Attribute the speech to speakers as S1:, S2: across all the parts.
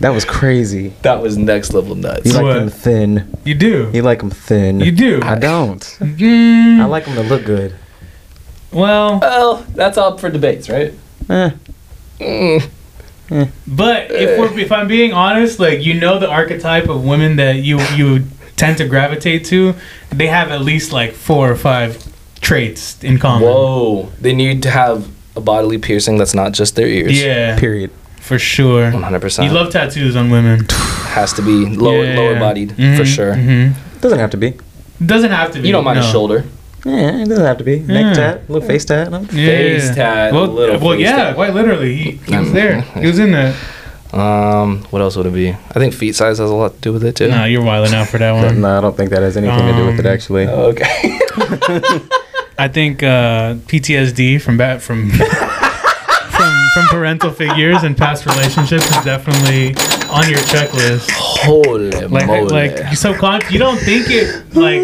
S1: That was crazy.
S2: That was next level nuts.
S1: You like
S3: What?
S1: them thin.
S3: You do.
S1: You like them thin.
S3: You do.
S1: I don't.
S3: Mm,
S1: I like them to look good.
S3: well,
S2: Well, that's up for debates, right?
S1: Eh.
S3: but if we're, if I'm being honest, like you know the archetype of women that you you tend to gravitate to, they have at least like four or five traits in common.
S2: Whoa. They need to have a bodily piercing that's not just their ears.
S3: Yeah,
S1: Period.
S3: for sure.
S2: 100%.
S3: You love tattoos on women.
S2: has to be lower
S3: Yeah.
S2: lower bodied for
S3: Mhm,
S2: sure.
S3: mhm.
S1: Doesn't have to be.
S3: Doesn't have to be.
S2: You don't mind
S3: no.
S2: a shoulder.
S1: Yeah, it doesn't have to be.
S3: Yeah.
S1: Neck tat, little face tat. no?
S3: Yeah.
S2: Face tat,
S3: Well,
S2: little
S3: well
S2: face
S3: yeah,
S2: tat. Mm.
S3: quite literally. He, he was there. He was in there.
S2: Um, what else would it be? I think feet size has a lot to do with it too.
S3: No, you're wilding out for that one.
S1: No, I don't think that has anything to do with it.
S3: Um,
S1: Actually,
S2: Okay.
S3: I think uh, PTSD from bat from from from parental figures and past relationships is definitely on your checklist.
S2: Oh, Holy
S3: Like
S2: moly.
S3: like you subcon you don't think it like,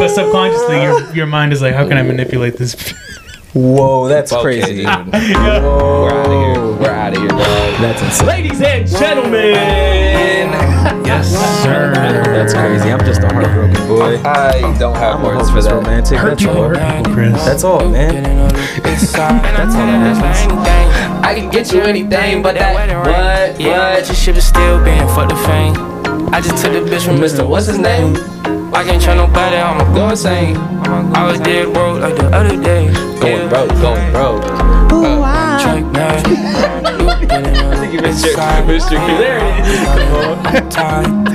S3: but subconsciously your your mind is like, how can I manipulate this?
S1: whoa, that's
S2: Okay,
S1: crazy.
S2: dude. We're out of here. We're out of here, dog.
S1: That's insane.
S2: Ladies and gentlemen.
S3: yes, sir.
S1: That's crazy. I'm just a heartbroken boy.
S2: I don't have
S1: I'm a
S2: words for
S1: hopeless
S2: that.
S1: romantic.
S3: Hurt
S1: That's
S3: people,
S1: all.
S3: hurt people, Chris.
S1: That's all, man.
S4: That's all
S2: I can get you anything, but that what
S4: Yeah,
S2: what
S4: but your shit was still being fuck the fame. I just took the bitch from Mr. What's his name? I can't try nobody, I'ma go insane. I was dead broke like the other day.
S2: going bro, going bro.
S4: Track man. You been in on the
S2: Mr.
S4: inside.
S2: Mr. Clarity.
S4: Time.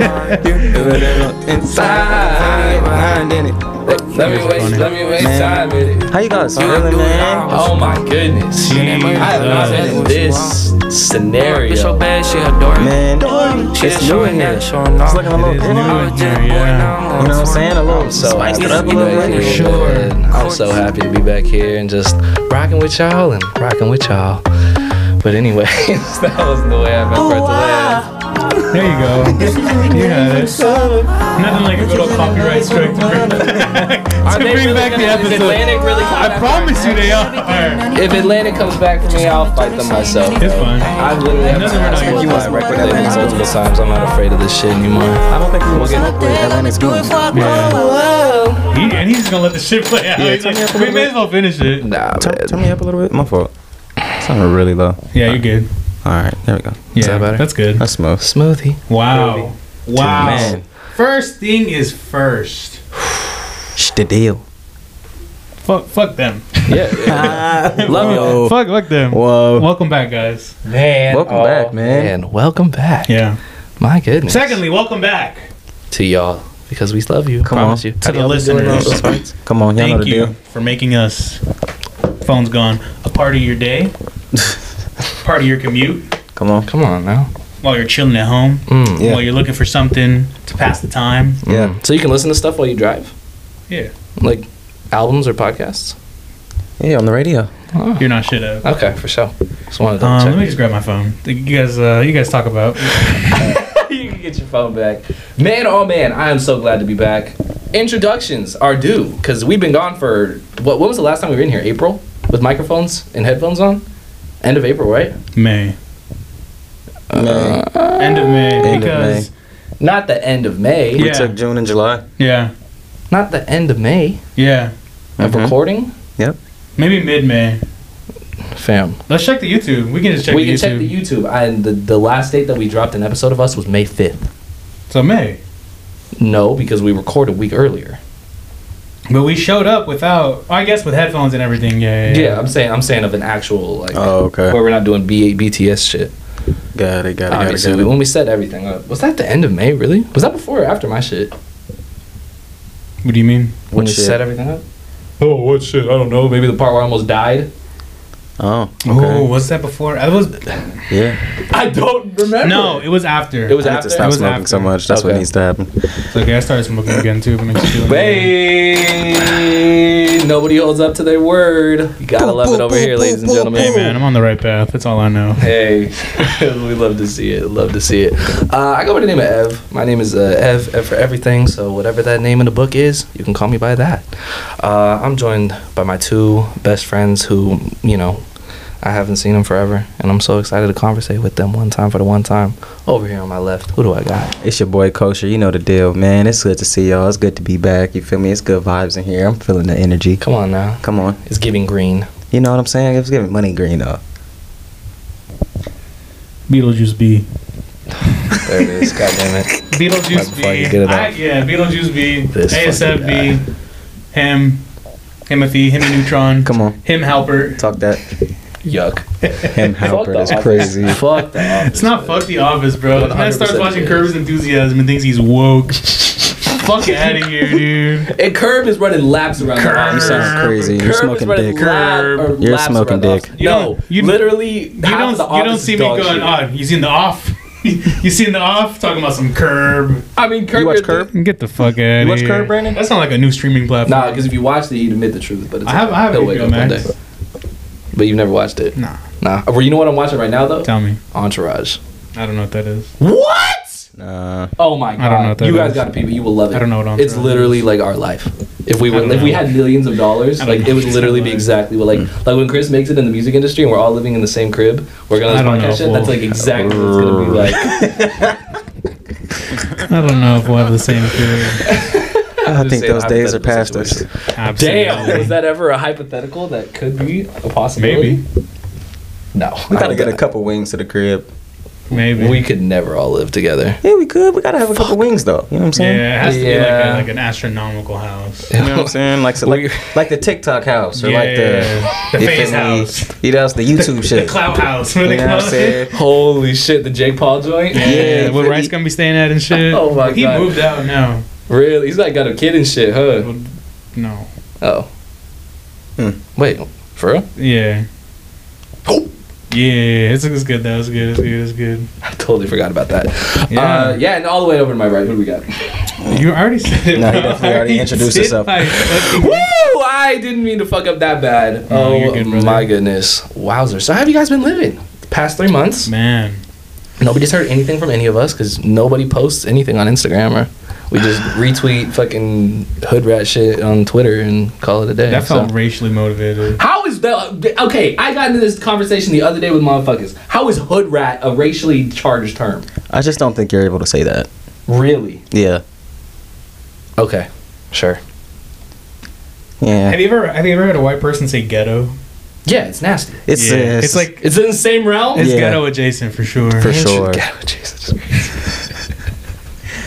S2: Inside
S1: behind in it.
S2: Let me waste let me waste time with it.
S1: How you guys feeling, man?
S2: Oh my goodness. I have not been in this
S4: Bitch, so
S2: scenario.
S4: bad, she adore me.
S1: Man,
S4: She
S1: it's new
S4: showing
S1: in here.
S4: that,
S1: It's
S4: showing off.
S1: like a
S3: It
S1: little,
S3: is
S1: you
S3: new
S1: know
S4: I
S3: in
S4: was
S3: here,
S4: just born,
S3: yeah.
S4: now
S1: what I'm
S4: on
S1: saying? A little
S2: I'm so
S1: spiced
S2: happy
S1: it
S2: to
S1: up a
S2: be
S1: little
S2: back
S1: bit.
S2: here.
S3: Sure.
S2: man. I'm so happy to be back here and just rocking with y'all and rocking with y'all. But anyways, that wasn't the way I meant for it to land.
S3: There you go. You had it. Nothing like a good old copyright strike to bring back, to
S2: they
S3: bring
S2: really
S3: back the
S2: gonna- is Atlantic
S3: episode.
S2: really coming
S3: I
S2: back
S3: promise
S2: right
S3: you
S2: now?
S3: they are.
S2: If Atlantic comes back for me, I'll fight them myself.
S3: It's fine.
S2: I literally have
S3: Another one I
S2: to
S3: use.
S2: my record label multiple times. I'm not afraid of this shit anymore.
S1: I don't think we will get up with Atlantic's going.
S3: He, and he's gonna let the shit play out.
S1: Yeah, turn me up a
S3: we
S1: little
S3: may
S1: bit.
S3: as well finish it.
S2: Nah,
S1: Turn,
S2: man.
S1: turn me up a little bit. My fault. Sounded really low.
S3: Yeah, you're good.
S1: All right, there we go.
S3: Yeah,
S2: that better?
S3: that's good.
S1: That's smooth.
S2: Smoothie.
S3: Wow. Wow.
S1: Uh, Man.
S3: First thing is first.
S1: Sh the deal.
S3: Fuck, fuck them.
S2: Yeah. yeah. Love y'all.
S3: Fuck, fuck them.
S1: Whoa.
S3: Welcome back, guys.
S2: Man.
S1: Welcome back, man.
S2: And welcome back.
S3: Yeah.
S2: My goodness.
S3: Secondly, welcome back
S2: to y'all because we love you.
S1: Come
S2: promise
S1: on.
S2: you.
S3: to the listeners.
S1: Come on, y'all know
S3: Thank
S1: the
S3: you
S1: deal.
S3: for making us phone's gone a part of your day, part of your commute
S1: Come on.
S2: Come on now.
S3: while you're chilling at home,
S2: Mm.
S1: Yeah.
S3: while you're looking for something to pass the time.
S1: Yeah.
S2: So you can listen to stuff while you drive,
S3: Yeah,
S2: like albums or podcasts.
S1: Yeah, on the radio.
S3: you're not shit up.
S2: Okay, for sure. Just wanted to
S3: Um,
S2: check.
S3: let me just grab my phone. You guys, uh, you guys talk about.
S2: you can get your phone back. Man, oh man, I am so glad to be back. Introductions are due because we've been gone for what? When was the last time we were in here? April with microphones and headphones on. End of April, right?
S3: May.
S1: Man,
S3: End of May.
S1: End of
S3: because
S2: Not the end of May.
S3: Yeah.
S1: we took June and July.
S3: yeah,
S2: Not the end of May
S3: yeah,
S2: of
S1: Mhm.
S2: recording.
S3: maybe mid May.
S2: Fam,
S3: Let's check the YouTube. We can just check
S2: we
S3: the
S2: can check
S3: YouTube.
S2: the YouTube. And the, the last date that we dropped an episode of us was May fifth.
S3: so May,
S2: No, because we recorded a week earlier.
S3: but we showed up without. I guess with headphones and everything. Yeah, yeah.
S2: Yeah, I'm saying I'm saying of an actual like
S1: Oh, okay.
S2: where we're not doing B- BTS shit.
S1: Got it, got it, got it,
S2: Obviously,
S1: got
S2: we-
S1: it.
S2: when we set everything up, was that the end of May? Really? Was that before or after my shit?
S3: What do you mean?
S2: When
S1: What
S2: we
S1: shit?
S2: set everything up?
S3: Oh, what shit? I don't
S2: Oh, maybe the part where I almost died.
S1: Oh, okay.
S3: Oh, was that before? That was
S1: yeah.
S2: I don't remember.
S3: no. It was after.
S2: It was
S1: I need to
S2: after.
S3: That
S1: stop
S3: was
S1: smoking
S3: after.
S1: so much. That's what
S2: Okay.
S1: needs to happen.
S3: It's okay. I started smoking again too. If it makes you feel any
S2: Wait, nobody holds up to their word. You gotta love it over here, ladies and
S3: better. Hey
S2: gentlemen.
S3: man, I'm on the right path. That's all I know.
S2: Hey, we love to see it. Love to see it. Uh, I go by the name of Ev. My name is uh, Ev, Ev for everything. So whatever that name in the book is, you can call me by that. Uh, I'm joined by my two best friends, who you know, I haven't seen them forever, and I'm so excited to conversate with them one time for the one time. Over here on my left, who do I got?
S1: It's your boy Kosher. You know the deal, man. It's good to see y'all. It's good to be back. You feel me? It's good vibes in here. I'm feeling the energy.
S2: Come on now.
S1: Come on.
S2: It's giving green.
S1: You know what I'm saying? It's giving money green up.
S3: Beetlejuice B.
S2: There it is. God damn it.
S3: Beetlejuice
S2: Fucking fucking get
S3: B.
S2: it
S3: I, yeah, Beetlejuice B.
S2: This
S3: ASF
S2: fucking
S3: B. Him. Himothy. Him Neutron.
S1: Come on.
S3: Him Halpert.
S1: Talk that.
S2: Yuck.
S1: Him Halpert is
S2: Office.
S1: crazy.
S2: Fuck the office.
S3: It's not fuck the office, bro. The man starts
S2: 100%
S3: watching
S2: is.
S3: Curves Enthusiasm and thinks he's woke. fuck out of here, dude.
S2: And Curb is running laps around the
S3: Curb.
S1: You
S2: office.
S1: sound crazy.
S2: Curb
S1: You're
S2: is
S1: smoking
S2: running
S1: dick.
S2: lap- or
S3: Curb.
S1: You're
S2: laps
S1: smoking
S2: around the
S1: dick.
S2: office.
S3: You
S2: No,
S3: don't- you-
S2: literally.
S3: You don't, you don't see me going, oh, you seen the off. you seen the off talking about some Curb.
S2: I mean, Curb.
S1: You watch
S2: is-
S1: Curb?
S3: Get the fuck out
S1: You watch Curb, Brandon?
S3: That's not like a new streaming platform.
S2: Nah, because if you watched it, you'd admit the truth. But it's
S3: I have- I have
S2: they'll
S3: HBO
S2: wake up one
S3: Max.
S2: day. But you've never watched it.
S3: Nah.
S2: Nah. Uh, Well, you know what I'm watching right now though?
S3: Tell me.
S2: Entourage.
S3: I don't know what that is.
S2: What?
S1: Nah.
S2: Oh my god!
S3: don't know what that
S2: you guys
S3: is.
S2: got to people. You will love it.
S3: I don't know what
S2: It's
S3: Entourage
S2: literally like our life. If we
S3: I
S2: were,
S3: don't
S2: if we
S3: know.
S2: had millions of dollars,
S3: I don't
S2: like
S3: know.
S2: it would literally be exactly what like like when Chris makes it in the music industry and we're all living in the same crib. We're gonna
S3: I don't know
S2: podcast
S3: if
S2: shit.
S3: we'll-
S2: That's like exactly what it's gonna be like.
S3: I don't know if we'll have the same feeling.
S1: I
S2: just
S1: think
S2: saying
S1: those days are
S2: hypothetical
S1: past us.
S2: situation. Damn, was that ever a hypothetical that could be a possibility?
S3: Maybe.
S2: No,
S1: We
S2: I
S1: gotta
S2: don't
S1: get a
S2: think-
S1: couple wings to the crib.
S3: Maybe.
S2: We could never all live together.
S1: Yeah, we could. We gotta have a couple wings though. You know what I'm saying?
S3: yeah, it has to be
S2: Yeah.
S3: like, a, like an astronomical house.
S1: You know what I'm saying? Like, so like, like the TikTok house or like the
S3: Yeah. the
S1: you
S3: face
S1: feel me?
S3: house.
S1: You know, it's the YouTube
S3: The
S1: shit.
S3: clout house. Where
S1: You
S3: they
S1: know what I'm
S3: clout
S1: saying?
S3: it.
S2: Holy shit, the Jake Paul joint.
S3: Yeah,
S1: Yeah,
S3: where
S1: he-
S3: Rice gonna be staying at and shit.
S2: Oh my
S3: he
S2: God.
S3: He moved out now.
S2: Really? He's like got a kid and shit, huh?
S3: No.
S2: Oh.
S1: Hmm.
S2: Wait, for real?
S3: Yeah.
S1: Oh.
S3: Yeah, it's, it's good though. It's good. It's good. It's good.
S2: I totally forgot about that. Yeah.
S3: Yeah.
S2: Uh, yeah, and all the way over to my right, who do we got?
S3: You already said it.
S1: No, he
S3: bro.
S1: definitely already introduced
S3: said
S1: himself.
S3: my fucking-
S2: Woo! I didn't mean to fuck up that bad.
S3: No,
S2: oh
S3: you're good, brother.
S2: my goodness. Wowzer. So how have you guys been living? The past three months.
S3: Man,
S2: Nobody's heard anything from any of us because nobody posts anything on Instagram or we just retweet fucking hood rat shit on Twitter and call it a day.
S3: that
S2: so.
S3: felt racially motivated.
S2: How is the okay? I got into this conversation the other day with motherfuckers. How is hood rat a racially charged term?
S1: I just don't think you're able to say that.
S2: Really?
S1: Yeah.
S2: Okay, sure.
S1: Yeah.
S3: Have you ever have you ever heard a white person say ghetto?
S2: Yeah, it's nasty.
S1: It's, uh,
S3: Yeah,
S1: it's,
S3: it's like
S2: It's in the same realm.
S3: it's
S1: Yeah.
S3: ghetto adjacent for sure.
S1: For
S2: Man,
S1: sure.
S2: shit, God, Jesus.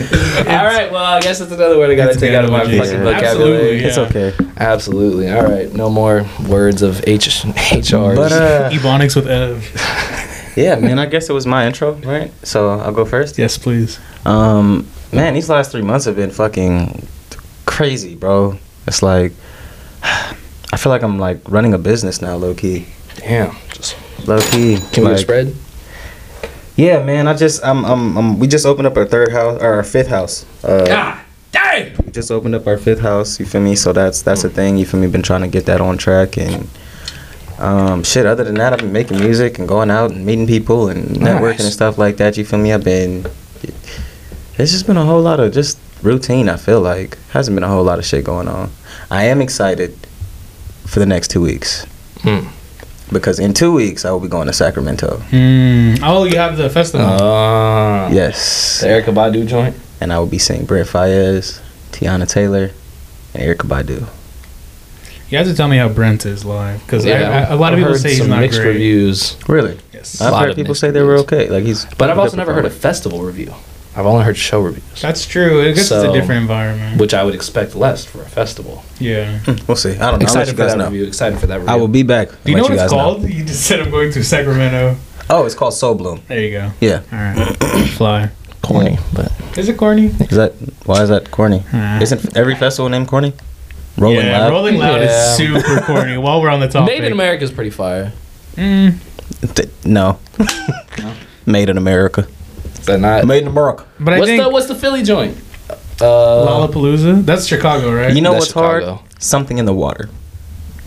S2: All right. Well, I guess that's another word I gotta
S3: It's
S2: take out of my
S3: ghetto
S2: fucking
S1: adjacent.
S2: vocabulary.
S3: Absolutely.
S1: it's
S3: yeah.
S1: okay.
S2: Absolutely. All right. No more words of H HRs.
S1: But uh,
S3: Ebonics with Ev.
S1: yeah, man. I guess it was my intro, right? So I'll go first.
S3: Yes, please.
S1: Um, man, these last three months have been fucking crazy, bro. It's like I feel like I'm like running a business now, low key.
S2: Damn. Just,
S1: Low key.
S2: can we
S1: like,
S2: spread?
S1: Yeah, man. I just I'm, I'm I'm we just opened up our third house or our fifth house. Uh,
S2: Ah, dang.
S1: We just opened up our fifth house. You feel me? So that's that's a thing. You feel me? Been trying to get that on track and. Um, shit. Other than that, I've been making music and going out and meeting people and networking and
S2: Nice.
S1: stuff like that. You feel me? I've been. It's just been a whole lot of just routine. I feel like hasn't been a whole lot of shit going on. I am excited for the next two weeks
S2: Hmm.
S1: because in two weeks I will be going to Sacramento.
S3: Hmm. Oh, you have the festival.
S2: Uh,
S1: Yes,
S2: The Erica Badu joint.
S1: and I will be seeing Brent Fayez, Tiana Taylor, and Erica Badu.
S3: you have to tell me how Brent is live because
S2: Yeah,
S3: a lot of
S2: I've
S3: people
S2: heard
S3: say he's
S2: some
S3: not
S2: mixed
S3: great.
S2: reviews,
S1: Really?
S3: Yes.
S1: I've
S2: lot
S1: heard
S2: of
S1: people
S2: mixed
S1: say they were
S2: reviews.
S1: okay. Like he's.
S2: but I've also
S1: they're
S2: never heard a
S1: performing. festival
S2: festival review. I've only heard show reviews,
S3: That's true. I guess it's
S2: So-
S3: a different environment.
S2: which I would expect less for a festival.
S3: yeah.
S1: We'll see. I don't know. I'll let
S2: Excited
S1: you
S2: for
S1: guys
S2: that
S1: know.
S2: review. Excited for that review.
S1: I will be back.
S3: Do you know
S1: Let
S3: what it's
S1: guys know.
S3: called? You just said I'm going to Sacramento.
S1: Oh, it's called Soul Bloom.
S3: There you go.
S1: Yeah.
S3: All right. Fly.
S2: corny, but
S3: Is it corny?
S1: Is that why is that corny?
S3: Nah.
S1: Isn't every festival named corny? Rolling
S3: yeah,
S1: Loud.
S3: Rolling Loud
S2: Hmm. Yeah.
S3: is super corny. While we're on the topic,
S2: Made in America is pretty fire.
S3: Mm,
S1: Th- no. Made in America.
S2: Is that not?
S1: Made in America.
S3: but I
S2: what's
S3: think
S2: the What's the Philly joint? Uh,
S3: Lollapalooza. That's Chicago, right?
S1: You know
S2: That's
S1: what's
S2: Chicago.
S1: hard? Something in the water.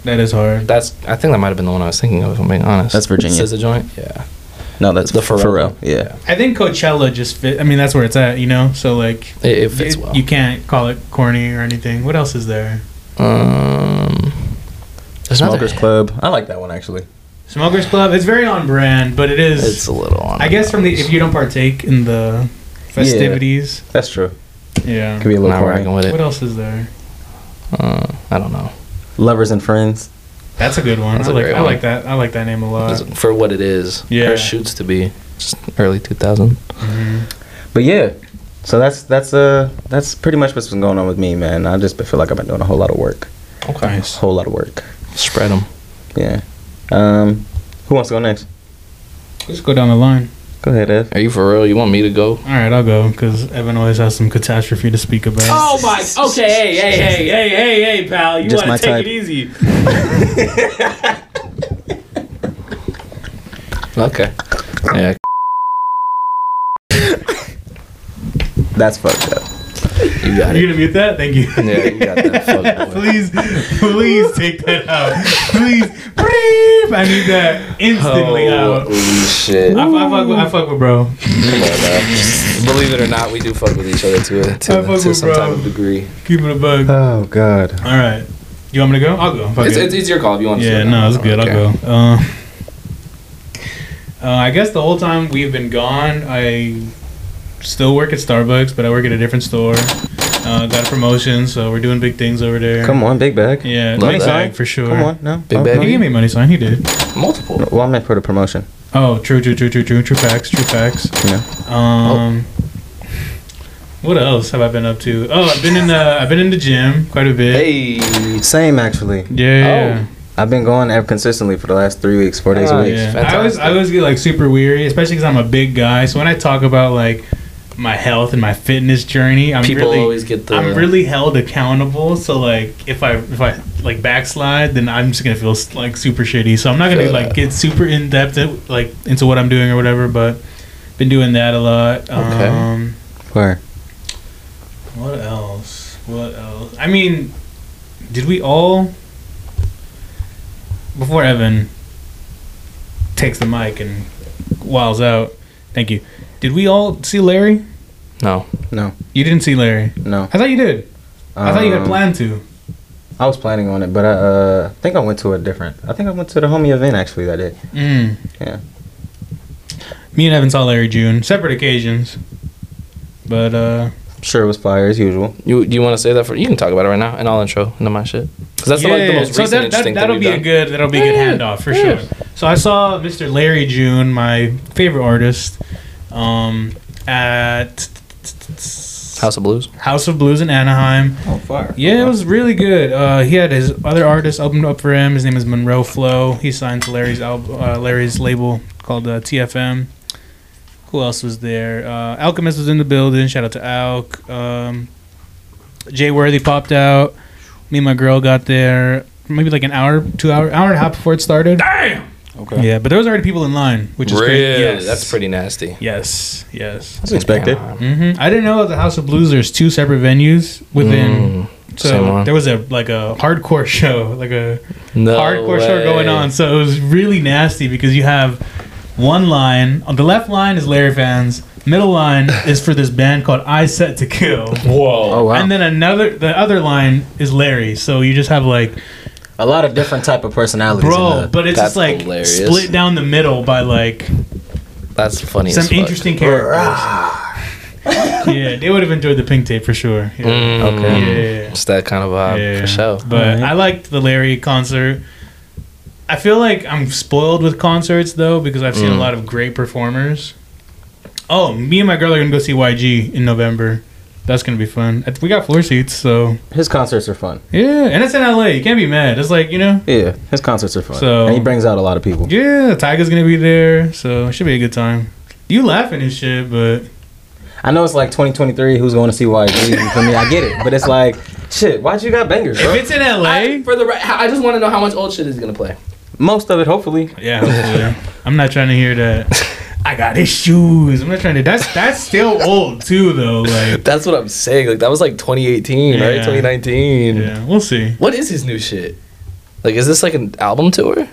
S3: that is hard.
S2: That's. I think that might have been the one I was thinking of. If I'm being honest.
S1: That's Virginia.
S2: SZA joint. Yeah.
S1: No, that's
S2: The
S1: the
S2: Pharrell.
S1: Pharrell. Yeah.
S3: I think Coachella just fit. I mean, that's where it's at. You know, so like.
S2: It, it fits
S3: it-
S2: well.
S3: You can't call it corny or anything. What else is there?
S2: um. There's another.
S1: Smokers Club. I like that one actually.
S3: Smokers Club. It's very on brand, but it is.
S2: It's a little on.
S3: I guess from the if you don't partake in the festivities,
S1: That's true.
S3: yeah.
S1: Could be a little
S2: not rocking
S1: corny.
S2: with
S3: What
S2: it.
S3: else is there?
S2: Uh, I don't know.
S1: Lovers and friends.
S3: That's a good one.
S2: That's
S3: I
S2: a
S3: like
S2: great
S3: I
S2: one.
S3: like that. I like that name a lot.
S2: for what it is.
S3: Yeah.
S2: Or it shoots to be just early 2000.
S1: But yeah, so that's that's uh that's pretty much what's been going on with me, man. I just feel like I've been doing a whole lot of work.
S2: Okay.
S1: A whole lot of work.
S2: Spread them.
S1: Yeah. Um, who wants to go next?
S3: Let's go down the line.
S1: Go ahead, Ev.
S2: Are you for real? You want me to go?
S3: All right, I'll go because Evan always has some catastrophe to speak about.
S5: Oh my. Okay. Hey. Hey. Hey. Hey. Hey. Hey, pal. You
S1: Just
S5: want
S1: my
S5: to take
S1: type.
S5: it easy.
S2: Okay. Yeah.
S1: That's fucked up.
S2: You got
S3: Are you
S2: it.
S3: gonna mute that? Thank you.
S2: Yeah, you got that. Fuck boy.
S3: please, please take that out. Please, beep. I need that instantly out.
S2: Holy shit.
S3: I, I, fuck with, I fuck with bro.
S2: Believe it or not, we do fuck with each other to, a,
S3: I fuck
S2: to, to
S3: with
S2: some
S3: bro.
S2: type of degree.
S3: Keep it a bug. All
S1: Oh God.
S3: right, you want me to go? I'll go. Fuck
S5: It's,
S3: it.
S5: it's, it's your call if you want to.
S3: yeah, no, it's good. I'll go. Uh, uh, I guess the whole time we've been gone, I still work at Starbucks, but I work at a different store. Uh, got a promotion, so we're doing big things over there.
S1: Come on, big bag.
S3: Yeah,
S2: Love
S3: big
S2: that.
S3: bag for sure.
S1: Come on, no.
S2: Big
S1: Oh,
S2: bag.
S1: no.
S3: He gave me a money sign. He did.
S2: Multiple.
S1: Well, I meant for the promotion.
S3: Oh, true, true, true, true, true, true facts, true facts.
S1: Yeah. Oh.
S3: Um, what else have I been up to? Oh, I've been in the I've been in the gym quite a bit.
S2: Hey.
S1: Same actually.
S3: Yeah,
S1: Oh.
S3: yeah,
S1: I've been going ev- consistently for the last three weeks, four days a
S2: Ah,
S1: week.
S3: Oh, yeah.
S2: Fantastic.
S3: I always I always get like super weary, especially because I'm a big guy. So when I talk about like my health and my fitness journey, I'm
S2: People
S3: really
S2: always get the.
S3: I'm really held accountable. So like if I if I like backslide, then I'm just gonna feel like super shitty. So I'm not gonna
S2: Feel
S3: like
S2: that.
S3: get super in depth at, like into what I'm doing or whatever. But been doing that a lot.
S2: Okay.
S3: Um,
S1: Where?
S3: What else? What else? I mean, did we all before Evan takes the mic and wiles out? Thank you. Did we all see Larry?
S2: No.
S1: No,
S3: You didn't see Larry.
S1: no.
S3: I thought you did. I thought you had
S1: Um,
S3: planned to.
S1: I was planning on it, but I uh, think I went to a different. I think I went to the homie event actually that day.
S3: Mm.
S1: Yeah.
S3: Me and Evan saw Larry June separate occasions, but uh,
S1: Sure, it was fire as usual.
S2: You you want to say that for? You can talk about it right now, and I'll intro into my shit. Because that's like the most recent
S3: so that, that,
S2: interesting
S3: that'll
S2: thing
S3: be
S2: we've
S3: a
S2: done.
S3: good that'll be a good handoff for sure so i saw mr larry june my favorite artist um at
S2: House of Blues.
S3: house of blues in anaheim
S1: Oh, fire!
S3: yeah it was really good uh, he had his other artist opened up for him his name is monroe flow he signed to larry's album uh, larry's label called uh, tfm who else was there uh, alchemist was in the building shout out to alk um, jay worthy popped out me and my girl got there maybe like an hour, two hour, hour and a half before it started. Damn. Okay. Yeah, but there was already people in line, which is great. Yes.
S2: That's pretty nasty.
S3: Yes. Yes.
S1: That's expected.
S2: Damn.
S3: hmm I didn't know at the House of Blues there's two separate venues within.
S2: Mm, same
S3: so
S2: one.
S3: there was a like a hardcore show, like a
S2: no
S3: hardcore show going
S2: way.
S3: on. So it was really nasty because you have one line on the left line is Larry fans, middle line is for this band called I Set to Kill,
S1: Oh
S2: Whoa.
S1: wow!
S3: and then another the other line is Larry. So you just have like
S1: a lot of different type of personalities. in
S3: bro
S1: the-
S3: but it's
S2: That's
S3: just like
S2: hilarious.
S3: split down the middle by like
S2: That's funny. as
S3: some
S2: fuck.
S3: interesting characters yeah they would have enjoyed the pink tape for sure yeah.
S2: Mm,
S1: Okay.
S3: Yeah, yeah, yeah.
S2: It's that kind of vibe
S3: Yeah.
S2: for sure.
S3: but i liked the larry concert i feel like i'm spoiled with concerts though because i've seen a
S2: Mm.
S3: lot of great performers oh me and my girl are gonna go see yg in november that's gonna be fun I th- we got floor seats so
S1: his concerts are fun.
S3: yeah and it's in la you can't be mad it's like you know
S1: Yeah, his concerts are fun.
S3: So-
S1: and he brings out a lot of people.
S3: yeah tiger's gonna be there so it should be a good time you laughing and shit but
S1: I know it's like 2023. Who's going to see YG? For me, I get it, but it's like, shit. Why'd you got bangers,
S3: If
S1: bro?
S3: it's in LA,
S5: I, for the re- I just want to know how much old shit is gonna play.
S1: Most of it, hopefully.
S3: yeah, hopefully. I'm not trying to hear that. I got issues. I'm not trying to. That's that's still old too, though. Like,
S2: That's what I'm saying. Like that was like 2018, right?
S3: Yeah.
S2: 2019.
S3: yeah, we'll see.
S5: What is his new shit?
S2: Like, is this like an album tour?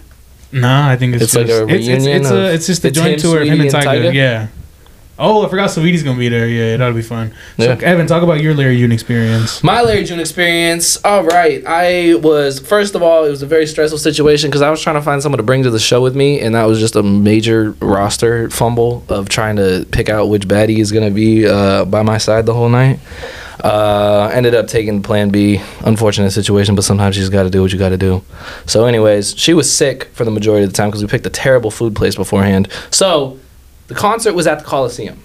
S3: Nah, I think it's,
S2: It's
S3: just
S2: like a
S3: it's, it's,
S2: reunion
S3: it's, a,
S2: of-
S3: it's just the
S2: it's
S3: joint
S2: him,
S3: tour of him
S2: Sweetie,
S3: and
S2: and
S3: Tiger.
S2: Tyga?
S3: Yeah, Oh, I forgot Sweetie's gonna be there. Yeah, that'll be fun. So,
S6: Yeah.
S3: Evan, talk about your Larry June experience.
S2: My Larry June experience. All right, I was first of all, it was a very stressful situation because I was trying to find someone to bring to the show with me, and that was just a major roster fumble of trying to pick out which baddie is gonna be uh, by my side the whole night. Uh, ended up taking Plan B. Unfortunate situation, but sometimes you just got to do what you got to do. So, anyways, she was sick for the majority of the time because we picked a terrible food place beforehand. So, the concert was at the Coliseum,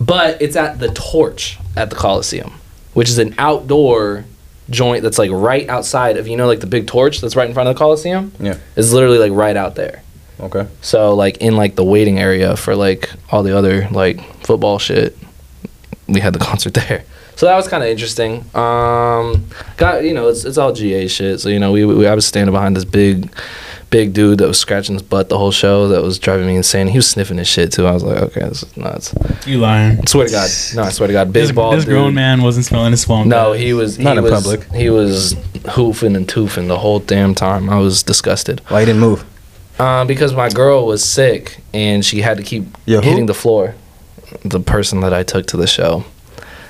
S2: but it's at the Torch at the Coliseum which is an outdoor joint that's like right outside of you know like the big torch that's right in front of the Coliseum.
S1: Yeah.
S2: It's literally like right out there.
S1: Okay.
S2: So like in like the waiting area for like all the other like football shit, we had the concert there. So that was kind of interesting. Um, got you know it's it's all GA shit. So you know we, we I was standing behind this big, big dude that was scratching his butt the whole show. That was driving me insane. He was sniffing his shit too. I was like, okay, this is nuts.
S3: You lying?
S2: swear to God, no, I swear to God, big
S3: this
S2: ball.
S3: this
S2: dude.
S3: grown man wasn't smelling his swamp.
S2: No, he was
S1: Not
S2: he
S1: in
S2: was,
S1: public.
S2: He was hoofing and toofing the whole damn time. I was disgusted
S1: Why you didn't move?
S2: um, because my girl was sick and she had to keep
S1: Yeah, who?
S2: hitting the floor. The person that I took to the show,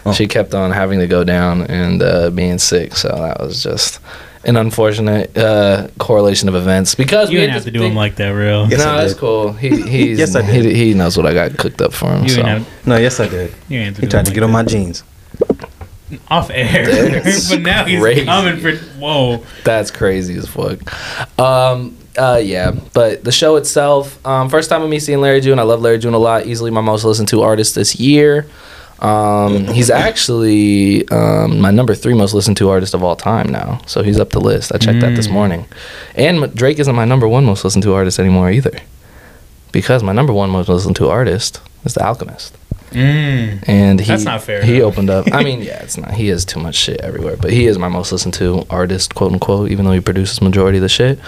S1: Oh.
S2: she kept on having to go down and uh, being sick. So that was just an unfortunate uh, correlation of events because
S3: You
S2: we
S3: didn't
S2: had
S3: have to
S2: this
S3: do
S2: big-
S3: him like that, real.
S1: Yes, I
S2: no, that's
S1: did.
S2: cool. He he's,
S1: Yes, I did.
S2: he he knows what I got cooked up for him.
S3: You
S2: so.
S3: ain't have,
S1: No, yes I did.
S3: you ain't have to
S1: He
S3: do
S1: tried to
S3: him
S1: get
S3: like
S1: on my jeans.
S3: that. off air.
S2: That's
S3: but now he's
S2: crazy.
S3: coming for. Whoa.
S2: That's crazy as fuck. Um, uh, yeah, but the show itself, um, first time of me seeing Larry June. I love Larry June a lot. Easily my most listened to artist this year. Um, he's actually um, my number three most listened to artist of all time now. So he's up the list. I checked that this morning. And m- Drake isn't my number one most listened to artist anymore either, because my number one most listened to artist is The Alchemist
S3: Mm.
S2: and he,
S3: That's not fair,
S2: He
S3: though.
S2: opened up. I mean, yeah, it's not. He has too much shit everywhere, but he is my most listened to artist, quote unquote. Even though he produces majority of the shit.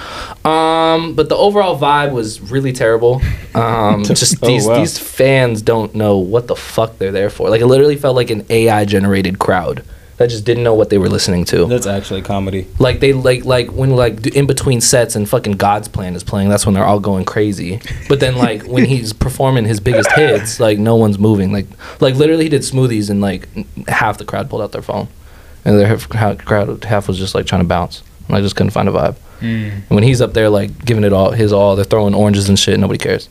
S2: Um, but the overall vibe was really terrible. Um, just
S1: Oh,
S2: these
S1: wow.
S2: these fans don't know what the fuck they're there for. Like it literally felt like an AI generated crowd that just didn't know what they were listening to.
S1: That's actually comedy.
S2: Like they like like when like d- in between sets and fucking God's plan is playing, that's when they're all going crazy. But then like when he's performing his biggest hits, like no one's moving. Like like literally he did smoothies and like n- half the crowd pulled out their phone, and their half, half- crowd half was just like trying to bounce. And I just couldn't find a vibe.
S3: Mm.
S2: And when he's up there like giving it all his all, they're throwing oranges and shit. Nobody cares.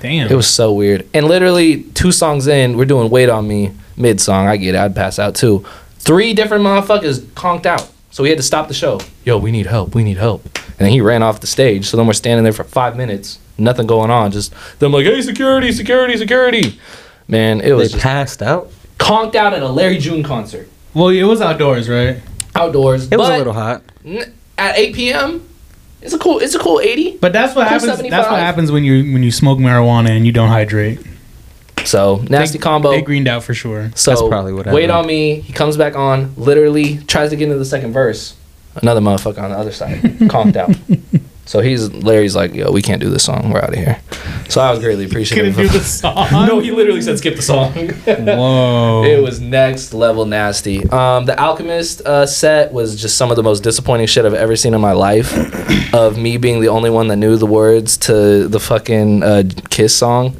S3: Damn.
S2: It was so weird. And literally two songs in, we're doing "Wait on Me" mid song. I get it. I'd pass out too. Three different motherfuckers conked out, so we had to stop the show. Yo, we need help. We need help. And then he ran off the stage. So then we're standing there for five minutes, nothing going on. Just them like, hey, security, security, security. Man, it
S1: They
S2: was just
S1: passed out.
S2: conked out at a Larry June concert
S3: well, it was outdoors, right?
S2: outdoors.
S1: It was
S2: but
S1: a little hot.
S2: n- at 8 p.m. It's a cool. It's a cool 80.
S3: But that's what
S2: Cool
S3: happens. That's
S2: 75.
S3: what happens when you when you smoke marijuana and you don't hydrate.
S2: So nasty combo.
S3: They greened out for sure.
S2: So
S1: That's probably what
S2: wait
S1: happened.
S2: on me. He comes back on, literally tries to get into the second verse. Another motherfucker on the other side, conked out. So he's Larry's like, yo, we can't do this song. We're out of here. So I was greatly
S3: Couldn't
S2: appreciative.
S3: do
S2: of-
S3: the song.
S2: no, he literally said skip the song.
S3: Whoa.
S2: It was next level nasty. Um, the Alchemist uh, set was just some of the most disappointing shit I've ever seen in my life. of me being the only one that knew the words to the fucking uh, Kiss song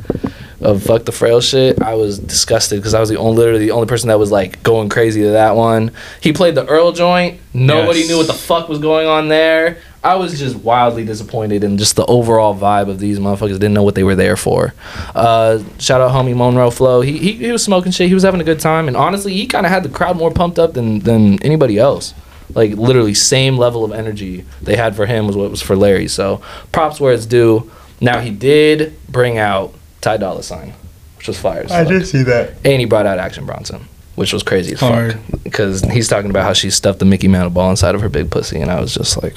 S2: of "Fuck the Frail" shit. I was disgusted because I was the only, literally the only person that was like going crazy to that one. He played the Earl joint. Nobody
S3: Yes.
S2: knew what the fuck was going on there. I was just wildly disappointed in just the overall vibe of these motherfuckers. Didn't know what they were there for. Uh, shout out homie Monroe Flow. He, he he was smoking shit. He was having a good time, and honestly, he kind of had the crowd more pumped up than than anybody else. Like literally, same level of energy they had for him was what was for Larry. So props where it's due. Now he did bring out Ty Dolla Sign, which was fire. as fuck.
S7: see that.
S2: And he brought out Action Bronson, which was crazy as fuck.
S3: Hard.
S2: Because he's talking about how she stuffed the Mickey Mantle ball inside of her big pussy, and I was just like,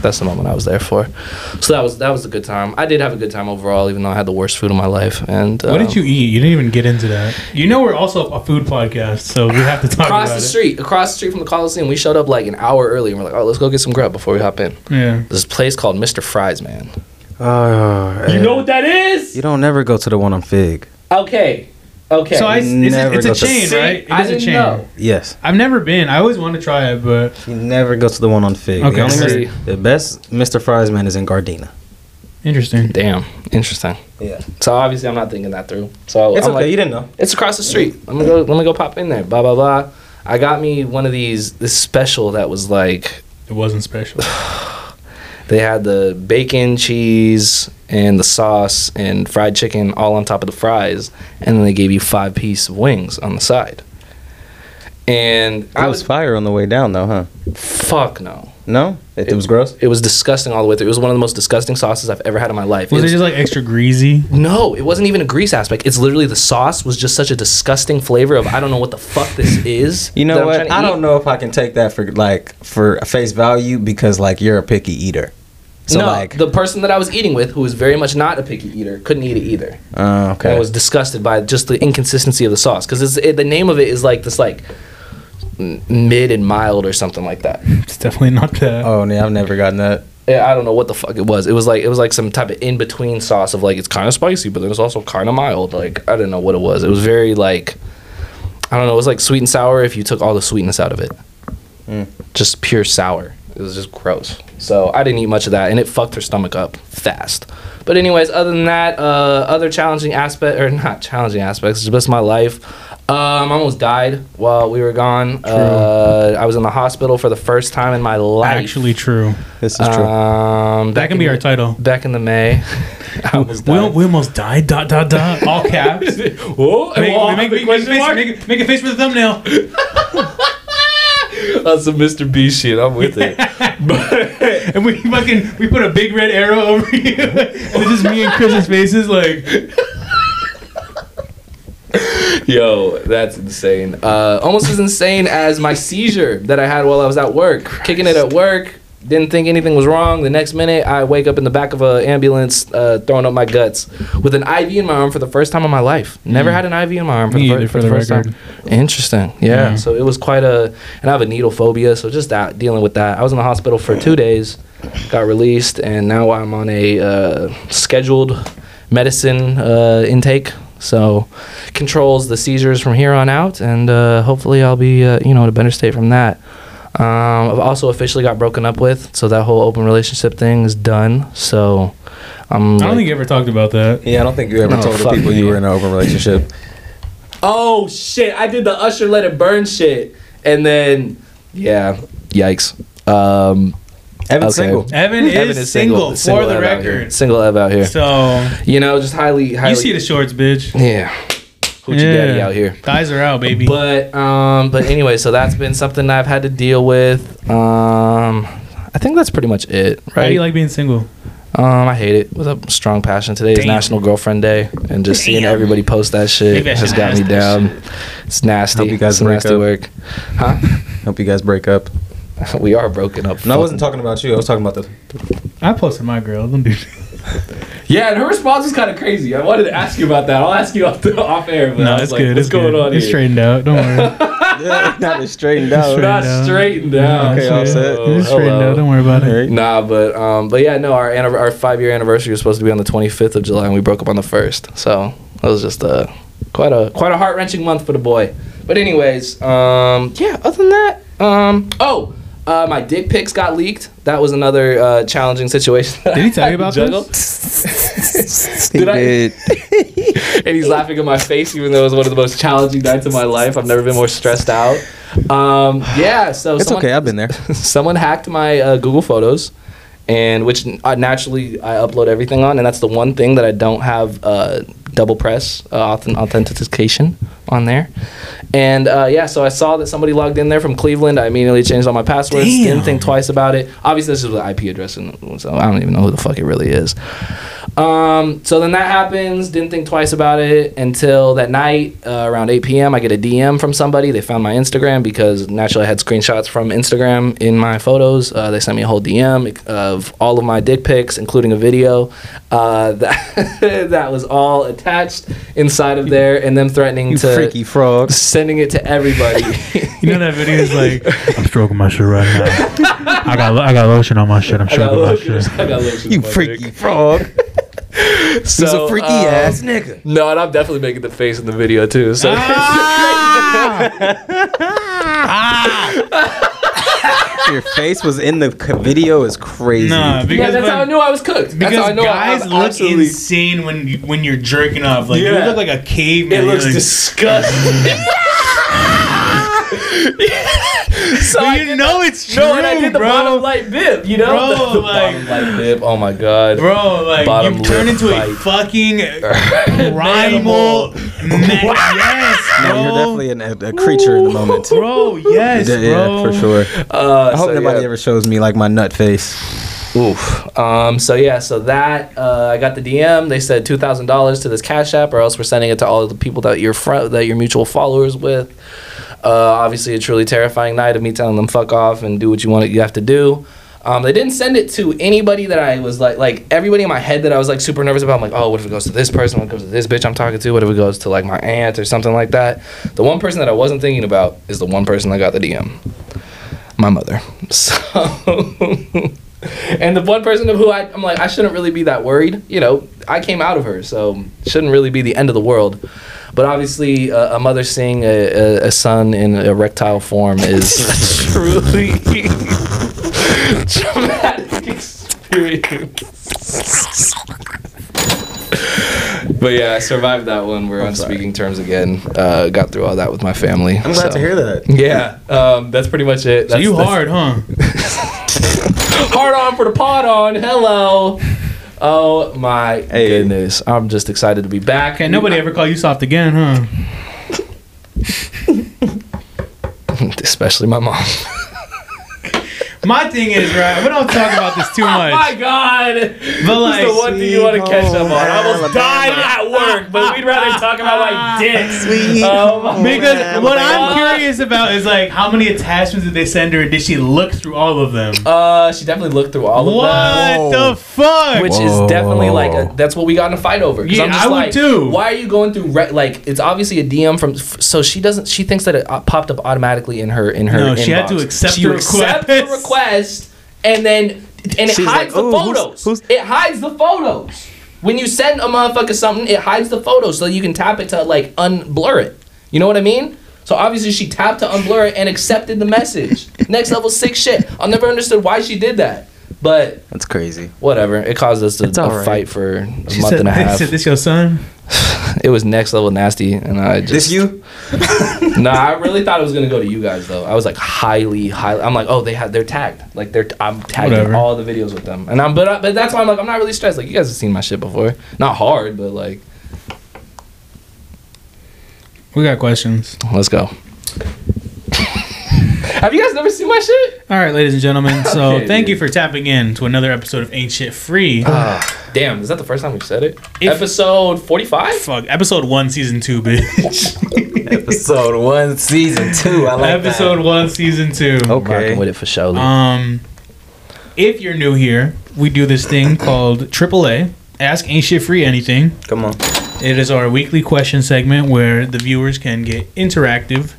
S2: that's the moment I was there for. So that was that was a good time. I did have a good time overall, even though I had the worst food of my life. And
S3: What
S2: um,
S3: did you eat? You didn't even get into that. You know we're also a food podcast, so we have to talk
S2: Across
S3: about
S2: the street, across the street from the Coliseum, we showed up like an hour early, and we're like, "Oh, let's go get some grub before we hop in."
S3: it. Yeah.
S2: This place called Mr. Fries, man.
S1: Oh,
S3: Uh, You know what that is?
S1: You don't never go to the one on Fig.
S2: Okay, okay.
S3: So I, it's,
S1: Never
S3: it's,
S1: go
S3: it's
S1: to-
S3: a chain,
S2: See,
S3: right? It is
S2: I
S3: a
S2: didn't
S3: chain.
S2: know.
S1: Yes.
S3: I've never been. I always want to try it, but
S1: You never go to the one on Fig.
S3: Okay,
S1: the, only
S2: see.
S1: Mr. the best Mr. Friesman is in Gardena.
S3: Interesting.
S2: Damn, interesting.
S5: Yeah.
S2: So obviously I'm not thinking that through. So
S1: It's
S2: I'm
S1: okay.
S2: like,
S1: you didn't know.
S2: it's across the street. Let me go. Let me go pop in there. Blah blah blah. I got me one of these this special that was like
S3: It wasn't special.
S2: they had the bacon, cheese, and the sauce and fried chicken all on top of the fries, and then they gave you five piece wings on the side. And
S1: I
S2: I
S1: was
S2: was
S1: fire on the way down though, huh?
S2: fuck no.
S1: No, it, it was gross.
S2: It was disgusting all the way through. It was one of the most disgusting sauces I've ever had in my life.
S3: Was
S2: It
S3: it just like extra greasy?
S2: No, it wasn't even a grease aspect. It's literally the sauce was just such a disgusting flavor of I don't know what the fuck this is.
S1: You know
S2: that I'm
S1: what?
S2: trying to
S1: I
S2: eat.
S1: don't know if I can take that for like for face value because like you're a picky eater. So
S2: no,
S1: like,
S2: the person that I was eating with, who was very much not a picky eater, couldn't eat it either.
S1: uh,
S2: And
S1: okay.
S2: I was disgusted by just the inconsistency of the sauce because it, the name of it is like this like m- mid and mild or something like that.
S3: It's definitely not that.
S1: oh, yeah, I've never gotten that.
S2: Yeah, I don't know what the fuck it was. It was like it was like some type of in between sauce of like it's kind of spicy, but then it's also kind of mild. Like I don't know what it was. It was very like I don't know. It was like sweet and sour if you took all the sweetness out of it.
S1: Mm.
S2: Just pure sour. It was just gross. So I didn't eat much of that, and it fucked her stomach up fast. But anyways, other than that, uh, other challenging aspect or not challenging aspects, it's just my life. Um, I almost died while we were gone. Uh, I was in the hospital for the first time in my life.
S3: Actually, true.
S1: This is true.
S2: Um,
S3: That
S2: back
S3: can
S2: in
S3: be
S2: the-
S3: our title.
S2: Back in the May. I almost
S3: We,
S2: died.
S3: we almost died. Dot dot dot. All caps. make,
S2: Whoa, whoa,
S3: make,
S2: the
S3: make, make,
S2: question
S3: face,
S2: mark?
S3: make, make a face for the thumbnail.
S2: That's some Mr. B shit. I'm with it. But-
S3: And we fucking we put a big red arrow over you. and it's just me and Chris's faces like
S2: Yo, that's insane. Uh, almost as insane as my seizure that I had while I was at work. Kicking it at work. Didn't think anything was wrong. The next minute, I wake up in the back of an ambulance, uh, throwing up my guts with an IV in my arm for the first time in my life. Never had an IV in my arm for,
S3: Me
S2: the, fir-
S3: either,
S2: for
S3: for
S2: the
S3: the
S2: first
S3: record.
S2: time. Interesting. Yeah.
S3: Yeah.
S2: So it was quite a, and I have a needle phobia, so just that dealing with that. I was in the hospital for two days, got released, and now I'm on a uh, scheduled medicine uh, intake. So controls the seizures from here on out, and uh, hopefully I'll be uh, you know in a better state from that. Um, I've also officially got broken up with, so that whole open relationship thing is done. So um, I'm.
S3: I don't
S2: like-
S3: think you ever talked about that.
S1: Yeah, I don't think you ever
S2: No,
S1: told the
S2: fuck
S1: people you
S2: me.
S1: were in an open relationship.
S2: oh shit! I did the Usher let it burn shit, and then yeah, yikes. Um,
S1: Evan's
S2: Okay.
S1: single.
S3: Evan,
S2: Evan
S3: is, single, for the
S2: Ev out here.
S3: record.
S2: Single Ev out here.
S3: So
S2: You know, just highly, highly.
S3: you see the shorts, bitch.
S2: Yeah. Hoochie
S3: Yeah.
S2: daddy out here.
S3: Thighs are out, baby.
S2: But um, but anyway, so that's been something I've had to deal with. Um, I think that's pretty much it,
S3: How do
S2: right?
S3: you like being single?
S2: um, I hate it with a strong passion. Today is
S3: Damn.
S2: National Girlfriend Day, and just seeing
S3: Damn.
S2: everybody post that shit
S3: Maybe I
S2: has
S3: should
S2: got me
S3: ask that
S2: down. It's nasty.
S1: Hope you guys
S2: Some
S1: break
S2: nasty
S1: up.
S2: work, huh?
S1: Hope you guys break up.
S2: we are broken up.
S1: No, I wasn't talking about you. I was talking about the.
S3: I posted my girl. Don't do that.
S5: Yeah, and her response was kind of crazy. I wanted to ask you about that. I'll ask you off, the, off air. But I
S3: No,
S5: was
S3: it's
S5: like,
S3: good.
S5: What's
S3: it's
S5: going
S3: good.
S5: on
S3: It's
S5: here?
S3: straightened out. Don't worry.
S1: yeah, not straightened
S2: Oh,
S1: out.
S3: Straight-
S5: Not
S3: down.
S5: straightened out.
S1: Okay,
S3: It's
S1: I'll
S3: straight-
S1: say it.
S3: It's straightened
S2: Hello.
S3: out. Don't worry about it.
S1: Alright.
S2: Nah, but um, but yeah, no, our anniv- our five year anniversary was supposed to be on the 25th of July, and we broke up on the first. So it was just a quite a quite a heart wrenching month for the boy. But anyways, um, yeah. Other than that, um, oh, uh, my dick pics got leaked. That was another uh, challenging situation.
S3: Did he tell you about
S2: Juggle?
S3: this?
S1: He
S2: Did I-
S1: did.
S2: and he's laughing at my face, even though it was one of the most challenging nights of my life. I've never been more stressed out. Um, yeah. So
S1: It's
S2: someone-
S1: okay. I've been there.
S2: someone hacked my uh, Google Photos, and which n- I naturally I upload everything on, and that's the one thing that I don't have uh, double press uh, auth- authentication on there. And uh, yeah, so I saw that somebody logged in there from Cleveland. I immediately changed all my passwords. Didn't think twice about it. Obviously, this is with IP address, and so I don't even know who the fuck it really is. Um, so then that happens. Didn't think twice about it until that night uh, around 8 p.m. I get a DM from somebody. They found my Instagram because naturally I had screenshots from Instagram in my photos. Uh, they sent me a whole DM of all of my dick pics, including a video uh, that that was all attached inside of there, and them threatening
S1: You
S2: to
S1: freaky frog.
S2: sending it to everybody.
S3: You know that video is like, I'm stroking my shit right now. I got I got lotion on my shit. I'm
S2: I got
S3: stroking my
S2: lotions-
S3: shit.
S2: I got lotions
S1: You
S2: on my
S1: freaky
S2: dick.
S1: frog. He's
S2: So,
S1: a freaky
S2: um,
S1: ass nigga.
S2: No, and I'm definitely making the face in the video too. So.
S3: Ah!
S1: Your face was in the c- video is crazy.
S3: Nah, because
S2: yeah, that's
S3: when-
S2: how I knew I was cooked. That's how
S3: Because
S2: I know
S3: guys
S2: I, I
S3: look
S2: absolutely-
S3: insane when you, when you're jerking off. Like
S2: Yeah.
S3: you look like a caveman.
S2: It looks
S3: You're like,
S2: disgusting. so
S3: But
S2: I
S3: you
S2: did
S3: know it's true,
S2: No, and I did the
S3: bro.
S2: bottom light bib, you know?
S3: Bro,
S2: the, the bottom
S3: like-
S2: light bib. Oh my god.
S3: Bro, like
S2: Bottom
S3: you turn
S2: lip
S3: into a
S2: bite.
S3: fucking primal. man. Yes,
S1: No,
S3: bro.
S1: you're definitely an, a, a creature in the moment.
S3: bro, yes,
S1: Yeah,
S3: bro.
S1: yeah, for sure.
S2: Uh,
S1: I hope
S2: so,
S1: nobody
S2: yeah.
S1: ever shows me like my nut face.
S2: Oof. Um, so yeah, so that uh, I got the DM. They said two thousand dollars to this Cash App, or else we're sending it to all of the people that you're fr- that your mutual followers with. Uh, obviously, a truly terrifying night of me telling them fuck off and do what you want you have to do. Um, they didn't send it to anybody that I was like like everybody in my head that I was like super nervous about. I'm like, oh, what if it goes to this person? What if it goes to this bitch I'm talking to? What if it goes to like my aunt or something like that? The one person that I wasn't thinking about is the one person that got the DM my mother. So, and the one person of who I, I'm like, I shouldn't really be that worried. You know, I came out of her, so shouldn't really be the end of the world. But obviously, uh, a mother seeing a, a, a son in erectile form is truly traumatic experience. But yeah, I survived that one. We're on
S1: sorry.
S2: speaking terms again. Uh, got through all that with my family.
S1: I'm glad to hear that.
S2: Yeah, um, that's pretty much it.
S3: So
S2: That's-
S3: you
S2: that's-
S3: hard, huh?
S2: hard on for the pot on. Hello. Oh my
S1: Hey.
S2: goodness! I'm just excited to be back.
S3: Okay, nobody ever call you soft again, huh?
S2: especially my mom.
S3: My thing is, right, we don't talk about this too
S2: Oh my
S3: much.
S2: God!
S3: But
S2: This is the
S3: like
S2: one thing you want to catch up on. I
S1: Alabama.
S2: almost died at work, but we'd rather talk about like dicks.
S1: Uh,
S2: Oh my
S3: because what I'm
S2: God.
S3: curious about is like how many attachments did they send her? Did she look through all of them?
S2: Uh, she definitely looked through all of them.
S3: What the fuck?
S2: Which
S1: Whoa.
S2: is definitely like a, that's what we got in a fight over. 'Cause
S3: Oh. Yeah, I would
S2: like,
S3: too.
S2: Why are you going through re- like it's obviously a DM from? f- So she doesn't. She thinks that it uh, popped up automatically in her in her.
S3: No, she had
S2: inbox.
S3: to accept
S2: She
S3: the
S2: accept
S3: request.
S2: the request, and then and it
S1: She's like,
S2: hides the
S1: "Ooh, who's-
S2: photos.
S1: who's-"
S2: It hides the photos. When you send a motherfucker something, it hides the photo so you can tap it to like unblur it. You know what I mean? So obviously she tapped to unblur it and accepted the message. Next level sick shit. I never understood why she did that, but
S1: That's crazy.
S2: whatever. It caused us to
S1: It's
S2: a
S1: all right.
S2: fight for a
S3: She
S2: month
S3: said,
S2: and a
S3: they
S2: half.
S3: said, this your son?
S2: It was next level nasty, and I just
S1: This you?
S2: no. I really thought it was gonna go to you guys though. I was like highly, highly. I'm like, oh, they have they're tagged. Like they're I'm tagged in
S3: Whatever.
S2: all the videos with them, and I'm but I, but that's why I'm like I'm not really stressed. Like you guys have seen my shit before, not hard, but like
S3: We got questions.
S2: let's go. have you guys never seen my shit?
S3: All right, ladies and gentlemen. So
S2: Okay,
S3: thank you
S2: dude. Ah.
S3: for tapping in to another episode of Ain't Shit Free.
S2: Damn, is that the first time we've said it?
S3: If-
S2: Episode 45.
S3: Fuck, episode one, season two, bitch.
S1: Episode one, season two. I like
S3: episode one, season two.
S2: Oh,
S1: that. Okay.
S2: Rocking with it for sure.
S3: Um, if you're new here, we do this thing called AAA. Ask Ain't Shit Free Anything.
S1: Come on.
S3: It is our weekly question segment where the viewers can get interactive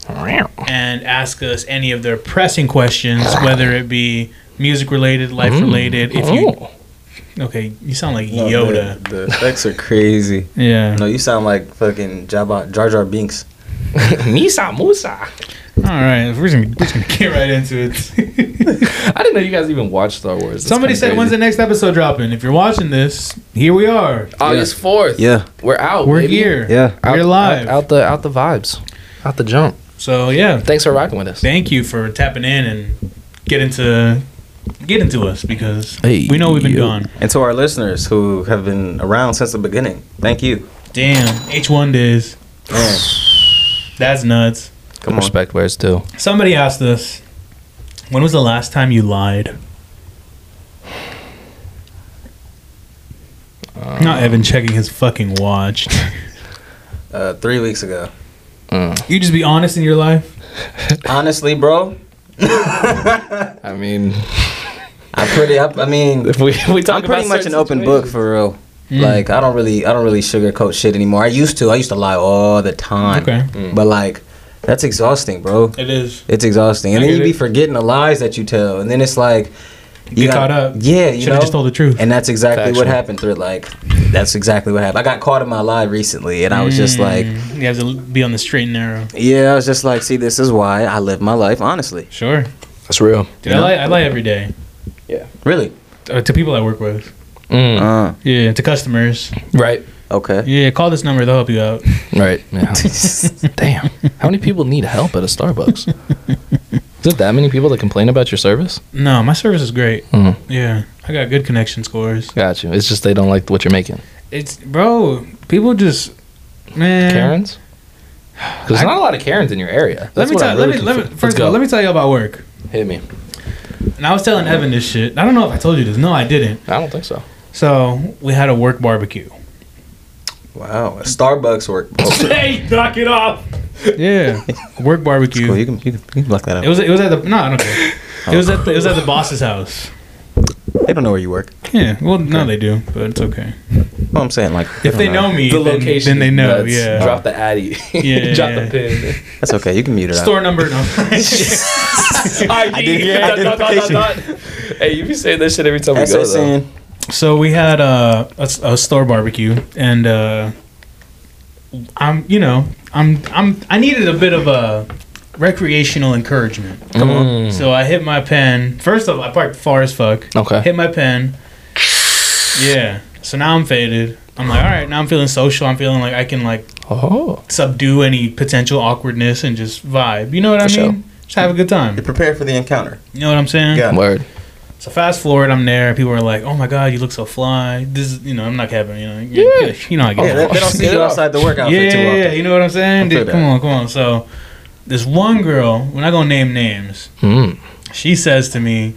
S3: and ask us any of their pressing questions, whether it be music related, life related. If you
S2: Oh.
S3: okay, you sound like Yoda.
S1: Oh, The, the effects are crazy.
S3: Yeah.
S1: No, you sound like fucking Jabba, Jar Jar Binks.
S2: Misa Musa.
S3: All right, we're just gonna, we're just gonna get right into it.
S2: I didn't know you guys even watched Star Wars. That's
S3: Somebody
S2: kinda
S3: said,
S2: crazy.
S3: "When's the next episode dropping?" If you're watching this, here we are.
S2: August fourth.
S1: Yeah.
S2: we're out.
S3: We're
S2: Oh, baby.
S3: here.
S1: Yeah.
S3: We're
S2: out,
S3: live.
S2: Out, out the out the vibes, out the jump.
S3: So yeah,
S2: Thanks for rocking with us.
S3: thank you for tapping in and get into get into us because
S2: Hey,
S3: we know we've been
S2: yo.
S3: gone.
S1: And to our listeners who have been around since the beginning, thank you.
S3: Damn, H one days.
S1: Man,
S3: That's nuts.
S1: come on.
S2: Respect where it's due.
S3: Somebody asked us, when was the last time you lied? Not Evan checking his fucking watch.
S1: Uh, three weeks ago.
S3: you just be honest in your life.
S1: Honestly, bro,
S2: I mean,
S1: I'm pretty. I, I mean,
S2: if we we
S1: I'm
S2: talk
S1: pretty
S2: about
S1: much an
S2: certain
S1: open book for real.
S3: Mm.
S1: Like I don't really, I don't really sugarcoat shit anymore. I used to. I used to lie all the time.
S3: Okay.
S1: But like, that's exhausting, bro.
S3: It is.
S1: It's exhausting,
S3: I
S1: and then
S3: get
S1: you be
S3: it.
S1: forgetting the lies that you tell, and then it's like
S3: You get caught up.
S1: Yeah, you
S3: Should
S1: know.
S3: have just told the truth.
S1: and that's exactly what
S2: Factual.
S1: happened through it. Like, that's exactly what happened. I got caught in my lie recently, and I was just like,
S3: Mm, you have to be on the straight and narrow.
S1: yeah, I was just like, see, this is why I live my life honestly.
S3: Sure.
S2: situations. That's real.
S3: Dude, I lie, I lie every day
S1: Really?
S3: uh, to people I work with.
S2: Mm.
S1: Uh,
S3: Yeah, to customers.
S2: Right.
S1: okay.
S3: Yeah, call this number; they'll help you out.
S2: Right. Yeah. Damn. How many people need help at a Starbucks? Is it that many people that complain about your service?
S3: No, my service is great.
S2: Mhm.
S1: Mm-hmm.
S3: Yeah, I got good connection scores.
S2: Got you. It's just they don't like what you're making.
S3: It's bro, people just man.
S2: Karens? Because there's not a lot of Karens in your area.
S3: Let
S2: That's
S3: me
S2: what
S3: tell.
S2: I'm
S3: let
S2: really
S3: me. Let me.
S2: confused-
S3: First of all, let me tell you about work.
S2: hit me.
S3: And I was telling Evan this shit. I don't know if I told you this. No, I didn't.
S2: I don't think so.
S3: So we had a work barbecue.
S1: Wow. A Starbucks work. Oh,
S3: hey, knock it off. Yeah, work barbecue.
S1: cool. You can you can, you can block that
S3: It
S1: out.
S3: was. It was at the. No, I don't care. It was at. The, it was at the boss's house.
S1: They don't know where you work.
S3: Yeah. Well, no, they do, but it's okay.
S1: Well, I'm saying like
S3: If they know me,
S5: The
S3: then,
S5: location.
S3: then they know.
S5: Nuts.
S3: Yeah.
S5: Drop the addy.
S3: Yeah,
S5: Drop
S3: yeah.
S5: the pin.
S1: That's okay. You can mute it out.
S3: Store number. No.
S5: ID.
S1: Ident-
S5: dot, dot, dot, dot, dot. Hey, you be saying that shit every time we go though.
S1: SSN.
S3: so we had uh, a, s- a store barbecue, and uh, I'm, you know, I'm, I'm, I needed a bit of a recreational encouragement.
S2: Come on.
S3: So I hit my pen. First off, I parked far as fuck.
S2: Okay.
S3: Hit my pen. Yeah. So now I'm faded. I'm like, all right, now I'm feeling social. I'm feeling like I can like
S2: Oh.
S3: subdue any potential awkwardness and just vibe. You know what I
S2: For
S3: mean?
S2: sure.
S3: Just have a good time.
S1: You're prepared for the encounter.
S3: You know what I'm saying?
S1: Yeah.
S2: Word.
S3: So fast forward, I'm there. People are like, "Oh my god, you look so fly." This is, you know, I'm not having, you know, you-
S2: Yeah.
S3: you know, I get
S1: Yeah, Oh,
S3: it.
S1: they, they don't see
S2: Get
S1: you
S2: up.
S1: outside the work
S3: Yeah,
S1: outfit
S3: yeah,
S1: too often.
S3: yeah, you know what I'm saying?
S1: feel
S3: Dude,
S1: that.
S3: come on, come on. So this one girl, we're not gonna name names.
S1: Hmm.
S2: Mm.
S3: She says to me,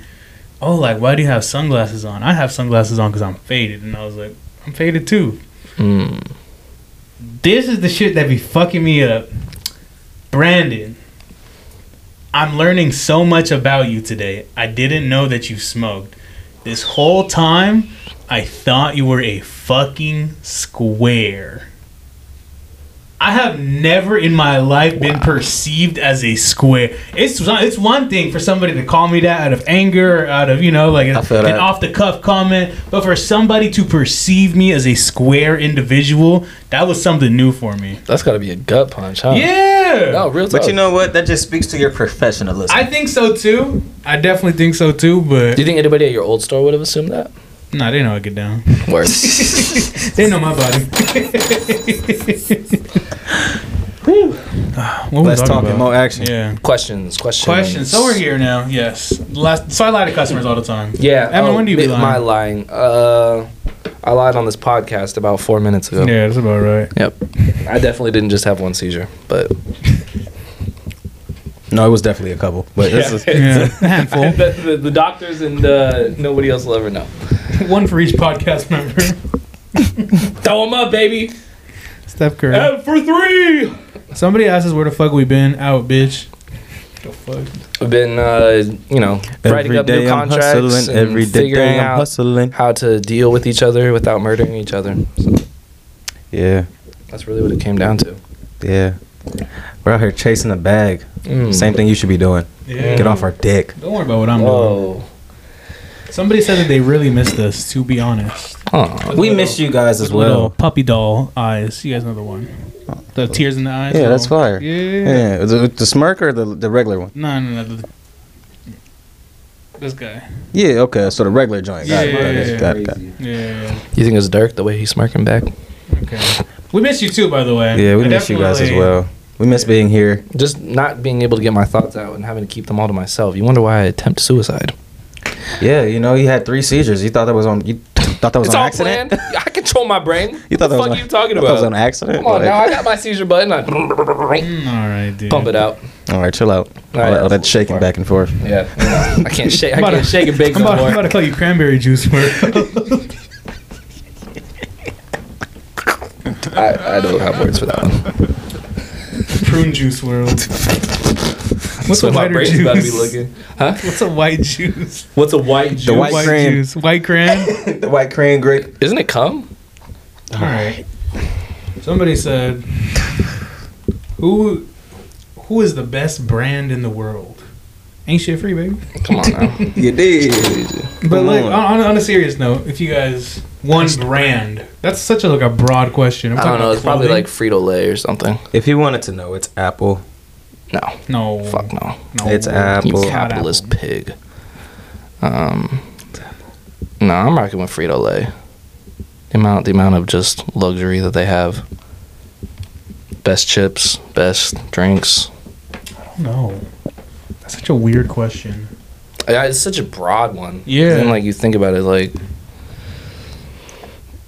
S3: "Oh, like why do you have sunglasses on? I have sunglasses on because I'm faded." And I was like, "I'm faded too."
S1: Hmm.
S2: Mm.
S3: This is the shit that be fucking me up, Brandon. I'm learning so much about you today. I didn't know that you smoked. This whole time, I thought you were a fucking square. I have never in my life been perceived as a square. It's it's one thing for somebody to call me that out of anger, or out of you know like an
S1: feel that.
S3: off the cuff comment, but for somebody to perceive me as a square individual, that was something new for me.
S2: That's got to be a gut punch, huh?
S3: Yeah.
S2: No, real talk.
S1: But you know what? That just speaks to your professionalism.
S3: I think so too. I definitely think so too, but
S2: Do you think anybody at your old store would have assumed that?
S3: nah, they know I get down.
S2: Word.
S3: They know my body. Ah, what was
S1: Less
S3: talking
S1: talking,
S3: about?
S1: more action.
S3: Yeah.
S2: questions. Questions.
S3: Questions. So we're here now. Yes. Last. So I lie to customers all the time.
S2: Yeah.
S3: Evan, when do you be
S2: mi-
S3: lying?
S2: My lying. Uh, I lied on this podcast about four minutes ago.
S3: that's about right.
S2: Yep. I definitely didn't just have one seizure, but
S1: No, it was definitely a couple. But this is,
S3: Yeah, a handful.
S2: the, the, the doctors and uh, nobody else will ever know.
S3: One for each podcast member.
S2: Throw them up, baby.
S3: Steph Curry.
S2: for three.
S3: Somebody asks us where the fuck we been. Out, bitch. The fuck?
S2: I've been, uh, you know, writing
S1: every
S2: up new
S1: day I'm
S2: contracts
S1: hustling.
S2: and
S1: Every
S2: figuring
S1: day I'm
S2: out
S1: hustling.
S2: how to deal with each other without murdering each other. So
S1: Yeah,
S2: that's really what it came down to.
S1: yeah. We're out here chasing a bag.
S2: Mm.
S1: Same thing you should be doing.
S3: Yeah.
S1: Get off our dick.
S3: Don't worry about what I'm
S2: Whoa.
S3: doing. Somebody said that they really missed us. To be honest.
S2: Huh.
S1: We miss you guys as
S3: Little
S1: well.
S3: puppy doll eyes. You guys know the one. The tears in the eyes.
S1: Oh. Yeah, that's
S3: Oh.
S1: fire.
S3: Yeah.
S1: Yeah, the, the smirk or the the regular one.
S3: No, no, no. the- This guy.
S1: Yeah, okay. So the regular joint. Got it,
S3: Yeah,
S1: got it,
S3: yeah, yeah.
S1: got it, got it.
S3: Yeah.
S2: You think it's Dirk the way he's smirking back?
S3: Okay. We miss you too, by the way.
S1: Yeah, we
S3: I
S1: miss you guys as
S3: definitely-
S1: well. We miss being here.
S2: Just not being able to get my thoughts out and having to keep them all to myself. You wonder why I attempt suicide.
S1: Yeah, you know, you had three seizures. You thought that was on. You thought that was
S2: It's
S1: on
S2: all
S1: accident.
S2: planned. I control my brain.
S1: You thought
S2: the
S1: that
S2: fuck
S1: was
S2: are
S1: on-
S2: you talking
S1: I thought
S2: about?
S1: it was on accident.
S2: Come on
S1: Like,
S2: now, I got my seizure button. I
S3: Mm, All right, dude.
S2: pump it out.
S1: All right, chill out. All,
S2: right,
S1: that, all that
S2: that's
S1: shaking
S2: fine.
S1: back and forth.
S2: Yeah, I can't shake. I
S3: I'm about
S2: can't
S3: to-
S2: shake and bake
S3: I'm
S2: no
S3: about, I'm about
S2: more.
S3: to call you cranberry juice for
S2: I, I don't have words for that one.
S3: prune juice world. What's
S2: So
S3: a
S2: my
S3: whiter
S2: brain's
S3: juice?
S2: about to be looking. Huh?
S3: What's a white juice?
S5: What's a white
S1: The
S5: juice?
S1: white, cream,
S3: juice. White cran.
S1: the white cream grape.
S2: Isn't it cum?
S3: All right. Somebody said, "Who, who is the best brand in the world?" Ain't shit free, baby.
S2: Come on now.
S1: You did.
S3: But
S1: Come
S3: like
S1: on.
S3: on, on a serious note, if you guys one brand, that's such a like a broad question. I'm
S2: I
S3: talking
S2: don't know.
S3: about
S2: It's probably
S3: clothing.
S2: like Frito Lay or something.
S1: If you wanted to know, it's Apple.
S2: No,
S3: No.
S2: fuck no.
S3: No.
S1: It's
S2: You
S1: Apple.
S2: capitalist pig. Um, no, I'm rocking with Frito Lay. The amount, the amount of just luxury that they have. Best chips, best drinks.
S3: No. That's such a weird question.
S2: Yeah, it's such a broad one.
S3: Yeah.
S2: And like you think about it, like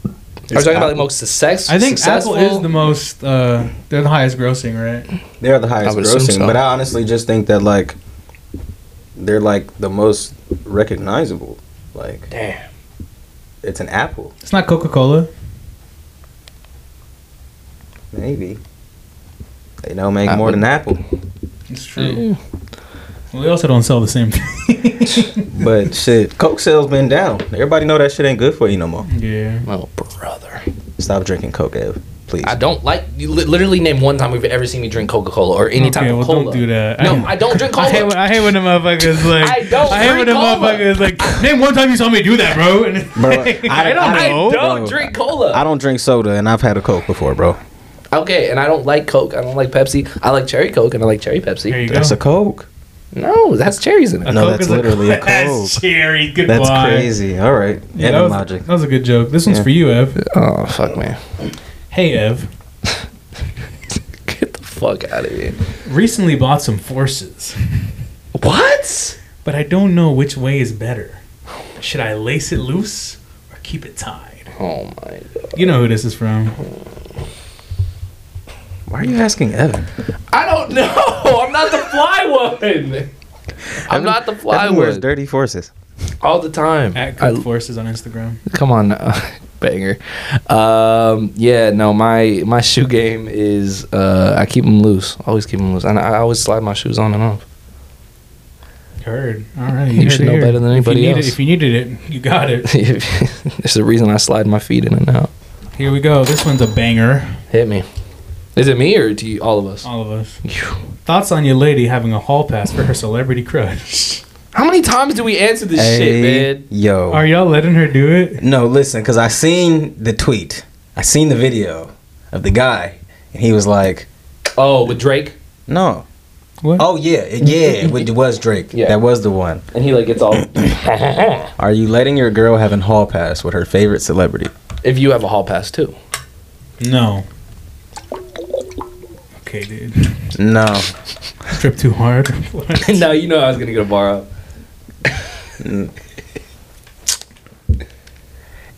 S2: are you talking about the most success?
S3: I think
S2: successful?
S3: Apple is the most. Uh, they're the highest grossing, right?
S1: They are the
S2: I
S1: highest
S2: would assume
S1: grossing,
S2: so.
S1: but I honestly just think that like they're like the most recognizable. Like
S2: Damn.
S1: it's an apple,
S3: It's not Coca Cola.
S1: maybe. They don't make
S2: I
S1: more
S2: would-
S1: than apple,
S3: It's Well, they also don't sell the same thing.
S1: but shit, Coke sales been down. Everybody know that shit ain't good for you no more.
S3: yeah.
S2: Oh, brother.
S1: Stop drinking Coke, Ev, please.
S2: I don't like. You li- literally name one time we've ever seen me drink Coca Cola or any type
S3: Okay,
S2: of
S3: well,
S2: cola.
S3: don't do that.
S2: No, I, don't drink
S3: I hate, when,
S2: cola.
S3: I hate when the motherfuckers like.
S2: I don't
S3: I hate when the
S2: drink cola.
S3: motherfuckers like. Name one time you saw me do that, bro. And
S1: Bro, I,
S2: I don't, I
S3: know.
S2: don't
S1: Bro.
S2: drink cola.
S1: I don't drink soda, and I've had a Coke before, bro.
S2: okay, and I don't like Coke. I don't like Pepsi. I like cherry Coke and I like cherry
S3: there
S2: Pepsi.
S3: you go.
S1: That's a Coke.
S2: No, that's cherries in it.
S1: no, that's
S3: is a-
S1: literally a Coke.
S3: That's cherry. Goodbye.
S1: That's crazy. All right,
S3: Yeah,
S1: end
S3: that,
S1: of
S3: was,
S1: logic.
S3: that was a good joke. This one's
S1: Yeah.
S3: for you, Ev.
S2: Oh fuck, man.
S3: Hey, Ev.
S2: Get the fuck out of here.
S3: Recently bought some forces,
S2: What?
S3: but I don't know which way is better. Should I lace it loose or keep it tied?
S2: Oh my.
S3: You know who this is from.
S1: Why are you asking Evan?
S2: I don't know. I'm not the fly one. I'm not the fly
S1: Evan wears
S2: one
S1: dirty forces.
S2: all the time.
S3: At
S2: I-
S3: Cook Forces on Instagram.
S2: come on, uh, banger. Um, yeah, no, my my shoe game is uh, I keep them loose. Always keep them loose, and I, I always slide my shoes on and off.
S3: Heard. All right.
S2: You
S3: heard
S2: should
S3: it
S2: know
S3: here.
S2: better than anybody
S3: if you
S2: else.
S3: Needed, if you needed it, you got it.
S2: There's a reason I slide my feet in and out.
S3: Here we go. This one's a banger.
S2: Hit me. Is it me or do you, all of us?
S3: All of us.
S2: Phew.
S3: Thoughts on your lady having a hall pass for her celebrity crush?
S2: How many times do we answer this shit,
S1: Hey,
S2: man?
S1: yo.
S3: Are y'all letting her do it?
S1: No, listen, because I seen the tweet. I seen the video of the guy, and he was like,
S2: Oh, with Drake,
S1: "No,
S3: What?
S1: oh yeah, yeah, it was Drake.
S2: Yeah.
S1: That was the one.
S2: and he like gets all.
S1: Are you letting your girl have an hall pass with her favorite celebrity?
S2: if you have a hall pass too,
S3: No. Okay, dude.
S1: No,
S3: Strip too hard.
S2: now you know I was gonna get a bar up.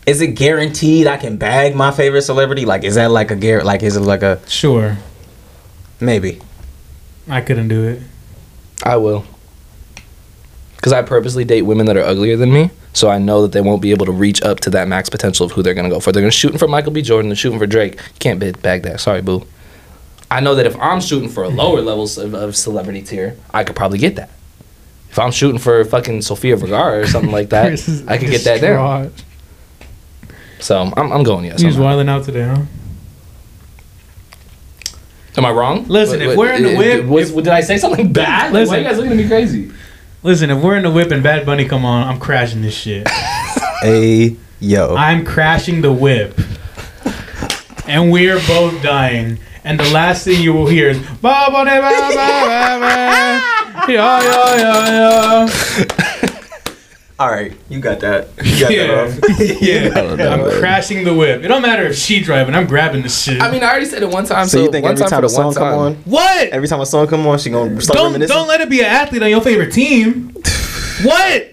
S1: is it guaranteed I can bag my favorite celebrity? Like, is that like a guar? Like, is it like a
S3: sure.
S1: maybe?
S3: I couldn't do it.
S2: I will. Because I purposely date women that are uglier than me, so I know that they won't be able to reach up to that max potential of who they're going to go for. They're going to shooting for Michael B. Jordan, they're shooting for Drake. Can't bid bag that. Sorry, boo. I know that if I'm shooting for lower
S3: Mm-hmm.
S2: levels of, of celebrity tier, I could probably get that. If I'm shooting for fucking Sofia Vergara or something like that,
S3: Chris is
S2: I could get that down.
S3: distraught.
S2: So I'm, I'm going yes.
S3: He was
S2: on that.
S3: wilding out today, huh?
S2: Am I wrong?
S3: Listen, if we're in the
S2: uh,
S3: whip-
S2: was- did I say something bad? Like, why are you
S3: Listen.
S2: guys looking at me crazy?
S3: Listen, if we're in the whip and Bad Bunny come on, I'm crashing this shit.
S1: A yo.
S3: I'm crashing the whip. And we're both dying. And the last thing you will hear is ba ba da ba ba ba ba. Yo yo yo yo.
S1: All right, you got that. You got
S3: Yeah.
S1: that off.
S3: Yeah, I'm
S1: man.
S3: crashing the whip. It don't matter if she driving. I'm grabbing the shit.
S2: I mean, I already said it one time.
S1: So,
S2: So,
S1: you think
S2: one
S1: every
S2: time,
S1: time
S2: for
S1: a
S2: the one
S1: song come
S2: time.
S1: on,
S3: what?
S1: every time a song come on, she gonna start
S3: Don't
S1: reminiscing?
S3: don't let it be an athlete on your favorite team. What?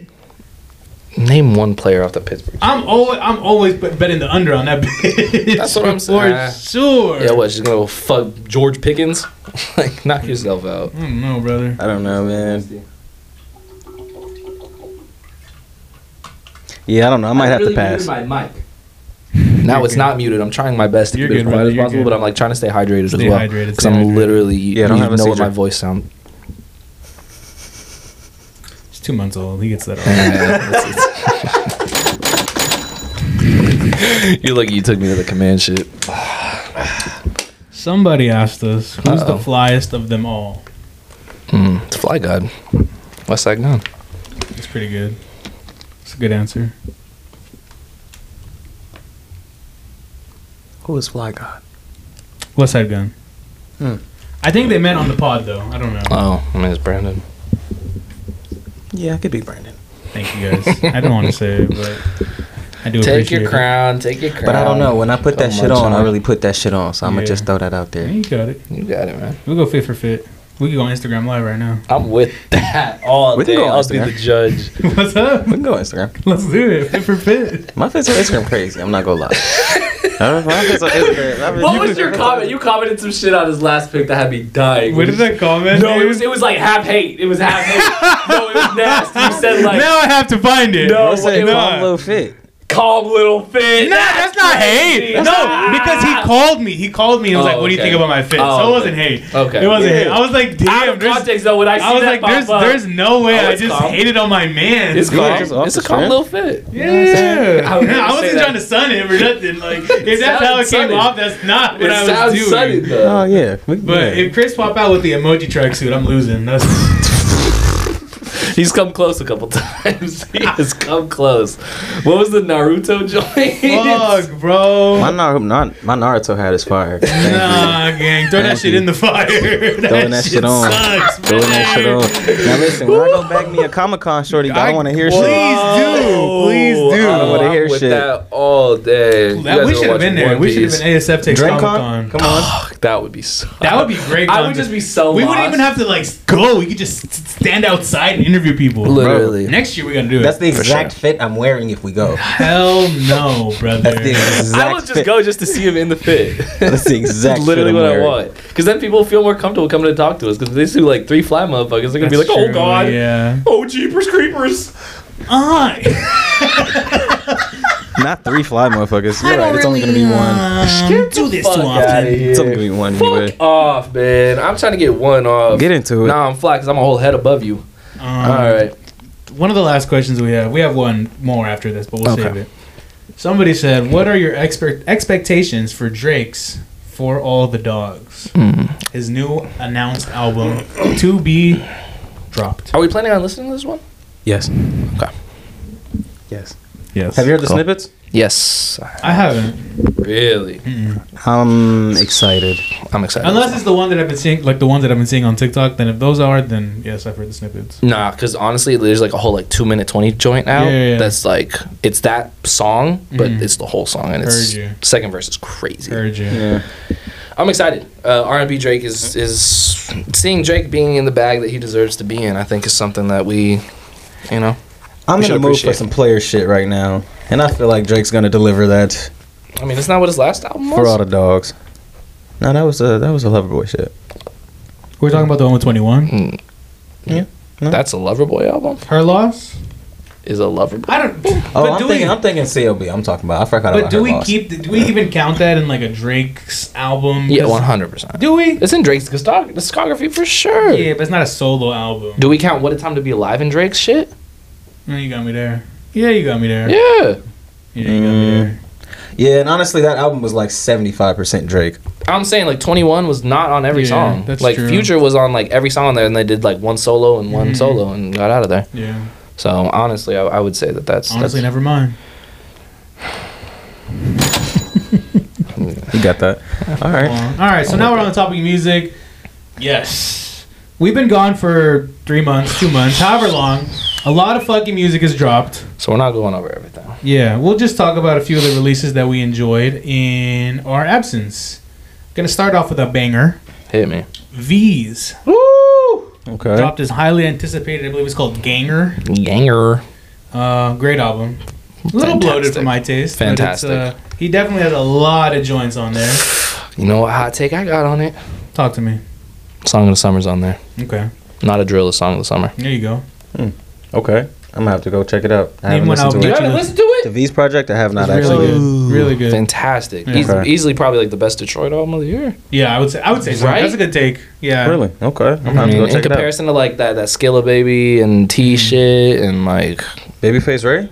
S2: Name one player off the Pittsburgh.
S3: I'm always I'm always bet- betting the under on that bitch.
S2: That's what I'm
S3: For
S2: saying.
S3: sure.
S2: Yeah, what? She's gonna go fuck George Pickens? like, knock yourself out.
S3: I don't know, brother.
S1: I don't know, man. Yeah, I don't know. I might have to pass.
S2: My mic. Now it's not muted. I'm trying my best to
S3: You're
S2: keep it as
S3: good,
S2: quiet
S3: brother.
S2: as
S3: You're
S2: possible,
S3: good.
S2: but I'm like trying to stay hydrated
S3: Stay
S2: as well.
S3: hydrated,
S2: Because
S3: stay
S2: I'm
S3: hydrated.
S2: literally,
S1: Yeah,
S2: you
S1: don't have a
S2: know what my
S1: seizure.
S2: voice sound.
S3: He's two months old. He gets that. All
S2: You're lucky you took me to the command shit.
S3: Somebody asked us, who's
S2: Uh-oh.
S3: the flyest of them all?
S2: Mm, it's Fly God. West Side Gun.
S3: It's pretty good. It's a good answer.
S1: Who is Fly God?
S3: West Side Gun.
S1: Hmm.
S3: I think they meant on the pod though. I don't know.
S5: Uh.
S2: Oh, I mean, it's Brandon.
S1: Yeah, I could be Brandon.
S3: Thank you guys. I don't want to say it, but I do
S2: Take
S3: appreciate
S2: your crown. Take your crown.
S1: But I don't know. When I put that
S2: Come
S1: shit on, I
S2: John.
S1: really put that shit on. So I'm
S3: Yeah.
S1: gonna just throw that out
S3: it. Yeah,
S1: there.
S3: you got it.
S2: You got it, man.
S3: We'll go fit for fit. We can go on Instagram live right now.
S2: I'm with that all
S1: We can
S2: day.
S1: go on
S2: I'll be
S1: Instagram.
S2: the judge.
S3: What's up?
S1: We can go Instagram.
S3: Let's do it. Fit for fit.
S1: My fits on Instagram crazy. I'm not gonna lie. I don't know, my fits on Instagram. my fits-
S5: What was your comment? You commented some shit on his last pick that had me dying.
S3: What is that comment?
S5: No, it
S3: dude?
S5: was it was like half hate. It was half hate. no, it was nasty. You said like
S3: now I have to find it.
S5: No.
S1: I said,
S3: No.
S1: "Calm little fit.
S5: calm little fit.
S3: No, that's not hate.
S5: That's
S3: No,
S5: not-
S3: because he called me. He called me and was
S5: Oh,
S3: like, "What do you
S5: okay.
S3: think about my fit?"
S5: Oh,
S3: so it
S5: okay.
S3: wasn't hate.
S5: Okay.
S3: It wasn't
S1: Yeah.
S3: hate. I was like,
S5: Out
S3: "Damn."
S5: of
S3: There's,
S5: context though, when I see
S3: I was
S5: that
S3: like, "There's,
S5: pop up,
S3: there's no way."
S5: Oh,
S3: I
S5: it's
S3: just
S5: calm.
S3: hated on my man.
S5: It's
S1: Yeah,
S5: calm.
S1: just off
S5: It's a
S1: the
S5: calm
S1: strength.
S5: little fit.
S3: yeah.
S5: I
S3: I,
S5: was gonna say
S3: wasn't
S5: that.
S3: trying to sun him or nothing. Like, if that's
S5: sounded
S3: how it came
S5: sunny.
S3: off, that's not what
S5: It
S3: I was
S5: sounds
S3: doing.
S5: sunny though.
S1: Oh yeah. We-
S3: But
S1: yeah.
S3: if Chris pop out with the emoji tracksuit, I'm losing. That's
S5: He's come close a couple times. He has come close. What was the Naruto joint?
S3: fuck, bro.
S1: my Naruto, my Naruto hat is fire. Thank you.
S3: Nah, gang, throw that
S1: Thank
S3: shit
S1: you.
S3: in the fire. That
S1: Throwing that shit on.
S3: Sucks,
S1: Throwing that shit
S3: man.
S1: on. Now listen, when I go back me a Comic Con shorty, I, don't want to hear
S3: please
S1: shit.
S3: do, please do.
S1: I don't wanna
S5: I'm
S1: hear
S5: with
S1: shit.
S5: that all day. You
S3: That,
S5: guys
S3: we
S5: are
S3: should have been
S5: watching
S3: there.
S5: One
S3: We should have
S5: Piece.
S3: been ASFTX
S1: Drake
S3: Comic
S1: Con,
S3: Con.
S1: come on.
S5: That would be so.
S3: That would be great.
S5: I would
S3: content.
S5: just be so.
S3: We wouldn't
S5: lost.
S3: even have to like go. We could just s- stand outside and interview people.
S2: Literally.
S3: Next year we gotta do it.
S1: That's the exact fit I'm wearing if we go.
S3: Hell no, brother.
S1: That's the exact
S5: I would just
S1: fit.
S5: go just to see him in the fit.
S1: That's the exact fit
S5: Literally
S1: I'm
S5: what I
S1: wearing.
S5: want. Because then people feel more comfortable coming to talk to us. Because they see like three fly motherfuckers, they're gonna be
S3: That's
S5: like, "Oh
S3: true,
S5: god,
S3: Yeah.
S5: oh jeepers creepers."
S3: Uh,
S1: Not three fly motherfuckers. You're right. It's only gonna be one.
S3: Um, do this
S5: Fuck
S3: too
S5: outta
S3: often.
S1: It's only
S5: here.
S1: gonna be one
S5: Fuck
S1: anyway.
S5: off, man. I'm trying to get one off.
S1: Get into it.
S5: Nah, I'm fly because I'm a whole head above you.
S3: Um,
S5: All right.
S3: One of the last questions we have. We have one more after this, but we'll
S2: Okay.
S3: save it. Somebody said, "What are your expert expectations for Drake's for all the dogs?
S2: Hmm.
S3: His new announced album to be dropped."
S5: Are we planning on listening to this one?
S1: Yes.
S2: Okay.
S1: Yes.
S3: Yes,
S1: Have you heard the
S2: Cool.
S1: snippets?
S2: Yes,
S3: I haven't,
S5: Really?
S1: I'm excited.
S2: I'm excited.
S3: Hmm. unless it's the one that I've been seeing, like the ones that I've been seeing on TikTok. Then if those are, then yes, I've heard the snippets.
S2: Nah, because honestly, there's like a whole like two minute twenty joint out.
S3: Yeah, yeah, yeah.
S2: That's like it's that song, but
S3: Mhm.
S2: it's the whole song, and it's
S3: Heard you.
S2: second verse is crazy.
S3: Heard you.
S1: Yeah.
S2: I'm excited. Uh, R&B Drake is is
S3: Mm-hmm.
S2: seeing Drake being in the bag that he deserves to be in. I think is something that we, you know,
S1: I'm
S2: We
S1: in
S2: should
S1: the mood for
S2: appreciate
S1: some player shit right now, and I feel like Drake's gonna deliver that
S2: I mean, it's not what his last album was.
S1: for all the dogs. No, that was a that was a Loverboy shit.
S3: We're talking about the one with Twenty One.
S2: Mm.
S1: Yeah. No.
S2: That's a Loverboy album.
S3: Her loss.
S2: Is a Loverboy.
S3: I don't.
S1: Oh,
S3: but
S1: I'm
S3: do
S1: thinking,
S3: we,
S1: I'm thinking CLB. I'm talking about. I forgot
S3: but
S1: about
S3: do
S1: her
S3: we
S1: loss.
S3: keep? Do we even count that in like a Drake's album?
S2: Yeah,
S3: Does-
S2: one hundred percent.
S3: Do we?
S2: It's in Drake's discog- discography for sure.
S3: Yeah, but it's not a solo album.
S2: Do we count What a Time to Be Alive in Drake's shit?
S3: No, you got me there. Yeah, you got me there. Yeah,
S2: Yeah.
S3: you got me there.
S1: Mm. Yeah, and honestly, that album was like 75% Drake.
S2: I'm saying like 21 was not on every
S3: Yeah,
S2: song.
S3: that's
S2: like
S3: true.
S2: Future was on like every song there, and they did like one solo and one
S3: Mhm.
S2: solo and got out of there.
S3: Yeah.
S2: So honestly, I, I would say that that's
S3: Honestly,
S2: that's,
S3: never mind.
S1: You got that. All right.
S3: Well, all right, so now we're on the topic of music. Yes. We've been gone for three months, two months, however long. A lot of fucking music has dropped.
S2: so we're not going over everything.
S3: Yeah, we'll just talk about a few of the releases that we enjoyed in our absence. Gonna start off with a banger.
S2: Hit me.
S3: V's
S1: Okay.
S3: dropped his highly anticipated, I believe it's called Ganger.
S2: Ganger.
S3: Uh, great album. A little bloated for
S2: Fantastic.
S3: my taste. but
S2: Fantastic.
S3: It's, uh, he definitely has a lot of joints on there.
S2: You know what hot take I got on it?
S3: Talk to me.
S2: Song of the Summer's on there.
S3: Okay.
S2: Not a drill, a song of the summer.
S3: There you go.
S1: Okay. I'm going to have to go check it out. I
S3: Name
S1: haven't
S3: one
S1: listened to it.
S3: album. You
S2: You
S3: haven't
S2: haven't
S3: Yeah.
S2: listened to
S1: The
S2: it?
S1: V's Project, I have not
S3: It's
S1: actually.
S3: really good. Really good.
S2: Fantastic.
S3: Yeah.
S2: Eas-
S1: Okay.
S2: Easily probably like the best Detroit album of the year.
S3: Yeah, I would say I would say so.
S2: Right?
S3: That's a good take. Yeah.
S1: Really? Okay. I'm going to
S2: I
S1: have to
S3: Mm-hmm.
S2: mean,
S1: go check
S2: in
S1: it out. Mm-hmm.
S2: comparison to like that that Skilla Baby and T shit and like
S1: Babyface Ray?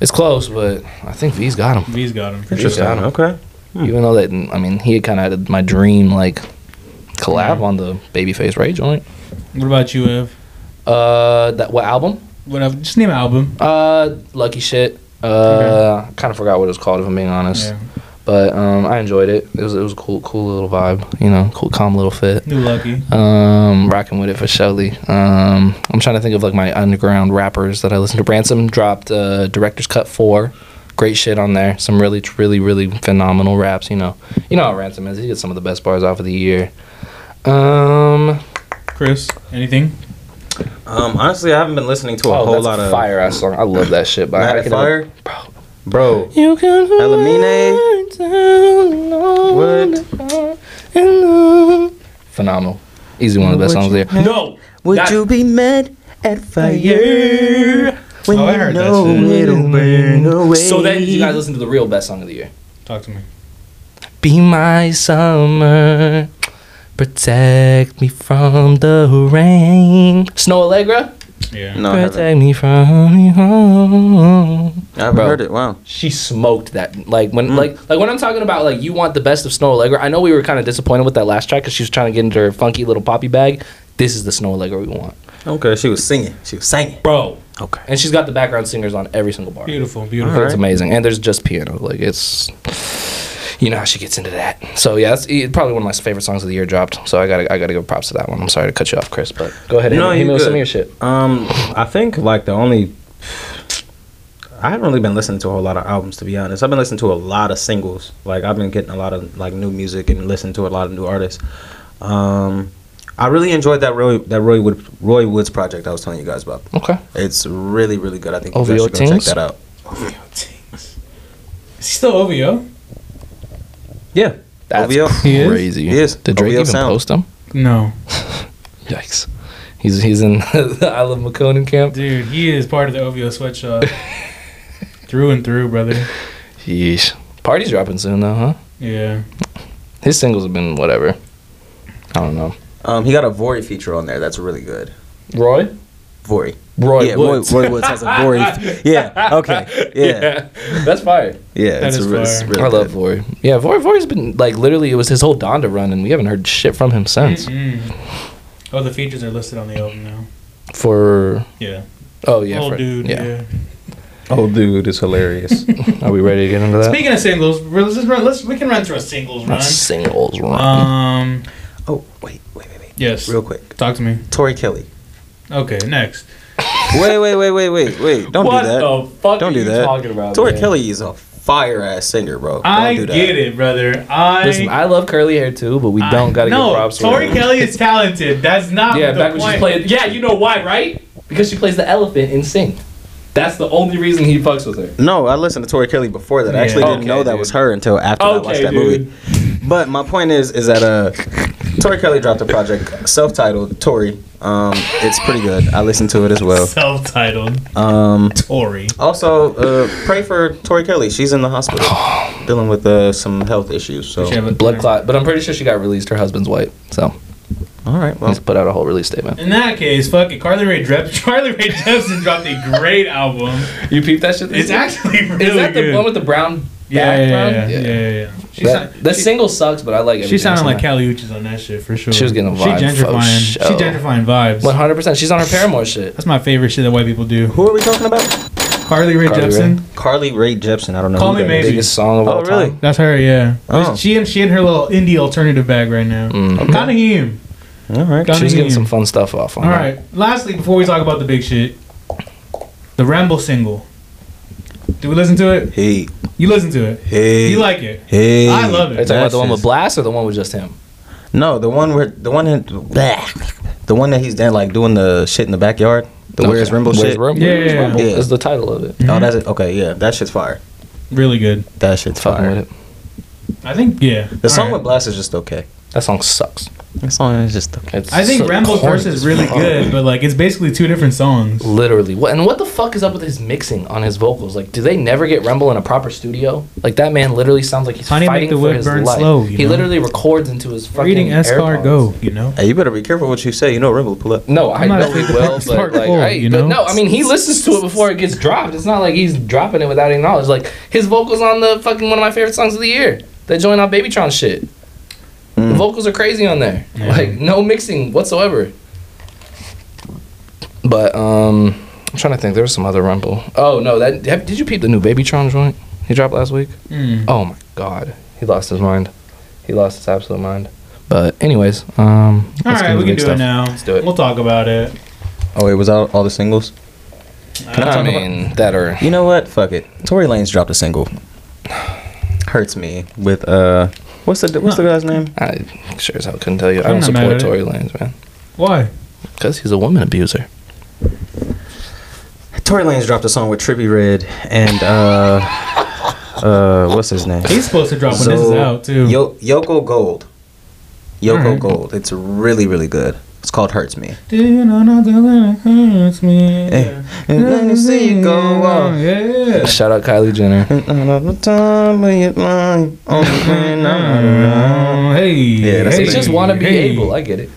S2: it's close, but I think V's got him.
S3: V's got him.
S1: Interesting.
S2: got 'em.
S1: Okay.
S2: Even though that, I mean, he had kind of had my dream like
S1: Mm-hmm.
S2: collab on the Babyface Ray joint.
S3: What about you, Ev?
S2: Uh, that what album?
S3: What up? Just name an album.
S2: Uh, Lucky Shit. Uh, kind of forgot what it was called if I'm being honest.
S3: Yeah.
S2: But um, I enjoyed it. It was it was a cool cool little vibe, you know, cool calm little fit.
S3: New Lucky.
S2: Um, rocking with it for Shelly. Um, I'm trying to think of like my underground rappers that I listen to. Bransom dropped uh, Director's Cut Four, great shit on there. Some really, really, really phenomenal raps. You know, you know how Ransom is. He gets some of the best bars off of the year. Um,
S3: Chris, anything?
S1: Um, honestly, I haven't been listening to a
S2: oh,
S1: whole
S2: that's
S1: lot
S2: a
S1: of
S2: fire ass song. I love that shit. By
S1: Rapid
S2: Hurricane Ele-
S1: Fire,
S2: Bro.
S1: bro.
S2: You can
S1: Elamine?
S2: hurt down on
S1: What?
S2: and on and on. Phenomenal. Easy one of the best
S1: What
S2: songs
S1: you-
S2: there.
S5: No.
S1: Would
S5: That-
S1: you be mad at fire when
S3: Oh, I
S1: you
S3: heard that
S1: know
S3: shit.
S1: it'll burn away?
S5: So then you guys listen to the real best song of the year.
S3: Talk to me.
S2: Be my summer. Protect me from the rain. Snow Allegra?
S3: Yeah.
S1: No, I haven't,
S2: Protect me from you. home.
S1: I haven't
S2: Bro.
S1: heard it. Wow.
S2: She smoked that. Like when
S1: Mm.
S2: like like when I'm talking about like you want the best of Snow Allegra. I know we were kind of disappointed with that last track cuz she was trying to get into her funky little poppy bag. This is the Snow Allegra we want.
S1: Okay, she was singing. She was singing.
S2: Bro.
S1: Okay.
S2: And she's got the background singers on every single bar.
S3: Beautiful, beautiful.
S2: It's amazing. And there's just piano. Like it's you know how she gets into that. So yeah, it's, it's probably one of my favorite songs of the year dropped. So I gotta I gotta give props to that one. I'm sorry to cut you off, Chris, but go ahead and
S1: No,
S2: hit, me-
S1: you
S2: hit me with some
S1: good.
S2: of your shit.
S1: Um, I think like the only I haven't really been listening to a whole lot of albums to be honest. I've been listening to a lot of singles. Like I've been getting a lot of like new music and listening to a lot of new artists. Um, I really enjoyed that Roy that Roy Wood Roy Woods project I was telling you guys about.
S2: Okay.
S1: It's really really good. I think you guys
S2: OVO
S1: should go check
S2: Tings?
S1: that out.
S3: OVO Tings. Is he still OVO?
S1: Yeah,
S2: That's
S1: OVO.
S3: He is?
S2: crazy.
S1: He is.
S2: Did Drake
S1: OVO
S2: even
S1: sound.
S2: post them?
S3: No.
S2: Yikes. He's he's in the Isle of McConan camp.
S3: Dude, he is part of the OVO sweatshop. through and through, brother.
S2: Yeesh. Party's dropping soon though, huh?
S3: Yeah.
S2: His singles have been whatever. I don't know.
S1: Um, he got a Vori feature on there. That's really good.
S2: Roy?
S1: Vori.
S2: Roy
S1: yeah,
S2: Woods.
S1: Roy, Roy Woods has a Vori. yeah. Okay. Yeah.
S2: That's fire.
S1: Yeah.
S3: That
S1: it's,
S3: is
S1: re- it's
S3: fire.
S1: really
S2: I love
S1: good.
S2: Vori. Yeah, Vori Vori's been like literally it was his whole Donda run and we haven't heard shit from him since.
S3: Mm-mm. Mm. Oh, the features are listed on the album now.
S2: For
S3: Yeah.
S2: oh yeah,
S3: Old
S2: for,
S3: dude, yeah.
S1: Oh, dude, it's hilarious.
S2: Are we ready to get into that?
S3: Speaking of singles, we're- let's, just run, let's we can run through a singles run.
S2: Singles run.
S3: Um.
S1: oh, wait, wait, wait, wait.
S3: Yes.
S1: Real quick.
S3: Talk to me.
S1: Tori Kelly.
S3: Okay. Next.
S1: Wait, wait, wait, wait, wait, wait. Don't
S2: what
S1: do that.
S2: the fuck
S1: Don't
S2: are
S1: do
S2: you
S1: that.
S2: talking about?
S1: Tori
S2: man?
S1: Kelly is a fire ass singer, bro. Don't
S3: I
S1: do that.
S3: get it, brother. I.
S2: Listen, I love curly hair too, but we
S3: I-
S2: don't gotta
S3: no,
S2: give props.
S3: Tori
S2: where-
S3: Kelly is talented. That's not
S2: Yeah,
S3: the
S2: back
S3: point.
S2: when she played. Yeah, you know why, right? Because she plays the elephant in Sing. That's the only reason he fucks with her.
S1: No, I listened to Tori Kelly before that. I actually
S2: Yeah.
S1: didn't know
S2: Okay,
S1: that
S2: dude.
S1: was her until after I watched
S2: Okay,
S1: that
S2: dude.
S1: movie. But my point is, is that uh, Tori Kelly dropped a project, self-titled Tori. Um, it's pretty good. I listened to it as
S2: Oh.
S1: well.
S3: Self-titled
S1: Um,
S3: Tori.
S1: also, uh, pray for Tori Kelly. She's in the hospital dealing with uh, some health issues. So,
S2: oh, Blood clot, but I'm pretty sure she got released. Her husband's white, so
S1: all right, well,
S2: he's put out a whole release statement.
S3: In that case, fuck it. Carly Rae Jepsen. Carly Rae Jepsen dropped a great album.
S2: You peeped that shit?
S3: It's actually really
S2: Is that
S3: good.
S2: the one with the brown
S3: yeah, yeah, yeah,
S2: background?
S3: yeah, yeah, yeah. She,
S2: That-
S3: sound-
S2: the
S3: she-
S2: single sucks, but I like it.
S3: she sounded like Cali Uchis on that shit for sure.
S2: She was getting a vibe
S3: She
S2: for
S3: gentrifying.
S2: show.
S3: She gentrifying vibes.
S2: One hundred percent. She's on her Paramore shit.
S3: That's my favorite shit that white people do.
S1: who are we talking about?
S3: Carly Rae
S2: Carly Rae.
S3: Jepsen.
S1: Carly Rae Jepsen. I don't know.
S3: Call
S1: who
S3: me
S1: that
S3: maybe.
S1: is.
S2: Biggest song of
S1: Oh,
S2: all
S1: really?
S2: time.
S3: That's her, yeah.
S1: Oh.
S3: She and she and her little indie alternative bag right now.
S2: Mm.
S3: Kind of him.
S1: All right.
S2: She was getting
S3: Cunningham.
S2: some fun stuff off on
S3: All
S2: that.
S3: right. Lastly, before we talk about the big shit, the Rambo single. Do we listen to it?
S1: Hey,
S3: You listen to it.
S1: hey.
S3: You like it.
S1: Hey,
S3: I love
S2: Are you talking
S3: it.
S2: about
S1: That's
S2: the one with
S1: just-
S2: Blast or the one with just him?
S1: No, the one where the one in bleh. the one that he's done like doing the shit in the backyard. The where's Rimble
S2: Where's
S1: shit.
S2: Rimble?
S3: Yeah,
S2: Where's
S3: yeah, yeah.
S2: Rimble?
S1: Yeah.
S2: Is the title of it.
S3: Mm-hmm.
S1: Oh, that's it. Okay, yeah, that shit's fire.
S3: Really good.
S1: That shit's
S2: Fucking
S1: fire.
S2: with it.
S3: I think yeah.
S1: The song
S3: All
S1: with Blast is just okay.
S2: That song sucks.
S1: That song is just okay.
S2: It's
S3: I think
S2: so
S3: Rambo's
S2: corny
S3: verse is
S2: as
S3: really
S2: fuck.
S3: good, but like it's basically two different songs.
S2: Literally, what and what the fuck is up with his mixing on his vocals? Like, do they never get Rumble in a proper studio? Like that man literally sounds like he's
S3: Honey, make
S2: fighting
S3: the
S2: for
S3: wood
S2: his
S3: burn
S2: life.
S3: slow, you
S2: he
S3: know?
S2: literally records into his fucking
S3: Reading
S2: AirPods.
S3: Go, you know.
S1: Hey, you better be careful what you say. You know Rimble pull up.
S2: No, I
S3: I'm not
S2: know
S3: a
S2: he
S3: big
S2: will, but
S3: Park
S2: like,
S3: Bowl,
S2: I,
S3: you
S2: but
S3: know?
S2: no, I mean he listens to it before it gets dropped. It's not like he's dropping it without any knowledge. Like his vocals on the fucking one of my favorite songs of the year, that joint on Babytron shit. The vocals are crazy on there.
S3: Yeah.
S2: Like no mixing whatsoever. But um, I'm trying to think. There was some other rumble. Oh no, that have, did you peep the new Babytron joint? He dropped last week.
S3: Mm.
S2: Oh my god, he lost his mind. He lost his absolute mind. But anyways, um,
S3: All
S2: let's get
S3: right,
S2: into
S3: we
S2: the big
S3: can do it
S2: stuff.
S3: now.
S2: Let's do it.
S3: We'll talk about it.
S1: Oh wait, was that all the singles?
S2: I mean, that or
S1: You know what? Fuck it. Tory Lanez dropped a single. Hurts me with uh, what's the what's the guy's name?
S2: I sure as hell couldn't tell you. I
S3: I'm
S2: don't
S3: not mad
S2: support
S3: at
S2: Tory
S3: it.
S2: Lanez, man,
S3: Why?
S2: because he's a woman abuser.
S1: Tory Lanez dropped a song with Trippy Red and uh, uh, what's his name?
S3: He's supposed to drop when this is
S1: So,
S3: out too.
S1: Yo- Yoko Gold. Yoko
S3: Alright.
S1: Gold. It's really really good. It's called Hurts Me.
S3: Do you know nothing that hurts me?
S1: Eh. And let me see you go on.
S3: Yeah.
S2: Shout out Kylie Jenner.
S1: And all the time when you're lying, only when I'm around.
S3: Hey,
S1: Yeah, that's
S3: hey,
S1: It's
S2: They just want to be
S3: hey.
S2: able. I get it.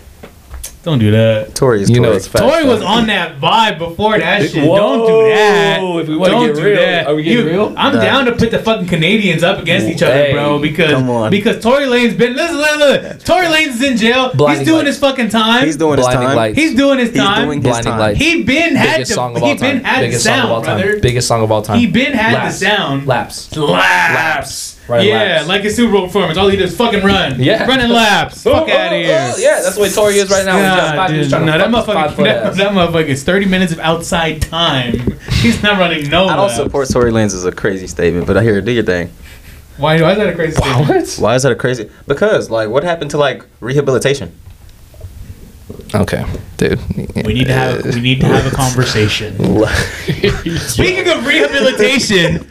S3: Don't do that.
S1: Tory is
S2: You
S1: Tory.
S2: know it's fast.
S3: Toy was on that vibe before that shit.
S2: Whoa,
S3: Don't do that.
S2: if we wanna
S3: Don't
S2: get
S3: do
S2: real,
S3: that.
S2: are we getting real?
S3: I'm
S1: Nah.
S3: down to put the fucking Canadians up against each other,
S2: Hey,
S3: bro, because
S1: come on.
S3: because Tory Lane's been listen, listen, listen. Tory Lane's is in jail.
S2: Blinding
S3: he's doing
S2: lights.
S3: his fucking time.
S1: He's doing his
S2: Blinding
S1: time.
S2: Lights.
S3: He's doing his time.
S1: doing his
S2: Blinding
S1: time.
S2: Lights.
S3: he been had
S2: biggest
S3: the
S2: song of
S3: he
S2: all
S3: been
S2: time.
S3: had the
S2: Biggest song of all
S3: sound, brother.
S2: time. Biggest song of all time.
S3: He been had the sound.
S2: Laps.
S3: Laps.
S2: Right,
S3: yeah,
S2: laps.
S3: like a Super Bowl performance. All he does is fucking run.
S2: Yeah.
S3: Running laps. Fuck
S2: Oh,
S3: out
S2: oh,
S3: of here.
S2: oh, yeah, that's the way Tory is right now. He's just
S3: God,
S2: five- he's
S3: dude,
S2: trying to
S3: no, that
S2: fuck his
S3: motherfucker,
S2: five-foot
S3: that,
S2: ass.
S3: that motherfucker is 30 minutes of outside time. He's not running no
S1: I don't
S3: laps.
S1: support Tory Lanez is a crazy statement, but I hear it. Do your thing.
S3: Why, why is that a crazy statement?
S2: What?
S1: Why is that a crazy? Because like, what happened to like rehabilitation?
S2: Okay, dude.
S3: We need to have we need to have a conversation. Speaking of rehabilitation,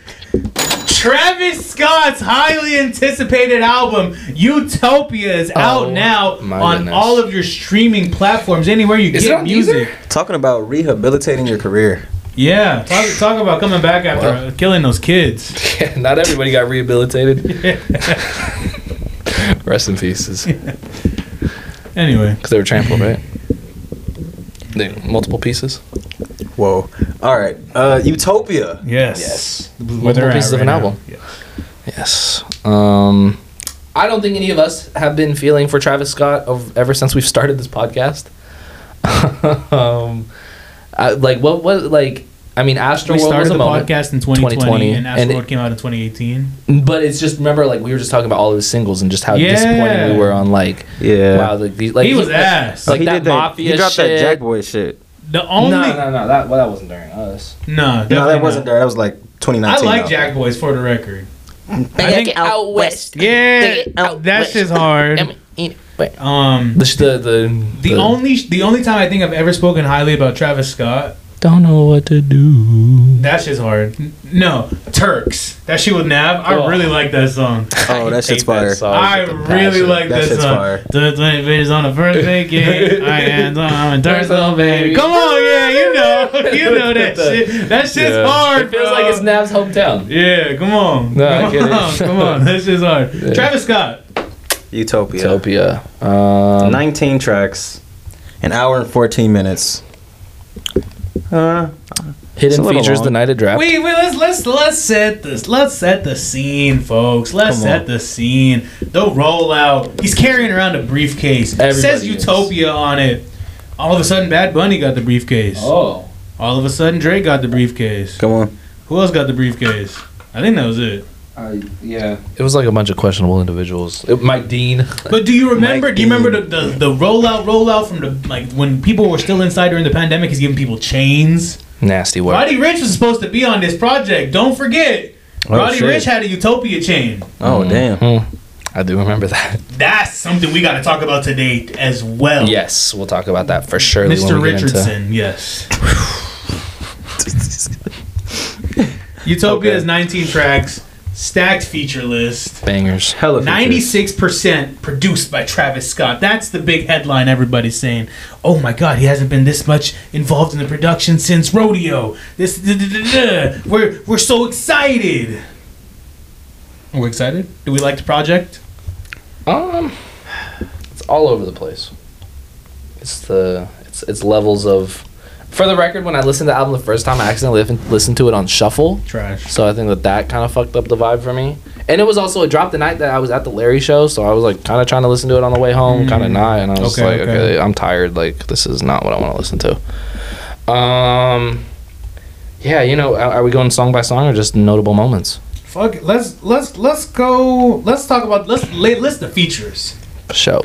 S3: Travis Scott's highly anticipated album Utopia is out
S2: Oh,
S3: now
S2: my
S3: on
S2: goodness.
S3: all of your streaming platforms. Anywhere you
S2: Is it
S3: get
S2: on
S3: music,
S1: Talking about rehabilitating your career.
S3: yeah. Talk, talk about coming back after uh, killing those kids.
S2: Not everybody got rehabilitated. Rest in pieces.
S3: Anyway,
S2: Because they were trampled, right? They, multiple pieces.
S1: Whoa. All right. Uh, Utopia.
S3: yes,
S2: Multiple
S3: they're at
S2: pieces of
S3: right
S2: an
S3: now.
S2: album.
S3: Yeah.
S2: Yes. Um, I don't think any of us have been feeling for Travis Scott of ever since we've started this podcast. um, I, like what was like? I mean,
S3: We
S2: Astroworld was
S3: started
S2: a
S3: the
S2: moment,
S3: podcast in 2020,
S2: 2020,
S3: and
S2: and
S3: Astroworld
S2: it-
S3: came out in 2018.
S2: but it's just remember like we were just talking about all of his singles and just how
S3: Yeah.
S2: disappointed we were on like
S1: Yeah.
S2: wow like, these- like
S3: he was ass.
S2: like Oh, that mafia
S1: He dropped that
S2: shit.
S1: Jack Boy shit.
S3: the
S2: no
S3: only no,
S2: no no that well, that wasn't during us
S3: definitely
S1: no, that
S3: not.
S1: wasn't there. That was like 2019.
S3: I like
S1: though.
S3: Jack Boys for the record. I think,
S2: Mm, out west
S3: yeah,
S2: out
S3: that's just hard. Um,
S2: the sh- the the,
S3: the only the only time I think I've ever spoken highly about Travis Scott,
S2: don't know what to do
S3: that shit's hard. N- No, Turks. That shit with Nav. I
S2: Oh.
S3: really like that song.
S1: Oh, that shit's fire.
S3: I really like
S1: That
S3: that,
S1: shit's
S3: song.
S1: fire.
S3: The twenty bitches on the first date. I am on Turks, little baby.
S2: baby.
S3: Come on, yeah, you know, you know that shit. That shit's hard.
S2: It feels
S3: bro.
S2: like it's Nav's hometown.
S3: Yeah, come on.
S2: No, I
S3: come
S2: get it.
S3: on, come on. This is hard. Travis Scott.
S1: Utopia.
S2: Utopia. Um,
S1: 19 tracks, an hour and 14 minutes. Uh, It's a
S2: hidden
S1: little
S2: features
S1: long.
S2: the night of draft.
S3: We, we let's let's let's set this let's set the scene, folks. Let's
S1: Come
S3: set
S1: on.
S3: the scene. The rollout. He's carrying around a briefcase.
S2: Everybody
S3: Says
S2: is.
S3: Utopia on it. All of a sudden, Bad Bunny got the briefcase.
S2: oh,
S3: All of a sudden, Drake got the briefcase.
S1: come on.
S3: Who else got the briefcase? I think that was it.
S2: yeah. It was like a bunch of questionable individuals. It- Mike Dean.
S3: But do you remember?
S1: Mike
S3: Do you remember the, the the rollout rollout from the like when people were still inside during the pandemic? He's giving people chains.
S2: Nasty work.
S3: Roddy Rich was supposed to be on this project. Don't forget.
S1: Oh,
S3: Roddy
S1: shit.
S3: Rich had a Utopia chain.
S1: Oh, damn.
S2: Hmm. I do remember that.
S3: That's something we got to talk about today as well.
S2: Yes, we'll talk about that for sure. when
S3: Mr.
S2: we get into-
S3: Richardson, yes. Utopia
S1: Okay.
S3: is 19 tracks, stacked feature list,
S2: Bangers.
S1: Hella features.
S3: 96% produced by Travis Scott. That's the big headline everybody's saying. Oh my god, he hasn't been this much involved in the production since Rodeo. This da- da- da- da. we're we're so excited. We're excited? Do we like the project?
S2: Um, it's all over the place. It's the it's it's levels of. For the record, when I listened to the album the first time, I accidentally lif- listened to it on shuffle.
S3: Trash.
S2: So I think that that kind of fucked up the vibe for me. And it was also it dropped the night that I was at the Larry show, so I was like kind of trying to listen to it on the way home, kind of not, and I was
S3: Mm. Okay,
S2: like,
S3: okay.
S2: okay. I'm tired. Like this is not what I want to listen to. Um, yeah, you know, are, are we going song by song or just notable moments?
S3: Fuck it. Let's let's let's go. Let's talk about let's la- list the features.
S2: Show.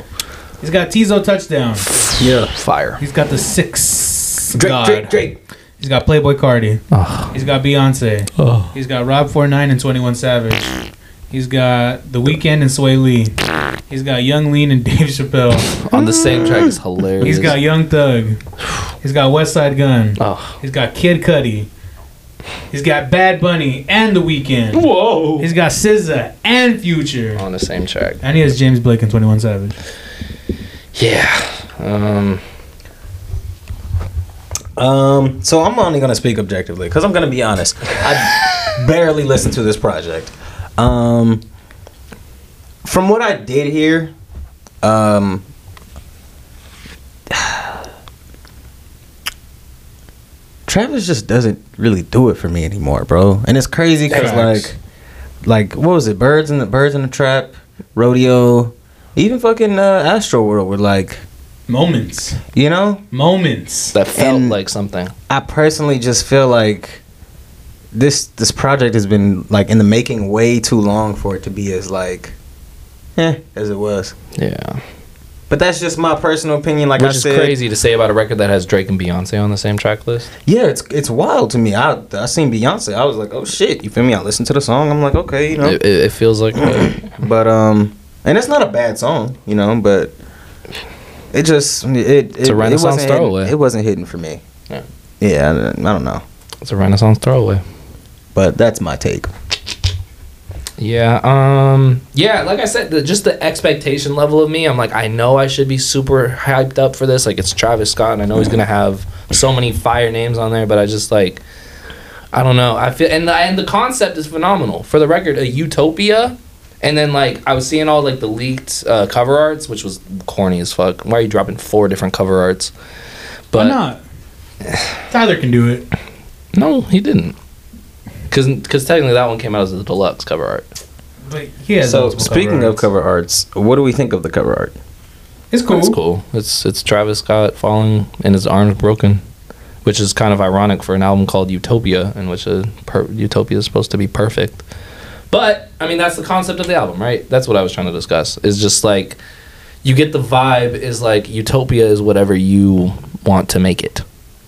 S3: He's got Tizo touchdown.
S1: Yeah.
S2: Fire.
S3: He's got the six.
S1: Drake,
S3: God.
S1: Drake, Drake.
S3: He's got Playboy Cardi.
S2: Ugh.
S3: He's got Beyonce. He's got Rob 49 and 21 Savage. He's got The Weeknd and Sway Lee. He's got Young Lean and Dave Chappelle.
S2: On the same track is hilarious.
S3: He's got Young Thug. He's got West Side Gun.
S2: Oh.
S3: He's got Kid Cudi. He's got Bad Bunny and The Weeknd.
S2: Whoa.
S3: He's got SZA and Future.
S2: On the same track.
S3: And he has James Blake and 21 Savage.
S2: Yeah. Um.
S1: Um, so I'm only gonna speak objectively because I'm gonna be honest. I barely listened to this project. Um, from what I did hear, um, Travis just doesn't really do it for me anymore, bro. And it's crazy because
S3: Facts.
S1: like, like what was it? Birds in the birds in the trap, rodeo, even fucking uh, Astro World were like,
S3: Moments.
S1: you know,
S3: Moments.
S2: That felt
S1: And-
S2: like something.
S1: I personally just feel like this this project has been like in the making way too long for it to be as like eh, as it was.
S2: Yeah.
S1: But that's just my personal opinion. Like
S2: Which
S1: I
S2: is
S1: said,
S2: crazy to say about a record that has Drake and Beyonce on the same track list.
S1: yeah, it's it's wild to me. I I seen Beyonce. I was like, oh shit, you feel me? I listened to the song. I'm like, okay, you know.
S2: It, it, it feels like. uh,
S1: But um, and it's not a bad song, you know. But it just it it,
S2: a
S1: it
S2: Renaissance
S1: wasn't
S2: throwaway.
S1: Hitting, it wasn't hitting for me.
S2: Yeah.
S1: Yeah, I, I don't know.
S2: it's a Renaissance throwaway.
S1: But that's my take.
S2: Yeah. Um. Yeah. Like I said, the, just the expectation level of me. I'm like, I know I should be super hyped up for this. Like, it's Travis Scott, and I know he's gonna have so many fire names on there. But I just like, I don't know. I feel, and the, and the concept is phenomenal. For the record, a utopia. And then like I was seeing all like the leaked uh, cover arts, which was corny as fuck. Why are you dropping four different cover arts? But
S3: Why not? Tyler can do it.
S2: no, he didn't. Because technically that one came out as a deluxe cover art.
S3: But he has
S1: So
S3: multiple
S1: speaking of
S3: artists.
S1: cover arts, what do we think of the cover art?
S3: it's cool.
S2: It's cool. It's it's Travis Scott falling and his arms broken, which is kind of ironic for an album called Utopia, in which a per- utopia is supposed to be perfect. But I mean, that's the concept of the album, right? That's what I was trying to discuss. Is just like you get the vibe is like utopia is whatever you want to make it.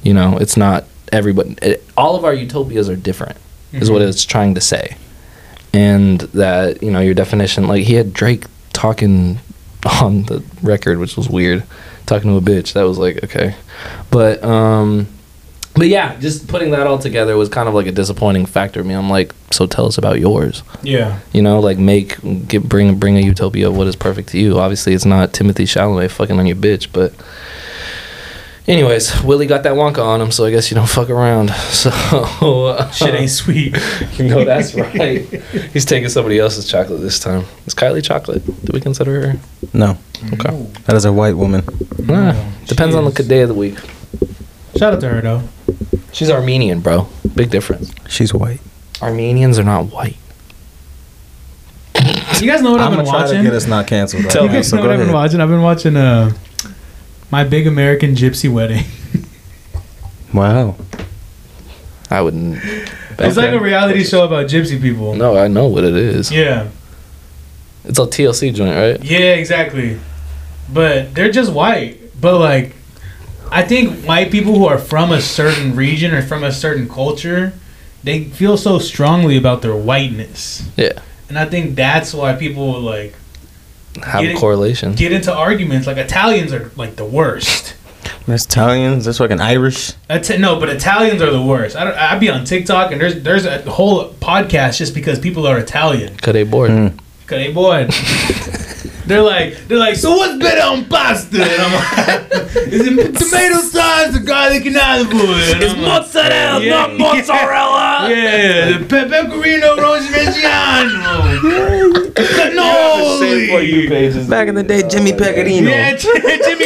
S2: You know, it's not everybody. It, all of our utopias are different, is what it's trying to say. And that you know your definition, like he had Drake talking on the record, which was weird. Talking to a bitch, that was like okay, but um, but yeah, just putting that all together was kind of like a disappointing factor to me. I'm like, so tell us about yours,
S3: Yeah.
S2: you know, like make get bring bring a utopia of what is perfect to you. Obviously, it's not Timothy Chalamet fucking on your bitch, but anyways, Willie got that Wonka on him, so I guess you don't fuck around. So
S3: Shit ain't sweet.
S2: you know that's right. He's taking somebody else's chocolate this time. Is Kylie chocolate? Do we consider her?
S1: No,
S2: Okay.
S1: that is a white woman.
S2: Nah, depends on the
S3: Oh, Jeez.
S2: day of the week.
S3: Shout out to her though.
S2: She's Armenian, bro. Big difference.
S1: She's white.
S2: Armenians are not white.
S3: You guys know what
S1: I'm
S3: I've been
S1: gonna try
S3: watching.
S1: to get us not canceled. Right
S2: Tell
S3: You
S1: now,
S2: me.
S3: guys
S1: so
S3: know
S1: go
S3: what I've been
S1: ahead.
S3: watching. I've been watching uh, My Big American Gypsy Wedding.
S1: Wow.
S2: I wouldn't.
S3: It's like a reality show about gypsy people.
S2: No, I know what it is.
S3: Yeah.
S2: It's a TLC joint, right?
S3: Yeah, exactly. But they're just white. But like I think white people who are from a certain region or from a certain culture, they feel so strongly about their whiteness.
S2: Yeah.
S3: And I think that's why people like
S2: Have a
S3: Get it-
S2: correlation.
S3: get into arguments. Like Italians are like the worst.
S1: There's Italians. There's fucking Irish.
S3: Ita- no, but Italians are the worst. I don't, I'd be on TikTok and there's there's a whole podcast just because people are Italian.
S2: Cut a board.
S3: Cause they bored. they're like they're like. So what's better on pasta? And I'm like, is it tomato sauce or garlic and olive oil? And I'm like,
S2: mozzarella,
S3: Yeah. not
S2: mozzarella.
S3: yeah, the pe- pecorino rosmarino. Cannoli.
S1: Back in the day, Jimmy Pecorino.
S3: Yeah, Jimmy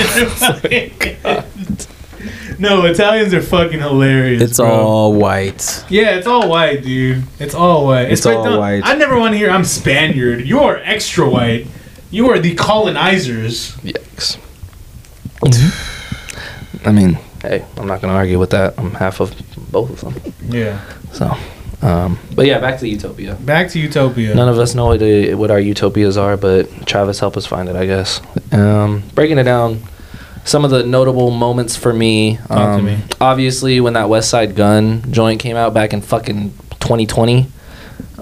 S3: Pesto. no, Italians are fucking hilarious.
S1: It's
S3: bro.
S1: all white.
S3: Yeah, it's all white, dude. It's all white.
S1: It's
S3: like
S1: all
S3: the-
S1: white.
S3: I never want to hear I'm Spaniard. You are extra white. You are the colonizers.
S2: Yikes. Mm-hmm. I mean, hey, I'm not gonna argue with that. I'm half of both of them.
S3: Yeah.
S2: So, Um, but yeah, back to Utopia.
S3: Back to Utopia.
S2: None of us know what, uh, what our utopias are, but Travis helped us find it, I guess. Um, breaking it down, some of the notable moments for me.
S3: Talk to
S2: um,
S3: me.
S2: Obviously, when that West Side Gun joint came out back in fucking 2020.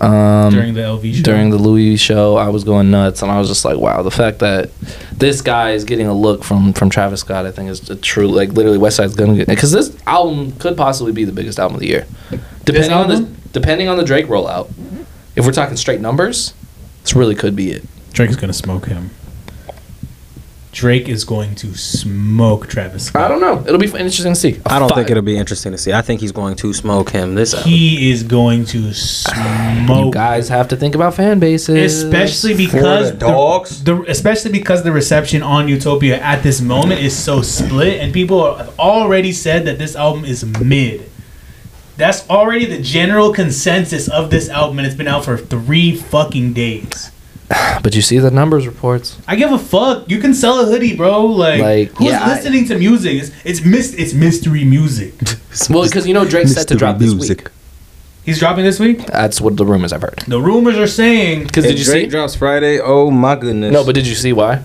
S2: Um,
S3: during the LV show.
S2: during the Louis show, I was going nuts, and I was just like, "Wow!" The fact that this guy is getting a look from from Travis Scott, I think, is a true like literally West Side's gonna get because this album could possibly be the biggest album of the year, depending on the
S3: album?
S2: depending on the Drake rollout. If we're talking straight numbers, this really could be it.
S3: Drake is gonna smoke him. Drake is going to smoke Travis
S2: I
S3: Scott.
S2: don't know. It'll be f- interesting to see. I
S1: I don't think it'll be interesting to see. I think he's going to smoke him this out.
S3: He is going to
S2: You
S3: smoke.
S2: guys have to think about fan bases,
S3: Especially
S1: For
S3: because
S1: the dogs?
S3: the, especially because the reception on Utopia at this moment is so split, and people have already said that this album is mid. That's already the general consensus of this album, and it's been out for three fucking days.
S2: But you see the numbers reports.
S3: I give a fuck. You can sell a hoodie, bro. Like,
S2: Like,
S3: who's
S2: yeah, I-
S3: listening to music? It's it's, mis- it's mystery music.
S2: Well, because you know Drake's set to drop this week.
S3: He's dropping this week.
S2: That's what the rumors I've heard.
S3: The rumors are saying
S2: Because did you
S1: Drake
S2: see?
S1: drops Friday, oh my goodness.
S2: No, but did you see why?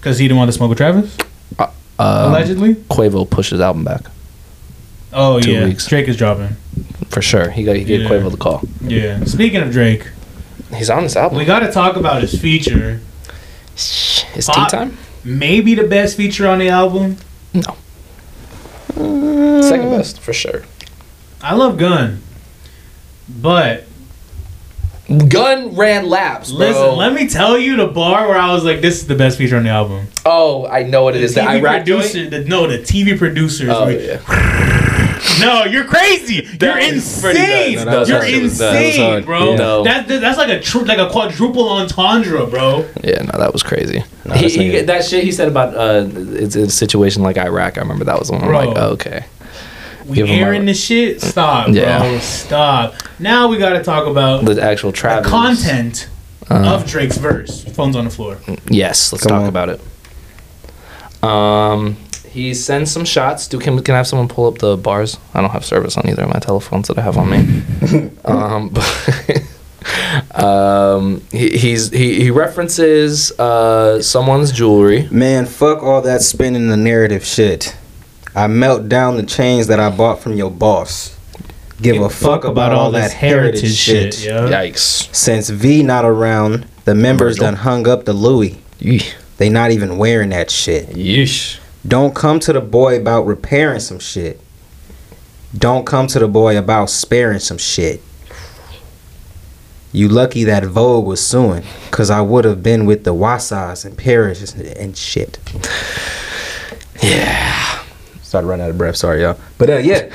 S3: because he didn't want to smoke with Travis,
S2: Um,
S3: allegedly.
S2: Quavo pushed his album back
S3: Oh
S2: two
S3: yeah,
S2: weeks.
S3: Drake is dropping.
S2: for sure. He got he gave
S3: Yeah.
S2: Quavo the call.
S3: Yeah. Speaking of Drake,
S2: He's on this album.
S3: we got to talk about his feature.
S2: It's tea
S3: Pop.
S2: time.
S3: Maybe the best feature on the album.
S2: Second
S3: Uh.
S2: best for sure.
S3: I love Gun, but
S2: Gun ran laps, bro.
S3: listen, let me tell you the bar where I was like, "This is the best feature on the album."
S2: oh, I know what it is. The
S3: TV
S2: Iraq joint.
S3: producer, the, no, the TV producers.
S2: Oh
S3: were-
S2: yeah.
S3: No, you're crazy. you're
S2: was pretty
S3: insane.
S2: good. No, that was
S3: you're
S2: hard. That was hard.
S1: That
S3: insane,
S1: was hard.
S3: bro.
S2: Yeah. No.
S3: That, that- that's like a tru- like a quadruple entendre, bro.
S2: Yeah, no, that was crazy.
S1: No,
S2: he,
S1: that's not
S2: he,
S1: good.
S2: that shit he said about uh, it's a situation like Iraq. I remember that was the one. I'm
S3: Bro.
S2: like, oh, okay.
S3: We
S2: Give him my-
S3: airing this shit. Stop,
S2: Yeah.
S3: bro. Stop. Now we got to talk about the
S2: The actual Travis
S3: content
S2: Uh,
S3: of Drake's verse. Phones on the floor.
S2: Yes, let's
S1: Come
S2: talk
S1: on.
S2: about it. Um, he sends some shots. Do can can I have someone pull up the bars? I don't have service on either of my telephones that I have on me. um, but um, he, he's he, he references uh, someone's jewelry.
S1: Man, fuck all that spinning the narrative shit. I melt down the chains that I bought from your boss. Give a fuck about, all that heritage, shit.
S3: Yeah.
S2: Yikes!
S1: Since V not around, the members done hung up the Louis.
S2: Yeesh.
S1: They not even wearing that shit.
S2: Yeesh.
S1: Don't come to the boy about repairing some shit. Don't come to the boy about sparing some shit. You lucky that Vogue was suing, cause I would have been with the Wasas and Paris and shit.
S2: Yeah,
S1: Started running out of breath. Sorry, y'all. But uh, yeah,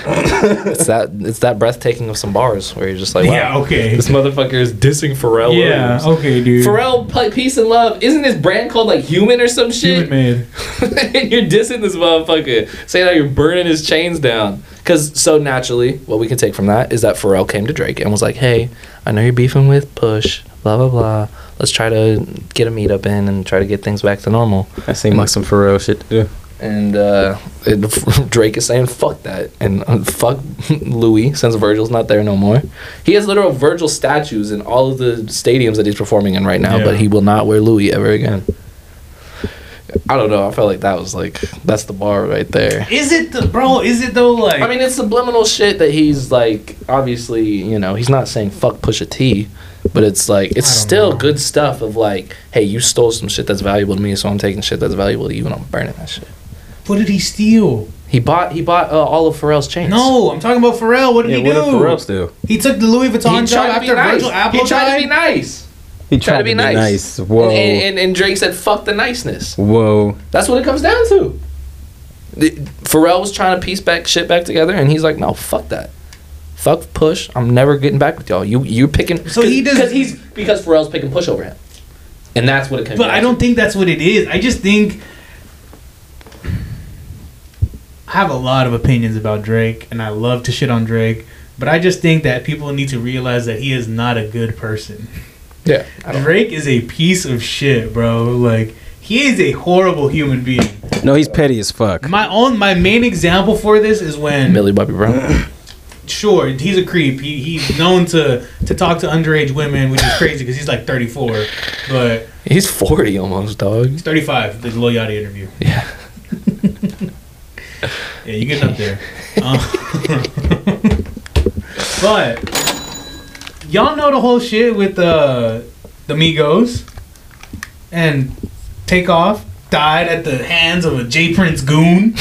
S2: it's that it's that breathtaking of some bars where you're just like, wow,
S3: Yeah, okay.
S2: this motherfucker is dissing Pharrell.
S3: Yeah,
S2: Williams.
S3: okay, dude.
S2: Pharrell, play Peace and Love. Isn't his brand called like Human or some shit?
S3: Human made.
S2: and you're dissing this motherfucker, saying how you're burning his chains down. Cause so naturally, what we can take from that is that Pharrell came to Drake and was like, "Hey, I know you're beefing with Push, blah blah blah. Let's try to get a meetup in and try to get things back to normal."
S1: that seemed like some Pharrell shit. Yeah.
S2: And uh, it, Drake is saying, "Fuck that," and uh, fuck Louis since Virgil's not there no more. He has literal Virgil statues in all of the stadiums that he's performing in right now,
S3: Yeah.
S2: but he will not wear Louis ever again. I don't know. I felt like that was like that's the bar right there.
S3: Is it the bro? Is it though? Like
S2: I mean, it's subliminal shit that he's like, obviously, you know, he's not saying fuck Pusha T, but it's like, it's
S3: I don't
S2: still
S3: know.
S2: good stuff of like, hey, you stole some shit that's valuable to me, so I'm taking shit that's valuable to you and I'm burning that shit.
S3: what did he steal?
S2: He bought he bought uh, all of Pharrell's chains.
S3: No, I'm talking about Pharrell. What did he do?
S1: still?
S3: He took the Louis
S2: he tried
S3: Vuitton job
S2: to be
S3: after
S2: nice.
S3: Virgil Abloh
S2: He tried to be
S3: died.
S2: nice.
S1: He
S2: Tried to be nice.
S1: Whoa,
S2: And, and, and Drake said, fuck the niceness.
S1: whoa.
S2: That's what it comes down to. The- Pharrell was trying to piece back shit back together, and he's like, "No, fuck that, fuck push. I'm never getting back with y'all. You you're picking
S3: So he does-
S2: because he's because Pharrell's picking push over him, and that's what it comes.
S3: But
S2: down
S3: I don't think that's what it is. I just think I have a lot of opinions about Drake, and I love to shit on Drake. But I just think that people need to realize that he is not a good person.
S2: to. yeah. I don't-
S3: Drake is a piece of shit, bro. Like he is a horrible human being.
S1: No, he's petty as fuck.
S3: My own, my main example for this is when
S2: Millie Bobby Brown.
S3: sure, he's a creep. He, he's known to, to talk to underage women, which is crazy because he's like 34, but
S2: He's 40 almost, dog.
S3: he's 35. The Lil Yachty interview.
S2: Yeah.
S3: Yeah, you getting up there. Um, but y'all know the whole shit with uh, the Migos and Takeoff died at the hands of a J Prince goon.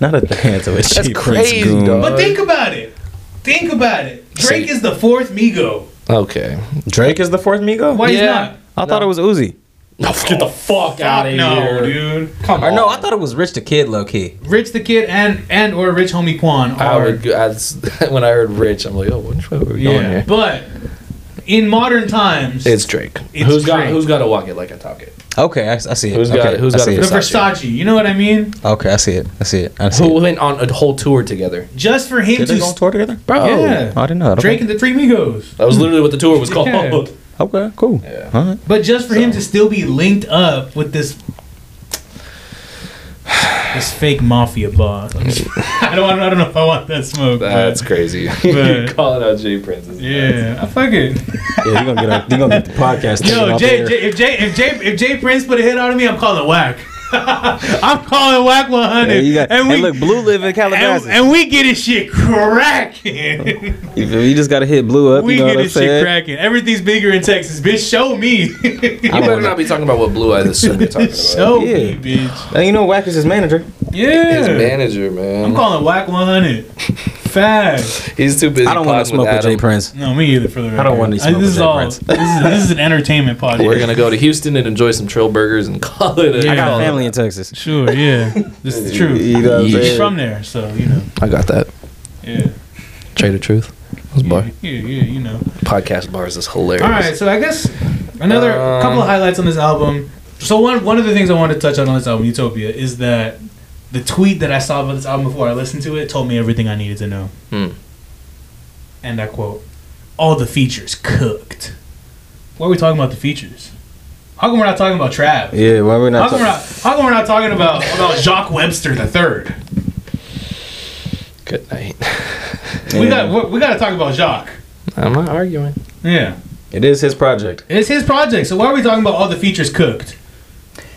S1: Not at the hands of a cheap Prince
S2: crazy,
S1: goon.
S2: dog.
S3: But think about it. Think about it. Drake is the fourth Migo.
S2: Okay.
S1: Drake is the fourth Migo.
S3: Why he's
S5: Yeah.
S3: not?
S1: I thought it was Uzi.
S2: No, get the fuck
S5: out of
S3: No,
S5: here.
S3: dude. Come
S1: Or
S3: on.
S1: no, I thought it was Rich the Kid, low key.
S3: Rich the Kid and and or Rich Homie Quan
S2: I
S3: are
S2: would, go- as, when I heard Rich, I'm like, oh, which way were we going
S3: yeah.
S2: here?
S3: But in modern times,
S2: It's Drake.
S3: it's
S5: who's got
S3: Drake.
S5: who's got to walk it like I talk it?
S1: Okay, I, I see it.
S2: Who's
S1: okay,
S2: got it? Who's
S1: I
S2: got
S1: see
S2: it?
S3: the
S1: it?
S3: Versace? You know what I mean?
S1: Okay, I see it. I see it. I see
S5: Who
S1: it.
S5: went on a whole tour together?
S3: Just for him
S1: Did
S3: to
S1: they go on tour together?
S2: Bro.
S3: Yeah.
S1: Oh, I didn't know that.
S3: Drake
S1: Okay,
S3: and the Three Migos.
S5: That was literally what the tour was called.
S3: Yeah.
S1: okay cool. All right.
S3: But just for him to still be linked up with this this fake mafia boss. I'm just- I don't I don't know if I want that smoke. but-
S2: That's crazy.
S3: but-
S5: Calling out Jay Prince. is nuts.
S3: yeah, I fuck it.
S1: Yeah, you're gonna get a, you're gonna get the podcast. taken
S3: Yo,
S1: off
S3: Jay,
S1: air.
S3: Jay, if Jay, if Jay, if Jay Prince put a hit on me, I'm calling whack. I'm calling whack 100,
S1: Yeah, you got,
S3: and
S1: and,
S3: we
S1: look, Blue live in
S3: and,
S1: Calabasas.
S3: and we get his shit cracking.
S1: You feel- you just gotta hit Blue up.
S3: we
S1: you know
S3: get
S1: what I'm
S3: his shit
S1: saying?
S3: cracking. Everything's bigger in Texas, bitch. Show me,
S5: You
S1: I
S5: better
S1: wanna-
S5: not be talking about what Blue Eyes assume you're talking about.
S3: show me,
S1: Yeah.
S3: bitch.
S1: And you know, Wack is his manager.
S3: Yeah,
S2: His manager, man.
S3: I'm calling whack 100. Fast.
S2: He's too busy.
S1: I don't
S2: want to
S1: smoke with Jay
S2: Prince.
S1: Prince.
S3: No, me either. For the record,
S1: I don't want to
S3: Uh,
S1: smoke
S3: This
S1: with
S3: is
S1: Jay
S3: all.
S1: Prince.
S3: This is, this is an entertainment podcast.
S2: We're gonna go to Houston and enjoy some trail burgers and call it a
S3: Yeah.
S1: I
S2: call
S1: got
S2: it-
S1: family in Texas.
S3: Sure, yeah. This is the truth.
S1: You know what I'm
S2: Yeah.
S3: He's
S1: saying?
S3: from there, so you know.
S2: I got that.
S3: Yeah,
S2: Trade of Truth. Those
S3: yeah,
S2: bar
S3: yeah, yeah you know.
S2: podcast bars is hilarious.
S3: All right, so I guess another
S2: Um,
S3: couple of highlights on this album. So one one of the things I wanted to touch on on this album, Utopia, is that the tweet that I saw about this album before I listened to it told me everything I needed to know.
S2: Hmm.
S3: And I quote, "All the features cooked." What are we talking about the features? How come we're not talking about Trav?
S1: Yeah, why we
S3: How
S1: not?
S3: come, we're
S1: talking-
S3: not, how come we're not talking about about Jacques Webster the third?
S2: Good night.
S3: We
S1: Yeah.
S3: got we, we got to talk about Jacques.
S2: I'm not arguing.
S3: Yeah,
S1: It is his project,
S3: it's his project. So why are we talking about all the features cooked?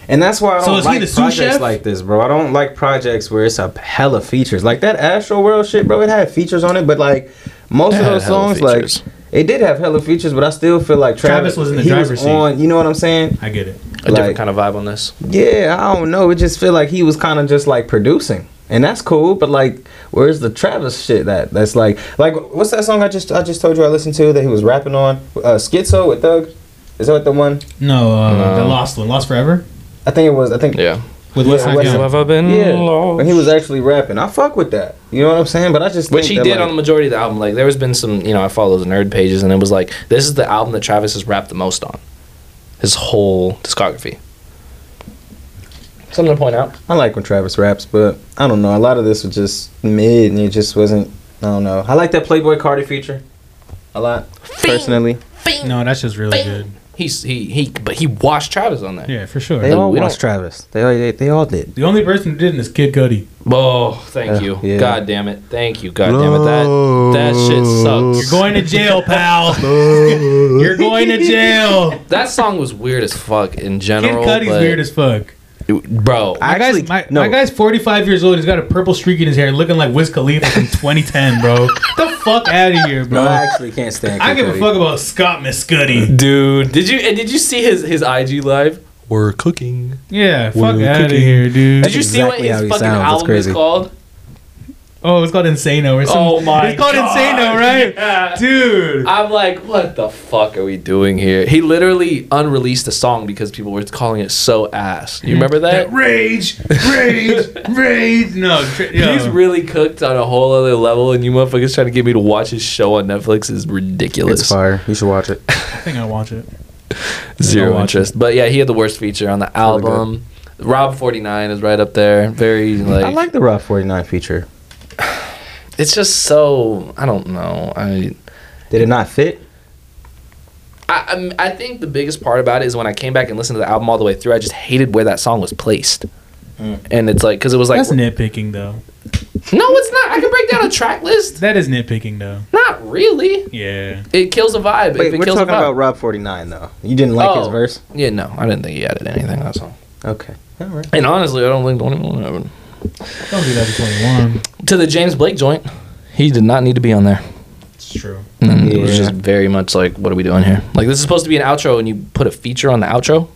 S1: and that's why I
S3: So
S1: don't
S3: is he
S1: like
S3: the sous
S1: projects
S3: chef?
S1: like this, bro. I don't like projects where it's a hella features, like that Astro World shit, bro. It had features on it, but like most of
S2: It had
S1: those
S2: hella
S1: songs, like
S2: features.
S1: it did have hella features, but I still feel like Travis,
S3: Travis was in the
S1: he
S3: driver's seat.
S1: On, you know what I'm saying?
S3: I get it.
S2: A
S1: Like-
S2: different kind of vibe on this.
S1: Yeah, I don't know. It just feel like he was kind of just like producing, and that's cool. But like, where's the Travis shit? That that's like, like what's that song I just I just told you I listened to that he was rapping on? Uh, Schizo with Thug. Is that the one?
S3: No, uh, the lost one, lost forever
S1: I think it was. I think
S2: Yeah.
S3: with West Side
S1: West
S3: Gun.
S1: Side-
S2: I been
S1: Yeah,
S2: Mm,
S1: when he was actually rapping, I fuck with that. You know what I'm saying? But I just
S2: Which
S1: think
S2: he
S1: that,
S2: did
S1: like-
S2: on the majority of the album. Like there has been some, you know, I follow those nerd pages, and it was like this is the album that Travis has rapped the most on, his whole discography. Something to point out.
S1: I like when Travis raps, but I don't know. A lot of this was just mid, and it just wasn't. I don't know. I like that Playboy Cardi feature a lot, personally.
S3: No, that's just really good.
S2: He's he he, but he washed Travis on that.
S3: Yeah, for sure.
S1: They
S2: Like,
S1: all
S2: we
S1: watched Travis. They, all- they they all did.
S3: the only person who didn't is Kid Cudi.
S2: Oh, thank
S1: Uh,
S2: you.
S1: yeah.
S2: God damn it. Thank you. God damn it. That that shit
S3: You're
S2: sucks.
S3: going to jail, pal. You're going to jail.
S2: that song was weird as fuck in
S3: Kid
S2: general.
S3: Cudi's weird as fuck.
S2: as bro.
S1: I
S3: My guy's,
S1: actually-
S3: my,
S1: no.
S3: my guy's 45 years old. He's got a purple streak in his hair, looking like Wiz Khalifa from 2010, bro. Get the fuck out of here, bro.
S1: No, I actually can't stand.
S3: I give a
S1: Kid Cudi.
S3: fuck about Scott Miscuddy.
S2: Dude, did you and did you see his his IG live? We're cooking.
S3: Yeah, fuck
S1: We're
S3: out of
S1: cooking.
S3: here, dude.
S2: Did you see what
S1: exactly
S2: his
S1: how he
S2: fucking
S1: sounds. That's
S2: album
S1: crazy.
S2: is called?
S3: Oh, it's called Insano or something.
S2: Oh my
S3: It's called
S2: God.
S3: Insano, right?
S2: Yeah.
S3: Dude.
S2: I'm like, what the fuck are we doing here? He literally unreleased a song because people were calling it so ass.
S1: Hmm.
S2: You remember that?
S3: Rage, rage, rage. No, tr- yo.
S2: He's really cooked on a whole other level, and you motherfuckers trying to get me to watch his show on Netflix is ridiculous.
S1: It's fire. You should watch it.
S3: I think I watch it.
S2: Zero
S3: watch
S2: interest. But yeah, he had the worst feature on the
S1: really good.
S2: album. Rob forty nine is right up there. Very like,
S1: I like the Rob 49 feature.
S2: it's just so I don't know. I
S1: Did it not fit?
S2: I I'm- I think the biggest part about it is when I came back and listened to the album all the way through, I just hated where that song was placed. And it's like because it was like
S3: That's nitpicking, though.
S2: No, it's not. I can break down a track list.
S3: That is nitpicking though.
S2: Not really.
S3: Yeah.
S2: It kills a vibe.
S1: Wait,
S2: if it
S1: we're
S2: kills
S1: talking
S2: a vibe.
S1: about Rob 49 though. You didn't like his
S2: Oh.
S1: verse?
S2: Yeah, no, I didn't think he added anything. That's all.
S1: Okay. All right.
S2: And honestly, I don't think don't even want to have it.
S3: Don't do that to 21.
S2: To the James Blake joint, he did not need to be on there.
S3: It's true.
S2: And It was
S1: Yeah.
S2: just very much like, what are we doing here? Like, this is supposed to be an outro, and you put a feature on the outro.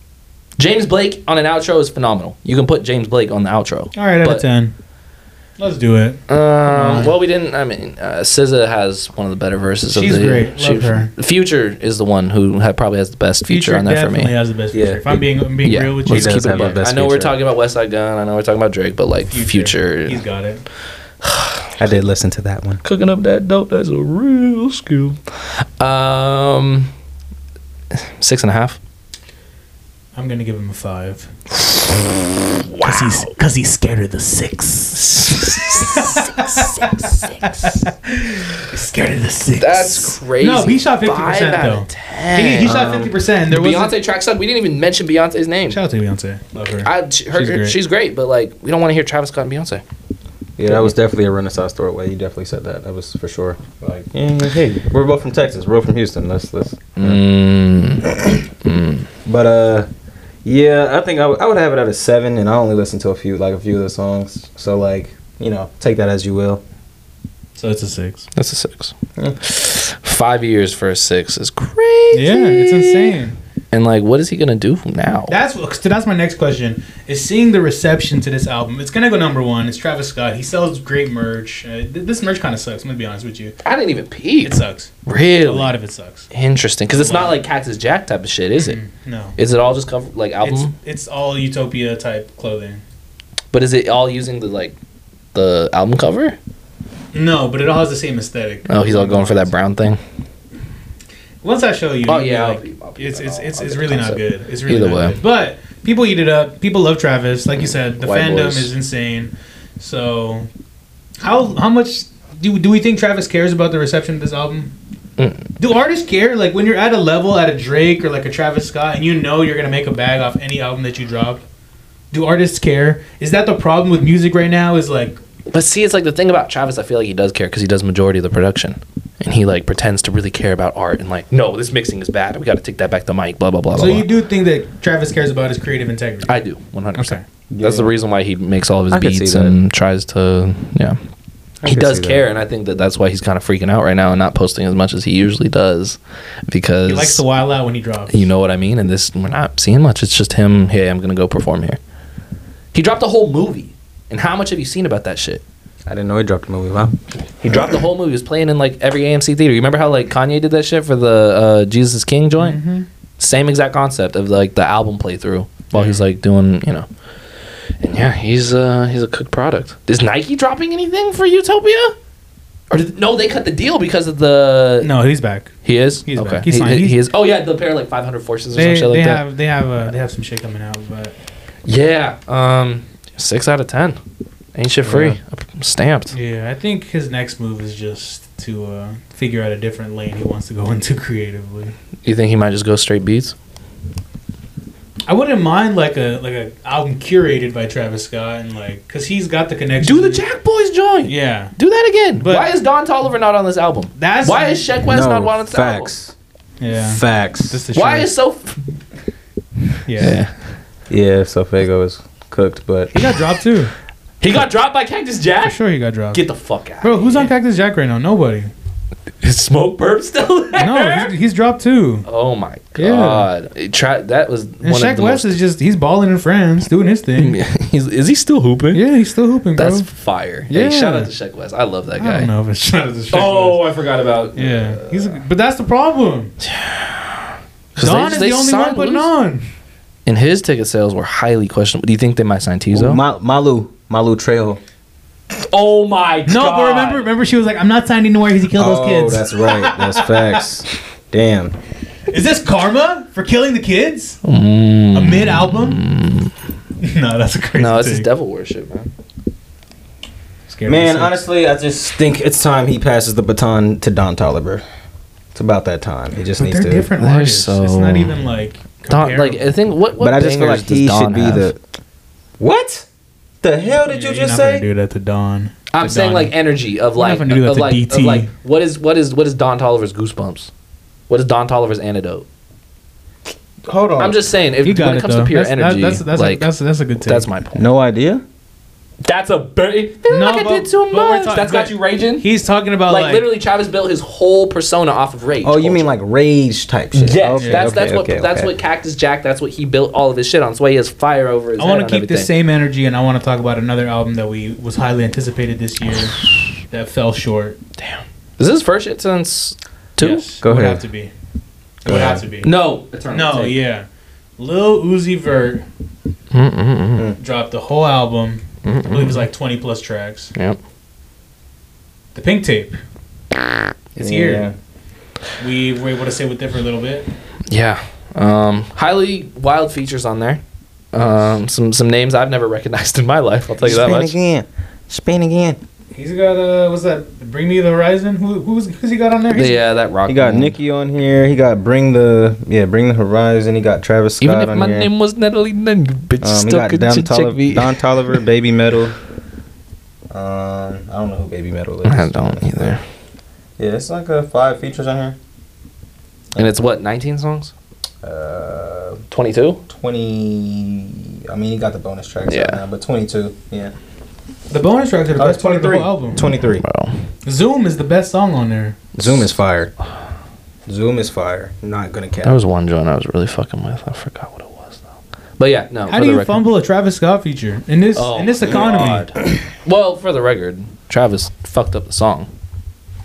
S2: James Blake on an outro is phenomenal. You can put James Blake on the outro.
S3: All right, out
S2: But-
S3: of 10. Let's do it.
S2: Um, well, we didn't. I mean, uh, SZA has one of the better verses.
S3: She's
S2: of the,
S3: great. Love her.
S2: Future is the one who ha probably has the best feature, on there for
S3: definitely
S2: me.
S3: has the best
S1: Yeah.
S3: feature. If I'm being, I'm being
S2: yeah,
S3: real with you,
S2: let's
S1: He
S2: keep
S1: does
S2: it.
S1: have the
S2: buck.
S1: best
S2: I know we're
S1: feature.
S2: talking about West Side Gun. I know we're talking about Drake, but like Future,
S3: He's got it.
S1: I did listen to that one.
S2: cooking up that dope. That's a real skill. Um, six and a half.
S3: I'm going to give him a 5. Because he's, 'cause he's scared of the 6. Scared of the 6.
S2: That's crazy.
S3: No, he shot 50%
S2: Five out of
S3: though. He,
S2: Ten.
S3: he shot 50%. and There was
S2: Beyonce track suck. We didn't even mention Beyonce's name.
S3: Shout out to Beyonce. Love her.
S2: I, she- her, she's,
S3: She's great.
S2: great. she's great, but like we don't want to hear Travis Scott and Beyonce.
S1: Yeah, that was definitely a Renaissance throwaway. You definitely said that. That was for sure. Like, yeah, hey, we're both from Texas. We're both from Houston. Let's let's.
S2: Mm.
S1: But uh, yeah, I think I would- I would have it at a seven, and I only listened to a few like a few of the songs. So like, you know, take that as you will.
S3: so it's a 6.
S2: That's a six.
S1: Yeah.
S2: Five years for a six is crazy.
S3: Yeah, it's insane.
S2: And like, what is he gonna do from now?
S3: That's what- so that's my next question. Is seeing the reception to this album? It's gonna go number one. It's Travis Scott. He sells great merch. Uh, th- this merch kind of sucks. I'm gonna be honest with you.
S2: I didn't even peep.
S3: It sucks. A
S2: Really
S3: lot of it sucks.
S2: interesting because it's not like Cactus Jack type of shit, is it?
S3: No,
S2: Is it all just cover like album?
S3: it's it's all utopia type clothing.
S2: but is it all using the like the album cover?
S3: No, but it all has the same aesthetic.
S2: Oh, he's all going for that brown thing.
S3: Once I show you,
S2: Oh,
S3: you'll be
S2: yeah, I'll
S3: like,
S2: peep, I'll peep.
S3: it's it's
S2: I'll-
S3: it's,
S2: I'll
S3: it's
S2: get
S3: really
S2: the
S3: not
S2: concept.
S3: good. It's really
S2: Either
S3: not
S2: way.
S3: good. But people eat it up. People love Travis. Like you said, the
S2: White
S3: fandom
S2: boys.
S3: is insane. So, how how much do do we think Travis cares about the reception of this album?
S2: Mm.
S3: Do artists care? Like when you're at a level at a Drake or like a Travis Scott, and you know you're gonna make a bag off any album that you drop. Do artists care? Is that the problem with music right now? Is like
S2: But see, it's like the thing about Travis. I feel like he does care because he does majority of the production, and he like pretends to really care about art and like, no, this mixing is bad. We got to take that back to Mike. Blah blah blah.
S3: so
S2: blah,
S3: you
S2: blah.
S3: do think that Travis cares about his creative integrity?
S2: I do one hundred percent.
S1: Yeah.
S2: That's the reason why he makes all of his
S1: I could see
S2: beats
S1: that.
S2: and tries to yeah.
S1: I
S2: He
S1: could
S2: does
S1: see that.
S2: care, and I think that that's why he's kind of freaking out right now and not posting as much as he usually does, because
S3: He likes to wild out when he drops.
S2: you know what I mean. And this we're not seeing much. It's just him. Hey, I'm gonna go perform here. He dropped a whole movie, and how much have you seen about that shit?
S1: I didn't know he dropped a movie. Wow.
S2: He dropped the whole movie. He was playing in like every AMC theater. You remember how like Kanye did that shit for the uh, Jesus King joint?
S3: Mm-hmm.
S2: Same exact concept of like the album playthrough while he's like doing you know. And yeah, he's uh he's a cooked product. Is Nike dropping anything for Utopia? Or did, no, they cut the deal because of the
S3: No, he's back.
S2: he is
S3: He's
S2: okay
S3: back. He's
S2: he,
S3: fine.
S2: he-
S3: He's-
S2: he is oh yeah the pair of, like five hundred forces or some
S3: They,
S2: shit
S3: they
S2: like that
S3: have they have uh, they have some shit coming out, but
S2: yeah um six out of ten ain't shit free stamped
S3: Oh, Yeah, I think his next move is just to uh, figure out a different lane he wants to go into creatively.
S2: you think he might just go straight beats
S3: I wouldn't mind like a like a album curated by Travis Scott and like because he's got the connection.
S2: do the Jack Boys joint
S3: Yeah,
S2: Do that again.
S3: But-
S2: Why is Don Tolliver not on this album?
S3: that's
S2: Why is Sheck West not on this
S1: facts.
S3: yeah.
S1: Facts.
S3: That's the
S2: album? Why
S3: truth.
S2: is so?
S3: yeah.
S1: yeah, so Fago is cooked, but
S3: He got dropped too.
S2: He got dropped by Cactus
S3: For
S2: Jack.
S3: sure, he got dropped.
S2: Get the fuck out.
S3: Bro, who's on Cactus Jack right now? Nobody.
S2: Is Smoke Burp still there?
S3: No, he's, he's dropped too.
S2: oh my
S3: Yeah.
S2: god. It Tra- that was
S3: And
S2: one
S3: Shaq
S2: of the
S3: West
S2: most.
S3: is just he's balling in France, doing his thing. Yeah,
S2: He's- is he still hooping?
S3: he's still hooping, bro.
S2: That's fire.
S3: Yeah.
S2: Hey, shout out to Sheck West. I love that
S3: I
S2: guy.
S3: don't know if it's Shaq West.
S5: Oh, I forgot about.
S3: Yeah, he's a, but that's the problem.
S2: 'Cause they-
S3: Don is
S2: they
S3: the only one
S2: signed
S3: putting
S2: Luz.
S3: on.
S2: And his ticket sales were highly questionable. Do you think they might sign Tizo?
S1: Ooh, Ma- Malu Malu Trejo.
S5: Oh my god.
S3: No, but remember, remember, she was like, "I'm not signed anywhere because he killed
S2: Oh,
S3: those kids."
S1: Oh, that's right. That's facts. Damn.
S3: Is this karma for killing the kids? A mid album? no, that's a crazy.
S2: Mm. no,
S3: No,
S2: this is devil worship, man.
S1: Man, honestly, I just think it's time he passes the baton to Don Tolliver. It's about that time. He just
S3: but
S1: needs
S3: they're
S1: to.
S3: different
S2: They're
S3: artists. It's
S2: so-
S3: not even like
S2: Don, like I think what, what
S1: but I just feel
S2: bangers
S1: like he
S2: does Don
S1: should be
S2: have?
S1: the. What? The hell did you just say?
S3: do that to Don.
S2: I'm
S3: The
S2: saying
S3: Don-
S2: like energy of
S3: We're
S2: like
S3: not gonna do that
S2: of
S3: to
S2: like, of
S3: DT.
S2: like what is what is what is Don Tolliver's goosebumps? What is Don Tolliver's antidote?
S1: Hold on.
S2: I'm just saying if
S3: You got
S2: when it comes to pure
S3: that's, that-
S2: energy,
S3: that's, that's,
S2: like,
S3: a, that's, that's a good take.
S2: that's my point.
S1: no idea.
S2: That's a very no, like
S3: but-
S2: I did too
S3: but we're
S2: much.
S3: talking-
S2: That's got
S3: but
S2: you raging.
S3: He's talking about
S2: like,
S3: like,
S2: literally, Travis built his whole persona off of rage.
S1: Oh, you mean
S2: culture.
S1: like rage type shit?
S2: Yes,
S1: Okay,
S2: that's
S1: okay,
S2: that's what
S1: okay,
S2: that's
S1: okay.
S2: what Cactus Jack. That's what he built all of his shit on. That's why he has fire over his.
S3: I want to keep the same energy, and I want to talk about another album that we was highly anticipated this year that fell short.
S2: Is this first shit since two?
S3: Yes,
S1: Go
S3: would
S1: ahead.
S3: have to be. It would have to be.
S2: No,
S3: No, yeah. Lil Uzi Vert dropped the whole album. I believe it was like 20 plus tracks.
S2: Yep.
S3: The pink tape.
S1: Yeah.
S3: It's here. We were able to say with it for a little bit.
S2: Yeah. Um, highly wild features on there. Um, some some names I've never recognized in my life. I'll tell you that
S1: Spin
S2: much.
S1: again. Spin again.
S3: He's got uh, what's that? Bring Me the Horizon. Who who's who's he got on there? He's-
S2: Yeah, uh, that rock.
S1: He got
S2: band.
S1: Nicki on here. He got Bring the yeah, Bring the Horizon. He got Travis Scott
S2: Even if
S1: on
S2: my
S1: here.
S2: name was Natalie, then you bitch
S1: um, he
S2: still
S1: got
S2: could
S1: Don,
S2: check
S1: Tolliver,
S2: me.
S1: Don Tolliver, Baby Metal. Um, I don't know who Baby Metal is.
S2: I don't either.
S1: Yeah, it's like uh, five features on here.
S2: And it's what 19 songs?
S1: Uh,
S2: 22.
S1: twenty. I mean, he got the bonus tracks
S2: Yeah.
S1: right now, but twenty-two. Yeah,
S3: The bonus tracks are the
S1: Oh,
S3: best part of the whole album.
S1: Twenty-three.
S3: Zoom is the best song on there.
S1: Zoom is fire. Zoom is fire. Not gonna cap.
S2: There was one joint I was really fucking with. I forgot what it was though. But yeah, no. Oh,
S3: How
S2: for
S3: do
S2: the
S3: you
S2: record.
S3: fumble a Travis Scott feature in this
S2: Oh,
S3: in this economy?
S2: Well, for the record, Travis fucked up the song.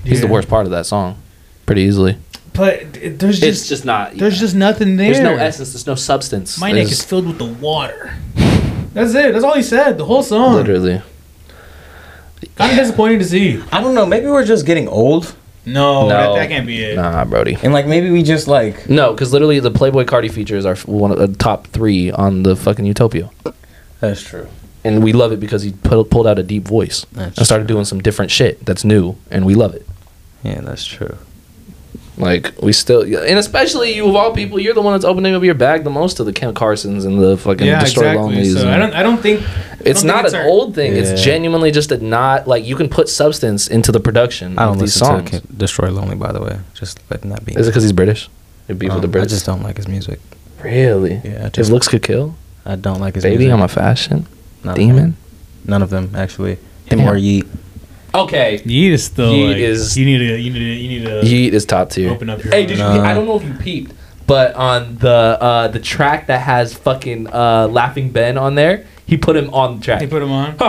S2: He's the
S3: Yeah.
S2: worst part of that song, pretty easily.
S3: But it- there's just,
S2: It's just not.
S3: there's just nothing there.
S2: there's no essence. There's no substance.
S3: My
S2: There's
S3: neck is filled with the water. That's it. That's all he said. The whole song.
S2: literally.
S3: Kind of disappointing to see.
S1: I don't know. Maybe we're just getting old,
S3: No,
S2: No.
S3: That, that can't be it.
S2: Nah, Brody.
S1: and like maybe we just like
S2: No, because literally the Playboy Cardi features are one of the top three on the fucking Utopia,
S1: that's true.
S2: and we love it because he put, pulled out a deep voice
S1: That's
S2: and started doing some different shit that's new, and we love it.
S1: Yeah, that's true.
S2: Like we still, yeah, and especially you of all people, you're the one that's opening up your bag the most to the Ken Carsons and the fucking
S3: Yeah,
S2: Destroy
S3: exactly.
S2: Lonelys.
S3: So
S2: and-
S3: I don't. I don't think
S2: It's
S3: don't think
S2: not
S3: it's
S2: an
S3: our-
S2: old thing.
S1: Yeah.
S2: It's genuinely just a not like you can put substance into the production
S1: I don't
S2: of these
S1: listen
S2: songs.
S1: to Kid- Destroy Lonely, by the way. Just letting that be.
S2: Is it because he's British? It'd be
S1: Um,
S2: for the
S1: I
S2: British.
S1: just don't like his music.
S2: really?
S1: Yeah, I
S2: His
S1: just
S2: looks could kill.
S1: I don't like his
S2: Baby,
S1: music.
S2: I'm a fashion
S1: None of them.
S2: demon.
S1: None of them actually. Him or Yeet.
S5: Okay.
S3: Yeet is still.
S2: Yeet
S3: like,
S2: is-
S3: You need to. You need to. You need to
S2: Yeet is top tier.
S3: open up your.
S5: Hey, did you?
S1: Nah.
S5: I don't know if you peeped.
S2: But on the uh, the track that has fucking uh, Laughing Ben on there, he put him on the track.
S3: They put him on.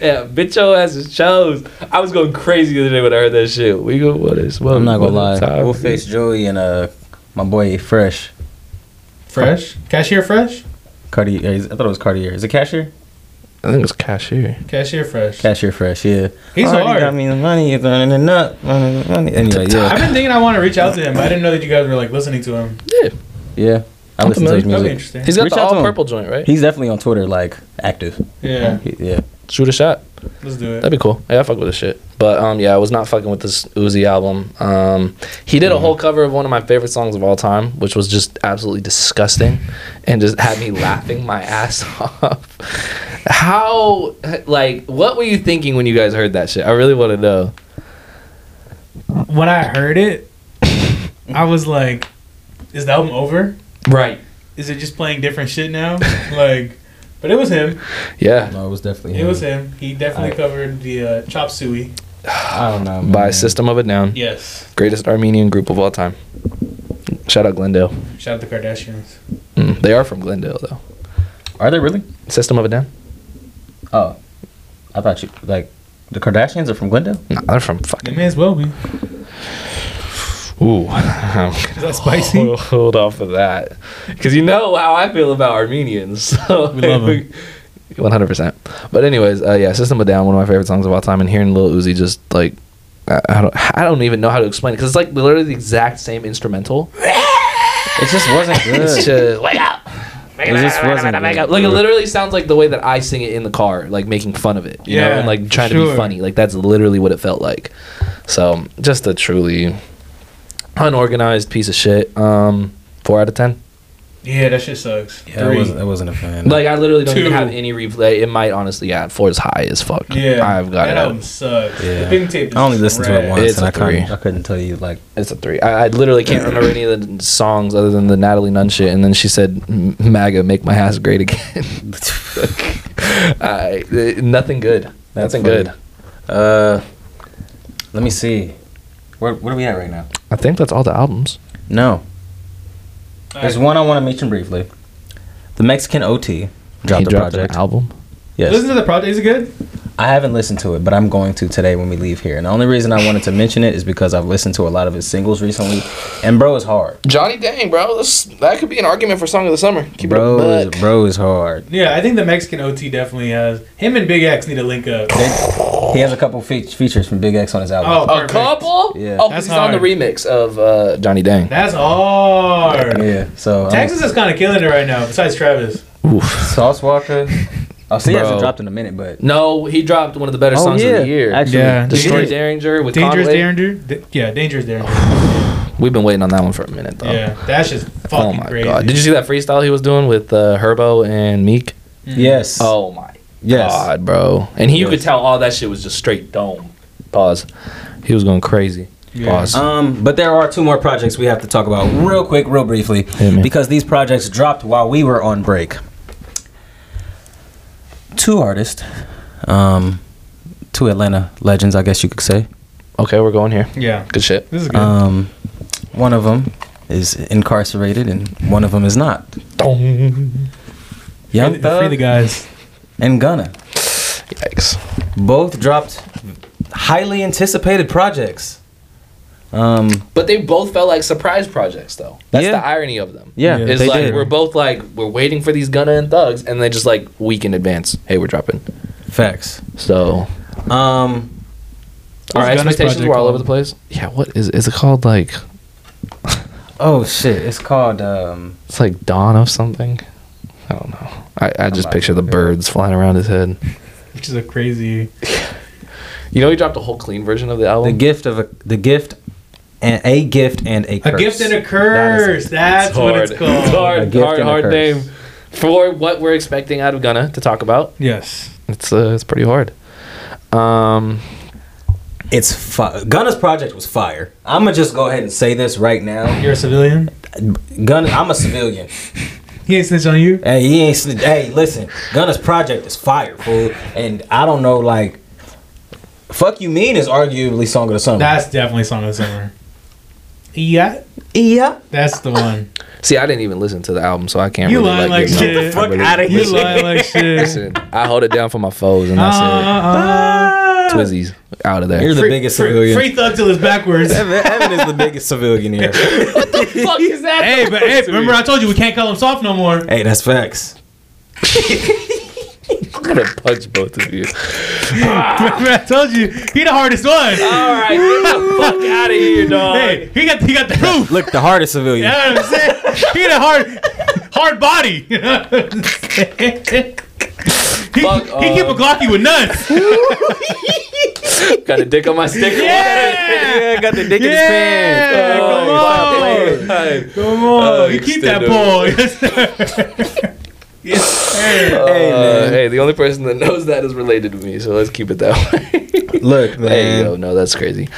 S2: yeah, bitch, your ass is chose. I was going crazy the other day when I heard that shit. We go, what is? What,
S1: I'm not gonna
S2: what
S1: lie.
S2: is top?
S1: Wolfface Joey and uh my boy Fresh.
S3: Fresh cashier, fresh
S1: Cartier. uh, I thought it was Cartier. Is it Cashier?
S2: I think it's cashier.
S3: cashier, fresh.
S1: Cashier Fresh. Yeah.
S3: He's
S1: Already
S3: hard.
S1: Oh, Got me the money. It's running up. Running money. Anyway,
S3: I've
S1: yeah,
S3: been thinking I want to reach out to him. but I didn't know that you guys were like listening to him.
S1: yeah. I listen to his
S3: That'd be
S1: music.
S3: interesting.
S2: He's got
S1: Reach
S2: the
S1: out to him.
S2: all purple joint, right?
S1: He's definitely on Twitter, like active.
S3: yeah,
S1: He- Yeah.
S2: Shoot a shot.
S3: let's do it.
S2: That'd be cool. Yeah, I fuck with this shit. But um, yeah, I was not fucking with this Uzi album. Um, he did a whole cover of one of my favorite songs of all time, which was just absolutely disgusting, and just had me laughing my ass off. How, like, what were you thinking when you guys heard that shit? I really want to know.
S3: When I heard it, I was like, "Is the album over?
S2: Right.
S3: Is it just playing different shit now?" like, but it was him.
S2: Yeah.
S1: No, it was definitely.
S3: It was
S1: him.
S3: him. He definitely
S1: I-
S3: covered the uh, chop suey.
S1: I don't know.
S2: By
S1: man.
S2: System of a Down,
S3: Yes.
S2: greatest Armenian group of all time. Shout out Glendale.
S3: Shout out the Kardashians.
S2: Mm, they are from Glendale though.
S1: Are they really?
S2: System of a Down.
S1: Oh, I thought you like the Kardashians are from Glendale.
S2: No, they're from
S3: They
S2: fucking.
S3: may as well be. Is
S2: Ooh.
S3: that spicy?
S2: hold, hold off of that because you know how I feel about Armenians. So
S3: We love 'em.
S2: One hundred percent. But anyways, uh, yeah, System of a Down, one of my favorite songs of all time, and hearing Lil Uzi just like. I I don't. I don't even know how to explain it because it's like literally the exact same instrumental.
S1: It just wasn't good.
S2: It's just wake up, wake
S1: It
S2: up,
S1: just wasn't
S2: wake up.
S1: good.
S2: Like it literally sounds like the way that I sing it in the car, like making fun of it, you know,
S3: Yeah,
S2: and like trying to
S3: sure.
S2: be funny. Like that's literally what it felt like. So just a truly unorganized piece of shit. Um, four out of ten.
S3: Yeah, that shit sucks.
S1: Yeah, I
S3: Three.
S1: wasn't, I wasn't a fan.
S2: Like I literally don't even
S3: Two.
S2: have any replay. It might honestly, yeah, four is high as fuck.
S3: Yeah,
S2: I've got
S3: that
S2: it.
S3: album
S2: Up.
S3: sucks.
S1: Yeah.
S3: The pink tape. Is
S1: I only listened to it
S3: trash.
S1: once,
S2: It's
S1: and
S2: a
S1: I couldn't,
S2: three.
S1: I couldn't tell you like
S2: It's a three. I, I literally can't remember any of the songs other than the Natalie Nunn shit. And then she said, "M- "MAGA, make my ass great again." I, uh, nothing good.
S1: That's
S2: nothing
S1: funny.
S2: good.
S1: Uh, let me see. Where what are we at right now?
S2: I think that's all the albums.
S1: No,
S3: All
S1: there's
S3: right.
S1: one I want to mention briefly. The Mexican OT dropped
S2: He
S1: the
S2: dropped
S1: project.
S2: an album.
S1: Yes,
S3: Listen to the project. Is it good?
S1: I haven't listened to it, but I'm going to today when we leave here. And the only reason I wanted to mention it is because I've listened to a lot of his singles recently, and bro is hard.
S2: Johnny Dang, bro. That's, that could be an argument for song of the summer. Keep
S1: Bro is bro is hard.
S3: Yeah, I think the Mexican OT definitely has him and Big X need to link up.
S1: He has a couple fe- features from Big X on his album.
S3: Oh,
S2: A
S3: perfect.
S2: couple?
S1: Yeah.
S2: Oh,
S3: That's
S2: he's on the
S3: hard.
S2: remix of uh, Johnny Dang.
S3: That's hard.
S1: Yeah, so um,
S3: Texas is kind of killing it right now. Besides Travis,
S1: Sauce Walker. I'll see. He hasn't
S2: Bro.
S1: dropped in a minute, but
S2: No, he dropped one of the better songs of Oh, the year.
S1: Actually,
S3: Yeah.
S2: Destroy
S3: Yeah.
S2: Derringer with
S3: Dangerous
S2: Conway.
S3: Danger. D- yeah, Dangerous Danger.
S2: We've been waiting on that one for a minute though.
S3: Yeah, that's just
S2: Oh
S3: fucking
S2: my
S3: crazy.
S2: god! Did you see that freestyle he was doing with uh, Herbo and Meek?
S1: yes,
S2: Oh my
S1: yes.
S2: god, bro! And he, you could
S1: Yes.
S2: tell all that shit was just straight dome. Pause. He was going crazy.
S3: Yeah.
S2: Pause.
S1: Um, but there are two more projects we have to talk about real quick, real briefly,
S2: man.
S1: because these projects dropped while we were on break. Two artists, um, two Atlanta legends, I guess you could say.
S2: Okay, we're going here.
S3: Yeah,
S2: Good shit.
S3: this is good.
S1: Um, one of them is incarcerated, and one of them is not.
S3: free,
S1: Young
S3: the, free the
S1: Thug
S3: guys.
S1: and Gunna
S2: Yikes.
S1: both dropped highly anticipated projects. Um,
S2: But they both felt like surprise projects, though. That's
S1: Yeah.
S2: the irony of them.
S1: yeah,
S3: Yeah,
S2: It's
S1: they
S2: like
S1: did.
S2: we're both like we're waiting for these Gunna and Thugs, and they just like week in advance. Hey, we're dropping.
S1: facts.
S2: So
S1: Um,
S2: our
S3: Gunna's
S2: expectations
S3: project
S2: were all over
S3: called?
S2: the place. Yeah. What is is it called? Like
S1: oh shit, it's called. Um,
S2: It's like dawn of something. I don't know. I, I just
S1: not
S2: picture the
S1: sure.
S2: birds flying around his head.
S3: Which is a crazy.
S2: You know, he dropped a whole clean version of the
S1: The
S2: album.
S1: gift of a the gift and a gift and a
S3: A
S1: curse.
S3: gift and a
S1: That is
S3: curse.
S1: it.
S3: That's what it's
S2: hard.
S3: called.
S2: It's hard,
S1: A gift
S2: hard,
S1: and a
S2: hard
S1: curse.
S2: name for what we're expecting out of Gunna to talk about.
S3: Yes.
S2: It's uh, it's pretty hard. Um,
S1: It's fi- Gunna's project was fire. I'm gonna just go ahead and say this right now.
S3: You're a civilian.
S1: Gunna, I'm a civilian.
S3: He ain't snitch on you.
S1: Hey, he ain't. Sn- hey, listen, Gunna's project is fire, fool. And I don't know, like, fuck you mean is arguably song of the summer.
S3: That's definitely song of the summer. Yeah,
S1: yeah.
S3: that's the one.
S2: see, I didn't even listen to the album, so I can't.
S3: You
S2: really
S3: lying
S2: like,
S3: like
S2: give
S3: shit.
S2: no-
S3: Get the
S1: fuck
S2: I really-
S1: outta
S3: You
S1: here.
S3: lying like shit.
S2: Listen, I hold it down for my foes, and that's it.
S3: Uh, uh, uh.
S2: Twizzies out of
S1: You're
S2: there.
S1: the
S3: Free-
S1: biggest
S3: free-
S1: civilian.
S3: Free thug till it's backwards.
S1: Evan, Evan is the biggest civilian here.
S2: fuck is that?
S3: hey, but hey, remember I told you we can't call him soft no more.
S1: Hey, that's facts.
S2: I'm gonna punch both of you.
S3: Remember I told you he the hardest one.
S2: All right, get the fuck out of here, dog.
S3: hey, he got he got the proof.
S1: Look, the hardest civilian.
S3: You know what I'm saying? He had a hard, hard body. You know what I'm saying? He,
S2: Fuck uh,
S3: he keep a Glocky with nuts.
S2: Got a dick on my sticker.
S3: Yeah,
S1: got the dick
S3: Yeah,
S2: Oh,
S3: come on, come on.
S2: Uh,
S3: you keep that
S2: extendo.
S3: ball. Yes, sir. yes, sir.
S1: Uh, Hey, man.
S2: Uh, hey, the only person that knows that is related to me, so let's keep it that way.
S1: Look, man.
S2: hey, yo, no, that's crazy.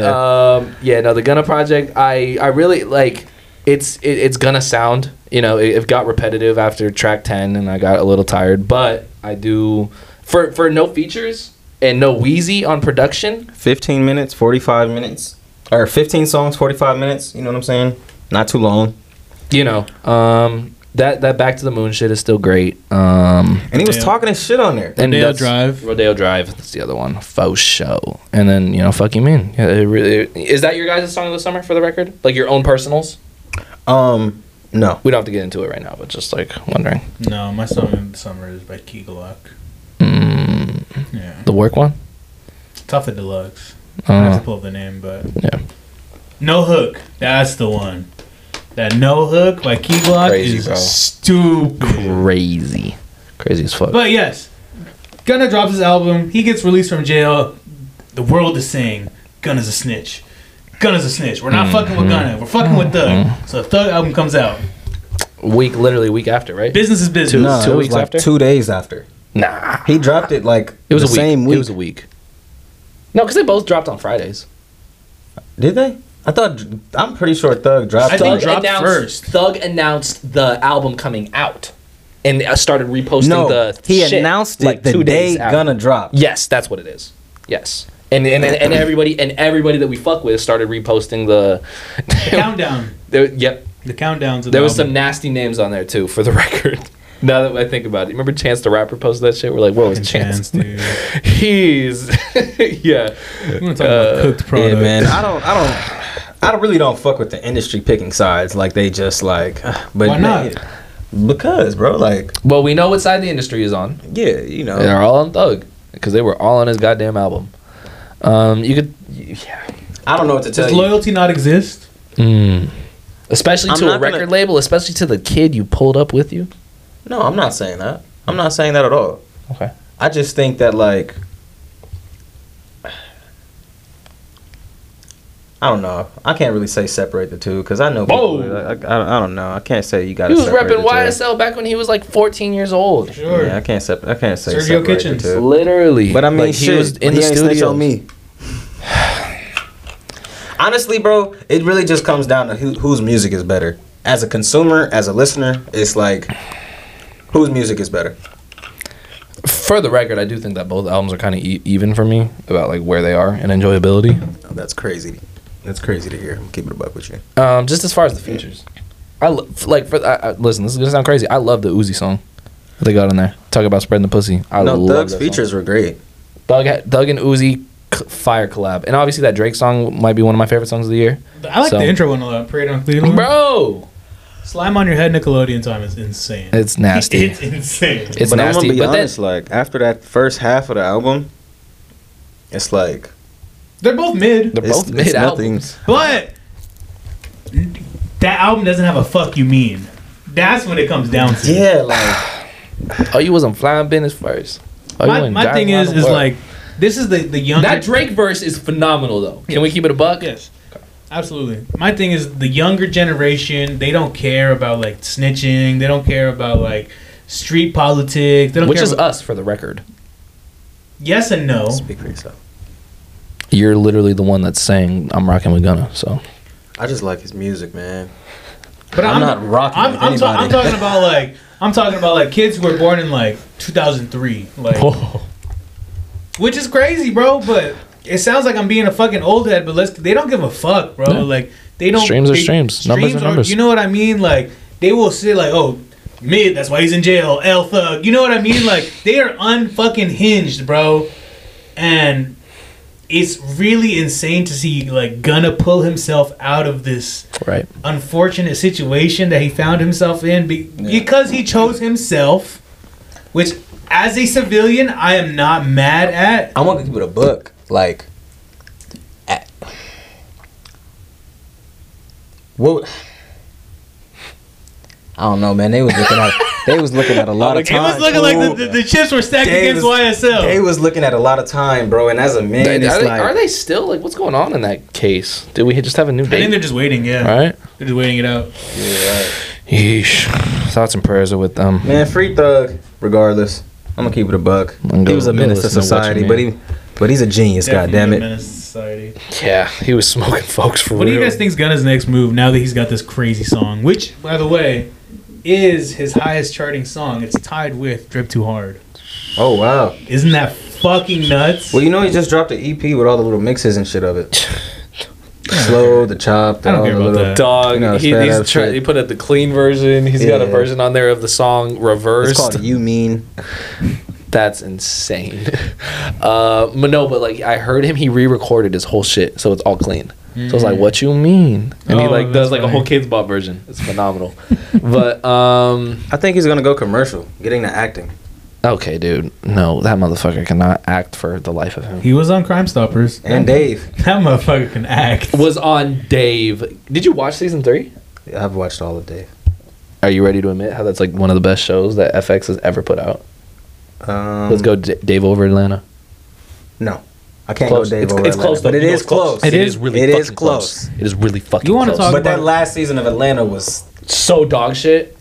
S1: Yeah.
S2: yeah. um, yeah, no, the Gunna project, I, I really like. It's it, it's gonna sound, you know, it, it got repetitive after track ten, and I got a little tired. But I do for for no features and no Wheezy on production.
S1: 15 minutes, 45 minutes, or 15 songs, 45 minutes. You know what I'm saying? Not too long.
S2: You know, um, that that Back to the Moon shit is still great. Um,
S1: And he was
S3: Yeah.
S1: talking his shit on there.
S2: and
S3: Rodeo
S2: that's-
S3: Drive.
S2: Rodeo Drive. That's the other one. Faux show. And then you know, fuck you, man. Yeah, it really, is that your guys' song of the summer for the record? Like your own personals?
S1: Um, no.
S2: We don't have to get into it right now, but just like wondering.
S3: No, my song in the summer is by Keegaluk.
S2: Mm,
S3: Yeah,
S2: the work one.
S3: Tough at Deluxe. I have
S2: Uh,
S3: to pull up the name, but
S2: yeah.
S3: No hook. That's the one. That no hook by Keegaluk
S2: Crazy,
S3: is
S2: bro.
S3: stupid.
S2: Crazy, crazy as fuck.
S3: But yes, Gunna drops his album. He gets released from jail. The world is saying Gunna's a snitch.
S2: Mm-hmm.
S3: Gunna's a snitch. We're not fucking with Gunna. We're fucking with Thug. So a Thug album comes out.
S2: Week, literally week after, right?
S3: Business is business.
S1: no,
S2: two
S1: it was
S2: weeks
S1: like
S2: after?
S1: two days after.
S2: Nah,
S1: He dropped it like
S2: it was
S1: the
S2: a week.
S1: same week.
S2: It was a week. No, because they both dropped on Fridays.
S1: Did they? I thought I'm pretty sure Thug dropped.
S3: I
S1: Thug.
S3: think Drake dropped
S2: announced,
S3: first.
S2: Thug announced the album coming out, and I started reposting
S1: no,
S2: the.
S1: he
S2: shit,
S1: announced it
S2: like
S1: the
S2: two
S1: day
S2: days after.
S1: Gunna dropped.
S2: Yes, that's what it is. Yes. And, and, and, and everybody and everybody that we fuck with started reposting the.
S3: Countdown.
S2: There- yep,
S3: The countdowns. Of
S2: there
S3: the
S2: was some
S3: album.
S2: nasty names on there too. For the record, now that I think about it, remember Chance the Rapper posted that shit? We're like, what was Chance?
S3: chance, dude.
S2: He's yeah.
S3: We want to talk about
S2: Uh,
S3: cooked product.
S1: Yeah, man. I don't. I don't. I don't really don't fuck with the industry picking sides. Like they just like. uh, But
S3: Why not?
S1: because, bro. Like,
S2: Well, we know what side the industry is on.
S1: yeah, you know.
S2: They're all on Thug because they were all on his goddamn album. Um, you could, yeah.
S1: I don't know what to tell
S3: Does
S1: you.
S3: loyalty not exist?
S2: Especially
S1: I'm
S2: to a
S1: not gonna-
S2: record label, especially to the kid you pulled up with you.
S1: No, I'm not saying that. I'm not saying that at all.
S2: Okay.
S1: I just think that like I don't know. I can't really say separate the two because I know. people- I, I, I don't know. I can't say you got.
S2: He was repping YSL back when he was like 14 years old.
S3: Sure.
S1: Yeah, I can't sep- I can't say
S3: Sergio
S1: separate
S3: Kitchens.
S1: the two.
S2: Literally.
S1: But I mean,
S2: Like,
S1: shit, he ain't snitch on me. Honestly, bro, it really just comes down to who, whose music is better. As a consumer, as a listener, it's like whose music is better.
S2: For the record, I do think that both albums are kind of e- even for me about like where they are and enjoyability.
S1: Oh, that's crazy. That's crazy to hear. I'm keeping it a buck with you.
S2: Um, just as far as the features, I lo- f- like for I, I, listen. This is gonna sound crazy. I love the Uzi song that they got on there. Talk about spreading the pussy. I
S1: no,
S2: love
S1: Thug's
S2: that
S1: features were great.
S2: Song. Thug, had- Thug and Uzi c- fire collab, and obviously that Drake song might be one of my favorite songs of the year.
S3: I like
S2: So-
S3: the intro one a lot. Parade on
S1: Mm-hmm.
S3: Cleveland.
S2: Bro,
S3: Slime on your head, Nickelodeon time is insane.
S2: it's nasty.
S3: It's insane.
S2: It's
S1: but I'm
S2: nasty.
S1: gonna be
S2: but
S1: honest,
S2: then,
S1: like after that first half of the album, it's like
S3: They're both mid,
S2: they're
S1: it's,
S2: both
S1: it's
S2: mid
S1: nothing.
S2: albums.
S3: but that album doesn't have a fuck you mean. That's when it comes down to.
S1: Yeah, like
S2: Oh, you wasn't flying business first. Oh, you
S3: My,
S2: wasn't
S3: my
S2: driving
S3: thing
S2: around
S3: is,
S2: the
S3: is
S2: world.
S3: like, this is the the younger
S2: that Drake verse is phenomenal though. Can we keep it a buck?
S3: Yes. Absolutely. My thing is the younger generation, they don't care about like snitching, they don't care about like street politics, they don't
S2: Which
S3: care
S2: is
S3: about,
S2: us for the record.
S3: yes and no.
S1: speak for yourself.
S2: You're literally the one that's saying I'm rocking with Gunna. So
S1: I just like his music, man.
S3: But
S1: I'm not rocking
S3: I'm,
S1: with
S3: I'm, ta- I'm
S1: anybody.
S3: talking about like I'm talking about like kids who were born in like 2003, like which is crazy, bro, but it sounds like I'm being a fucking old head, but let's they don't give a fuck, bro.
S2: Yeah.
S3: Like they don't
S2: Streams are
S3: they-
S2: streams. Numbers are numbers.
S3: You know what I mean? Like they will say like, "Oh, mid, that's why he's in jail." L thug. You know what I mean? Like they are unfucking hinged, bro. And it's really insane to see like Gunna pull himself out of this
S2: right.
S3: unfortunate situation that he found himself in be- because he chose himself, which as a civilian I am not mad at.
S1: I want to keep it a book. Like, at, what? I don't know, man. They was looking at they was looking at a lot of
S3: It
S1: time.
S3: was looking like the, the, the chips were stacked
S1: They
S3: against
S1: was-
S3: YSL.
S1: They was looking at a lot of time, bro. And as a man,
S2: Are they,
S1: it's like
S2: are they still like what's going on in that case? Did we just have a new
S3: I think
S2: date?
S3: they're just waiting, yeah.
S2: All right.
S3: They're just waiting it out.
S2: Yeesh. Thoughts and prayers are with them.
S1: man, free thug. Regardless, I'm gonna keep it a buck.
S2: I'm
S1: He was a
S2: gonna
S1: menace to
S2: listen to what you
S1: society, but he, but he's a genius. God damn
S3: Definitely
S1: it.
S3: menace to Society.
S2: Yeah, he was smoking folks for
S3: What do
S2: real.
S3: you guys think's Gunna's next move now that he's got this crazy song? Which, by the way, is his highest charting song. It's tied with Drip Too Hard.
S1: Oh wow.
S3: Isn't that fucking nuts?
S1: Well, you know he just dropped an EP with all the little mixes and shit of it. Slow, the chop, the,
S3: I don't
S1: all
S3: care
S1: the
S3: about
S1: little.
S3: that.
S2: Dog,
S1: No, it's
S2: he,
S1: bad
S2: he's
S1: ass
S2: try,
S1: shit.
S2: he put out the clean version. He's got a
S1: Yeah.
S2: version on there of the song
S1: It's
S2: reversed.
S1: called You Mean.
S2: That's insane. Uh, but no, but like I heard him, he re-recorded his whole shit, so it's all clean. So I was like,
S1: Mm.
S2: "What you mean?" And he
S3: Oh,
S2: like does
S3: that's
S2: like a
S3: funny.
S2: whole kids bop version. It's phenomenal. but um,
S1: I think he's gonna go commercial, getting to acting.
S2: okay, dude, no, that motherfucker cannot act for the life of him.
S3: he was on Crime Stoppers.
S1: And Dave,
S3: That motherfucker can act.
S2: Was on Dave. Did you watch season three?
S1: I've watched all of Dave.
S2: Are you ready to admit how that's like one of the best shows that FX has ever put out?
S1: Um,
S2: Let's go, D- Dave over Atlanta.
S1: No, I can't
S2: Close.
S1: go Dave
S2: It's-
S1: over
S2: it's
S1: Atlanta,
S2: close, though.
S1: but it
S2: You know
S1: is
S2: it's close.
S1: close.
S2: It
S3: is
S2: is really
S1: It
S2: fucking
S1: is close.
S2: It is really fucking.
S3: You wanna
S2: close.
S3: talk
S1: But that
S3: about-
S1: last season of Atlanta was
S2: so dog shit.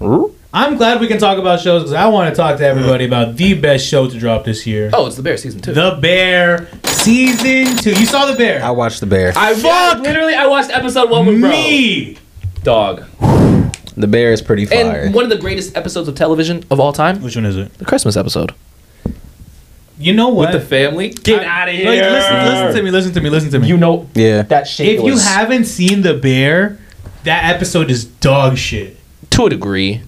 S3: I'm glad we can talk about shows because I want to talk to everybody about the best show to drop this year.
S2: Oh, it's the bear season two.
S3: The Bear season two. You saw The Bear.
S1: I watched The Bear.
S2: I fuck. Literally, I watched episode one with bro.
S3: Me.
S2: dog,
S1: the Bear is pretty
S2: and
S1: fire.
S2: one of the greatest episodes of television of all time,
S3: Which one is it?
S2: the Christmas episode
S3: You know what?
S2: with the family. Get out of here!
S3: Like, listen, listen to me. Listen to me. Listen to me.
S2: You know
S1: yeah.
S2: that shit.
S3: if you
S2: was-
S3: haven't seen The Bear, that episode is dog shit.
S2: to a degree,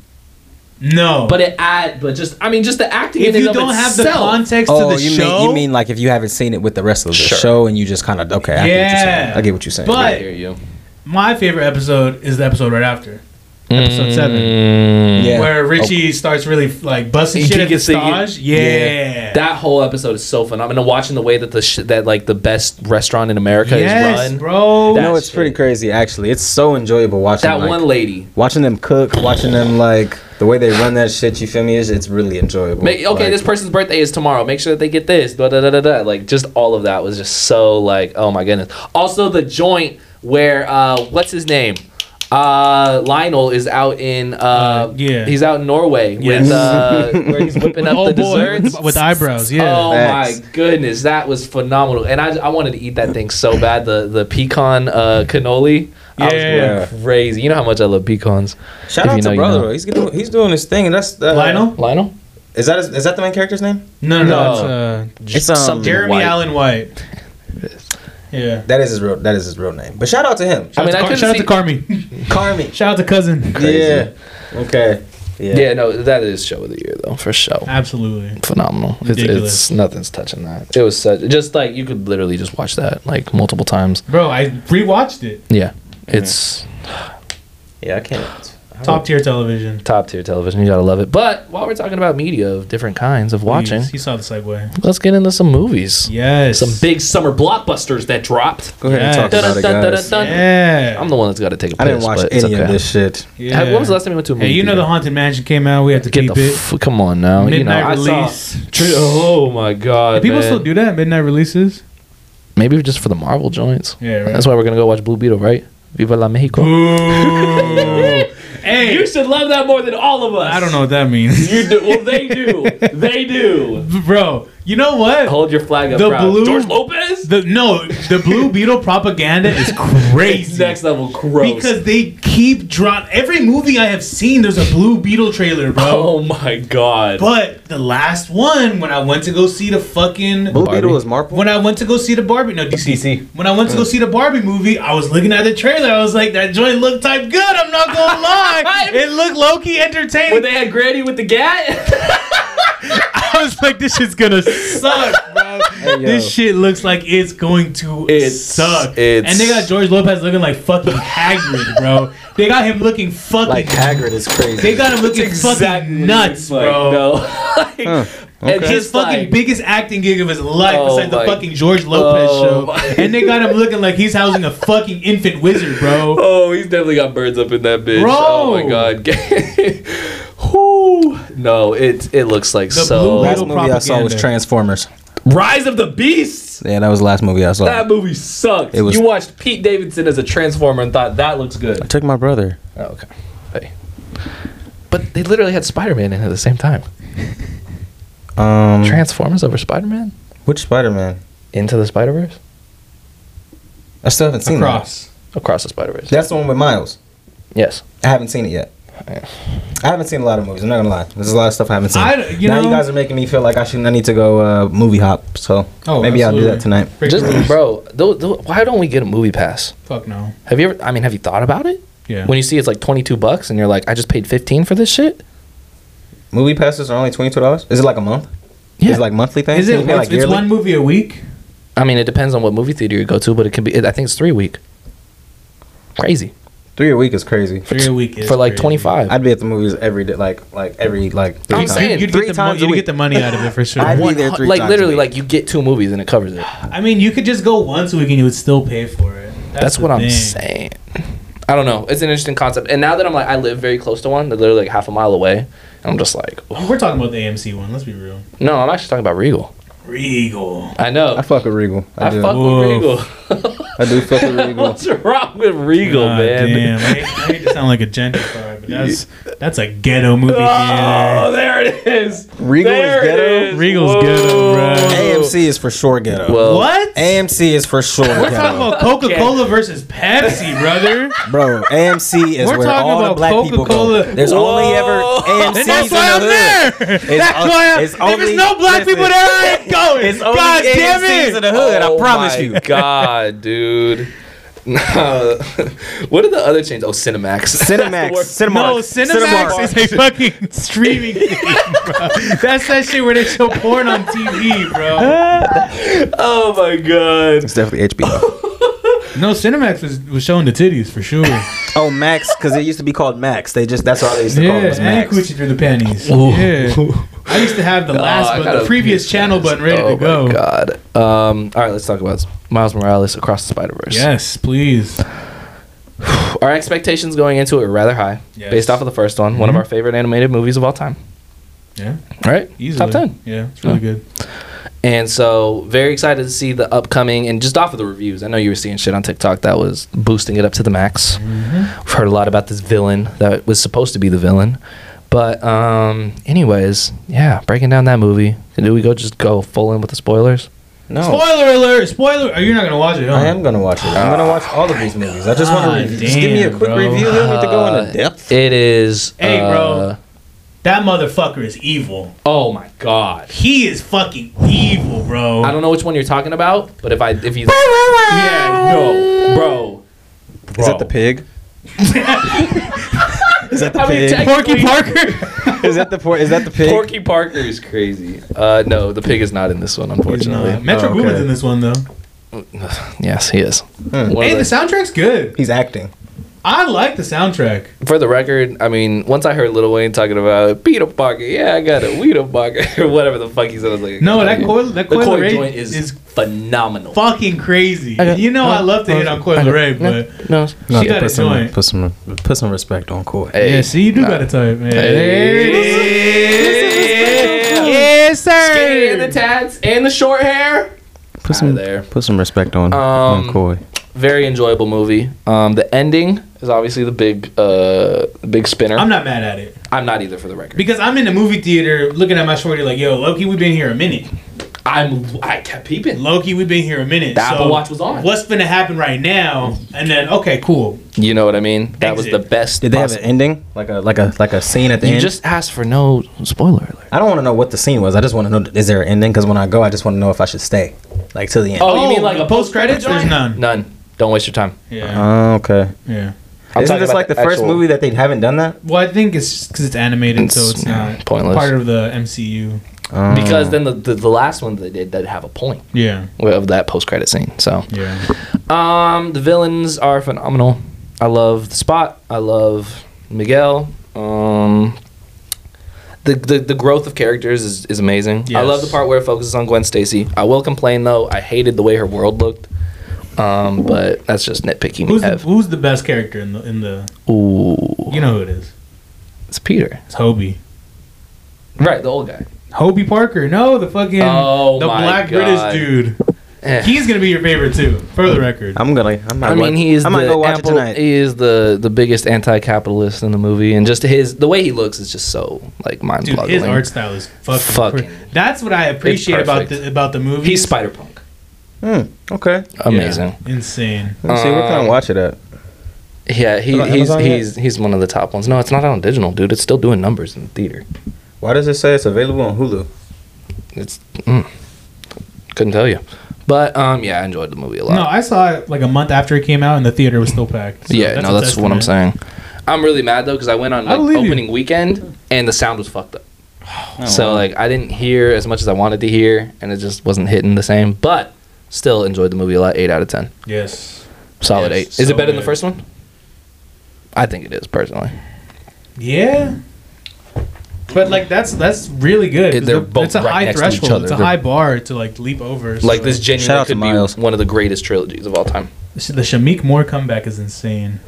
S3: No.
S2: but it add, but just I mean, just the acting.
S3: if
S2: in
S3: you
S2: and
S3: don't
S2: of
S3: have the
S2: itself,
S3: context
S1: Oh,
S3: to the
S1: you
S3: show,
S1: mean you mean like if you haven't seen it with the rest of the
S2: Sure.
S1: show and you just kind of okay? I
S3: Yeah.
S1: get what you're saying. I get what you're saying.
S3: But-
S2: I hear you.
S3: my favorite episode is the episode right after. Episode seven,
S2: Mm.
S1: yeah.
S3: where Richie starts really like busting
S2: Oh. He
S3: shit at the
S2: gets the-
S3: Taj.
S2: yeah.
S3: Yeah.
S2: That whole episode is so phenomenal. Watching the way that the sh- that like the best restaurant in America
S3: yes,
S2: is run.
S3: bro.
S1: Oh, you
S2: That
S1: know, it's
S2: shit.
S1: pretty crazy actually. It's so enjoyable watching
S2: That
S1: like,
S2: one lady.
S1: watching them cook, watching them like the way they run that shit. You feel me? It's, it's really enjoyable.
S2: Make, okay,
S1: Like,
S2: this person's birthday is tomorrow. Make sure that they get this. Da, da, da, da, da. Like just all of that was just so like oh my goodness. Also the joint where uh what's his name? Uh Lionel is out in uh,
S3: Uh, yeah.
S2: he's out in Norway
S3: Yes.
S2: with uh where he's whipping up
S3: oh
S2: the
S3: boy,
S2: desserts.
S3: with, with eyebrows. Yeah.
S2: Oh
S1: Facts.
S2: my goodness, that was phenomenal, and I, I wanted to eat that thing so bad. The the pecan uh, cannoli, I
S3: Yeah.
S2: was going crazy. You know how much I love pecans.
S1: Shout
S2: if
S1: out
S2: you know,
S1: to
S2: you
S1: brother.
S2: know.
S1: He's doing he's doing his thing, and that's uh,
S3: Lionel?
S2: Lionel,
S1: Is that his, is that the main character's name?
S3: No, no,
S2: No.
S3: no. It's, uh,
S1: It's um.
S2: Something.
S3: Jeremy
S2: White.
S3: Allen White. Yeah.
S1: That is his real that is his real name. But shout out to him.
S2: I mean, I
S3: Shout out to Car-
S2: couldn't
S3: shout out
S2: see-
S3: to Carmi.
S1: Carmi.
S3: Shout out to cousin.
S1: Yeah. Okay. Yeah.
S2: Yeah. no, that is show of the year though for show.
S3: Absolutely.
S2: Phenomenal. It's,
S3: Ridiculous.
S2: it's nothing's touching that. It was such just like you could literally just watch that like multiple times.
S3: Bro, I rewatched it.
S2: Yeah, it's
S1: Yeah. I can't.
S3: Top tier television.
S2: top tier television. You gotta love it. But while we're talking about media of different kinds of watching,
S3: Please, He saw the segue.
S2: let's get into some movies.
S3: Yes.
S2: Some big summer blockbusters that dropped.
S1: Go ahead and talk
S3: Yes.
S1: about it, guys.
S2: Dun-dun-dun-dun-dun.
S3: Yeah.
S2: I'm the one that's got to take a piss.
S1: I didn't watch
S2: but it's
S1: any of
S2: okay.
S1: this shit.
S3: yeah.
S2: Hey, When was the last time you went to a movie?
S3: Hey, you know the
S2: theater?
S3: Haunted Mansion came out. We had to
S2: Get
S3: keep
S2: the
S3: it.
S2: f- come on now.
S3: Midnight
S2: you know, I saw-
S3: release.
S2: True- oh my god.
S3: Do people
S2: man.
S3: still do that? Midnight releases?
S2: Maybe just for the Marvel joints.
S3: Yeah, right.
S2: That's why we're gonna go watch Blue Beetle, right? Viva la Mexico.
S3: Ooh. hey,
S2: You should love that more than all of us.
S3: I don't know what that means.
S2: You do. Well, they do. they do.
S3: Bro, you know what?
S2: Hold your flag up.
S3: The
S2: proud.
S3: blue-
S2: George Lopez.
S3: The no, the Blue Beetle propaganda is crazy.
S2: It's next level gross.
S3: because they keep drop every movie I have seen. There's a Blue Beetle trailer, bro.
S2: oh my god.
S3: But the last one, when I went to go see the fucking
S1: Blue
S2: Barbie.
S1: Beetle is Marple.
S3: when I went to go see the Barbie no DC when I went to go see the Barbie movie, I was looking at the trailer. I was like, that joint looked type good. I'm not gonna lie, it looked low key entertaining.
S2: when they had Granny with the gat.
S3: I was like, this shit's gonna suck, bro. This shit looks like it's going to
S2: It's-
S3: suck.
S2: it's-
S3: and they got George Lopez looking like fucking Hagrid, bro. They got him looking fucking.
S1: like Hagrid is crazy.
S3: they got him looking
S2: exactly
S3: fucking nuts,
S2: like,
S3: bro.
S2: No. like, and
S1: okay.
S2: just
S3: His fucking
S2: like,
S3: biggest acting gig of his life,
S2: Oh
S3: besides
S2: my-
S3: the fucking George Lopez
S2: Oh my-
S3: show, and they got him looking like he's housing a fucking infant wizard, bro.
S2: Oh, he's definitely got birds up in that bitch.
S3: Bro.
S2: Oh my god. Whoo. No, it it looks like
S3: The
S2: so.
S3: Blue
S1: last
S3: Beetle
S1: movie I saw was
S3: propaganda.
S1: Transformers.
S2: Rise of the Beasts.
S1: Yeah, that was the last movie I saw.
S2: That movie sucked.
S1: It was-
S2: you watched Pete Davidson as a transformer and thought that looks good.
S1: I took my brother.
S2: Oh, okay. Hey. But they literally had Spider-Man in at the same time.
S1: Um,
S2: Transformers over Spider-Man?
S1: which Spider-Man?
S2: Into the Spider-Verse?
S1: I still haven't seen
S3: Cross.
S2: Across the Spider-Verse.
S1: it. That's the one with Miles.
S2: Yes.
S1: I haven't seen it yet. I haven't seen a lot of movies. I'm not gonna lie. There's a lot of stuff I haven't seen.
S3: I- you
S1: now
S3: know-
S1: you guys are making me feel like I should. I need to go uh, movie hop. So
S3: Oh,
S1: maybe I'll do
S3: absolutely.
S1: that tonight.
S3: Break the rules.
S2: Just bro, tho- tho- why don't we get a movie pass?
S3: Fuck no.
S2: Have you ever I mean, have you thought about it?
S3: Yeah.
S2: When you see it's like 22 bucks and you're like, I just paid 15 for this shit?
S1: Movie passes are only twenty two dollars. Is it like a month?
S2: Yeah.
S1: Is it like monthly thing?
S3: Is
S1: Can
S3: it?
S1: you pay,
S3: It's, it's
S1: yearly?
S3: one movie a week.
S2: I mean, it depends on what movie theater you go to, but it can be. I think it's three week. Crazy
S1: Three a week is crazy.
S3: Three a week is
S2: for like
S3: crazy.
S2: twenty five.
S1: I'd be at the movies every day, like like every like. Three
S2: I'm
S1: times.
S2: saying,
S3: You'd,
S1: Three
S3: get the,
S1: times a
S3: mo- you'd
S1: week.
S3: get the money out of it for sure.
S1: I'd be
S2: One,
S1: there three
S2: like
S1: times a
S2: literally,
S1: week.
S2: like you get two movies and it covers it.
S3: I mean, you could just go once a week and you would still pay for it.
S2: That's
S3: the
S2: what I'm
S3: thing.
S2: saying. I don't know. It's an interesting concept. And now that I'm like, I live very close to one. They're literally like half a mile away. And I'm just like, "Ugh."
S3: We're talking about the AMC one. Let's be real.
S2: no, I'm actually talking about Regal.
S3: Regal.
S2: I know.
S1: I fuck with Regal. I,
S2: I,
S1: do.
S2: fuck
S3: Whoa.
S2: with Regal.
S1: I do fuck with Regal.
S2: What's wrong with Regal,
S3: God
S2: man?
S3: Damn. I hate, I hate to sound like a gentrifier, but that's that's a ghetto movie theater.
S5: Oh, there it is.
S1: Regal is
S5: there
S1: ghetto?
S5: is.
S3: Regal's
S5: Whoa.
S3: ghetto, bro.
S1: AMC is for sure ghetto.
S2: Well,
S3: What?
S1: AMC is for sure
S3: We're talking
S1: ghetto.
S3: about Coca Cola versus Pepsi, brother.
S1: Bro, AMC is
S3: We're
S1: where
S3: talking
S1: all the
S3: about
S1: black people go.
S3: Coca-Cola.
S1: There's only ever AMC's
S3: And
S1: in
S3: that's
S1: the
S3: why I'm
S1: hood.
S3: there. that's
S1: o-
S3: why I'm.
S1: it's
S3: If
S1: only-
S3: there's no black people
S1: listen,
S3: there, I ain't going.
S1: It's only
S3: God damn
S1: AMC's
S3: it!
S1: in the hood, I
S2: Oh
S1: promise
S2: my
S1: you.
S2: God, dude. Nah. what are the other chains? Oh, Cinemax.
S1: Cinemax, Cinemark,
S3: No, Cinemax is a fucking streaming thing, bro. That's that shit where they show porn on TV, bro.
S2: oh my God.
S1: It's definitely HBO.
S3: No, Cinemax was, was showing the titties for sure. yeah,
S1: oh, Max, because it used to be called Max. They just that's all they used to call it was
S3: and
S1: Max.
S3: coochie through the panties. Yeah. I used to have the last,
S2: I
S3: but
S2: gotta-
S3: the previous channel button ready
S2: oh
S3: to go.
S2: my God. Um, all right, let's talk about Miles Morales across the Spider Verse.
S3: Yes, please.
S2: Our expectations going into it were rather high,
S3: Yes. Mm-hmm.
S2: based off of the first one, one of our favorite animated movies of all time.
S3: Yeah,
S2: All right, top
S3: easily.
S2: ten.
S3: Yeah, it's really good.
S2: And so, very excited to see the upcoming and just off of the reviews. I know you were seeing shit on TikTok that was boosting it up to the max.
S3: Mm-hmm.
S2: We've heard a lot about this villain that was supposed to be the villain. But, um, anyways, yeah, breaking down that movie. Do we go just go full in with the spoilers?
S1: No,
S3: Spoiler alert! Spoiler! Oh, you're not gonna watch it, huh?
S1: I am gonna watch it. I'm gonna watch all of these movies. I just
S3: God
S1: want to just give me a
S3: damn,
S1: quick
S3: bro.
S1: review. You don't need to go into depth.
S2: It is.
S3: Hey, bro.
S2: uh,
S3: That motherfucker is evil.
S2: Oh my god.
S3: He is fucking evil, bro.
S2: I don't know which one you're talking about, but if I if you yeah no bro.
S1: Is that the pig? is that the
S2: I mean,
S1: pig?
S2: technically-
S3: Porky Parker.
S1: is that the por- is that the pig?
S2: Porky Parker is crazy. Uh, no, the pig is not in this one, unfortunately.
S3: Metro
S1: Oh, okay.
S3: Boomin's in this one though.
S2: Yes, he is.
S1: Hmm.
S2: One of
S3: Hey, the
S2: the-
S3: soundtrack's good.
S1: He's acting.
S3: I like the soundtrack.
S2: for the record, I mean, once I heard Lil Wayne talking about Peter Parker, yeah, I got it, Peter Parker, or whatever the fuck he said, I was like,
S3: No, that coil, that
S2: the
S3: coil,
S2: Koi
S3: Ray
S2: joint is,
S3: is,
S2: phenomenal.
S3: fucking crazy. you know, I love to hit on Coil Ray, but
S2: no,
S3: she got a joint.
S1: put some put some respect on Coy.
S2: hey,
S3: yeah, see, you do got a type, man. There it is.
S2: Damn.
S3: Yes,
S2: Skinny and the
S3: sir.
S2: tats and the short hair.
S1: Put
S2: some- there.
S1: put some respect on
S2: on Um,
S1: Coy.
S2: Very enjoyable movie. Um, the ending is obviously the big, uh, big spinner.
S3: I'm not mad at it
S2: I'm not either, for the record.
S3: because I'm in the movie theater looking at my shorty like, "Yo, Loki, we've been here a minute.
S2: I'm, I kept peeping.
S3: Loki, we've been here a minute.
S2: The Apple Watch was on.
S3: What's gonna happen right now? And then, okay, cool.
S2: You know what I mean? That was the
S3: Exit.
S2: best.
S1: Did they have
S2: possi-
S1: an ending? Like a like a like a scene at the
S2: You
S1: end?
S2: just asked for no spoiler alert.
S1: I don't want to know what the scene was. I just want to know is there an ending? Because when I go, I just want to know if I should stay, like till the end.
S2: Oh, you mean like a post credit?
S3: There's none.
S2: None. Don't waste your time.
S3: Yeah,
S1: Oh, okay.
S3: yeah.
S2: I'm
S1: Isn't
S2: talking
S1: this
S2: about
S1: like the, first
S2: actual-
S1: movie that they haven't done that?
S3: Well, I think it's because it's animated, so
S2: It's,
S3: it's
S2: yeah,
S3: not
S2: pointless.
S3: part of the MCU.
S1: Um,
S2: because then the, the, the last one they did did have a point
S3: Yeah,
S2: of that post credit scene. So
S3: yeah.
S2: um, the villains are phenomenal. I love the spot. I love Miguel. Um, the, the the growth of characters is, is amazing. I
S3: Yes.
S2: love the part where it focuses on Gwen Stacy. I will complain though. I hated the way her world looked. Um, but that's just nitpicking.
S3: Who's the,
S2: Ev.
S3: who's the best character in the in the?
S2: Ooh,
S3: You know who it is.
S2: it's Peter.
S3: It's Hobie.
S2: Right, the old guy.
S3: Hobie Parker. No, the fucking
S2: Oh
S3: the
S2: my
S3: black
S2: God.
S3: British dude.
S2: Eh.
S3: He's gonna be your favorite too, for the record.
S1: I'm gonna. I, might
S2: I mean,
S1: wa-
S2: he is
S1: I might
S2: the
S1: go watch
S2: ample-
S1: it tonight.
S2: He is the the biggest anti-capitalist in the movie, and just his the way he looks is just so like
S3: Dude,
S2: mind-boggling.
S3: his art style is fucking.
S2: Fucking-
S3: cra- That's what I appreciate about
S2: perfect.
S3: the about the movie.
S2: He's Spider Punk.
S1: Hmm, okay.
S2: Amazing.
S3: insane.
S1: Let's see. We're gonna watch it at.
S2: Yeah, he,
S1: Is it on
S2: he's
S1: Amazon yet?
S2: he's he's one of the top ones. No, it's not on digital, dude. It's still doing numbers in the theater.
S1: Why does it say it's available on Hulu?
S2: It's mm, couldn't tell you, but um, yeah, I enjoyed the movie a lot.
S3: No, I saw it like a month after it came out, and the theater was still packed. So
S2: yeah, no,
S3: a
S2: that's what I'm
S3: testament.
S2: saying. I'm really mad though because I went on
S3: I
S2: like
S3: believe you.
S2: opening weekend and the sound was fucked up. so like I didn't hear as much as I wanted to hear, and it just wasn't hitting the same. But still enjoyed the movie a lot. Eight out of ten.
S3: Yes.
S2: Solid
S3: Yes,
S2: eight. Is
S3: so
S2: it better than the
S3: good.
S2: first one? I think it is personally.
S3: Yeah. But like that's that's really good.
S2: It-
S3: 'cause
S2: they're
S3: the-
S2: both
S3: it's a
S2: right
S3: high
S2: next to each
S3: threshold. It's a
S2: other. They're-
S3: high bar to like leap over. so-
S2: Like this
S1: Shout out
S2: genuinely
S1: to
S2: could
S1: Miles.
S2: be one of the greatest trilogies of all time.
S3: the Shamik Moore comeback is insane.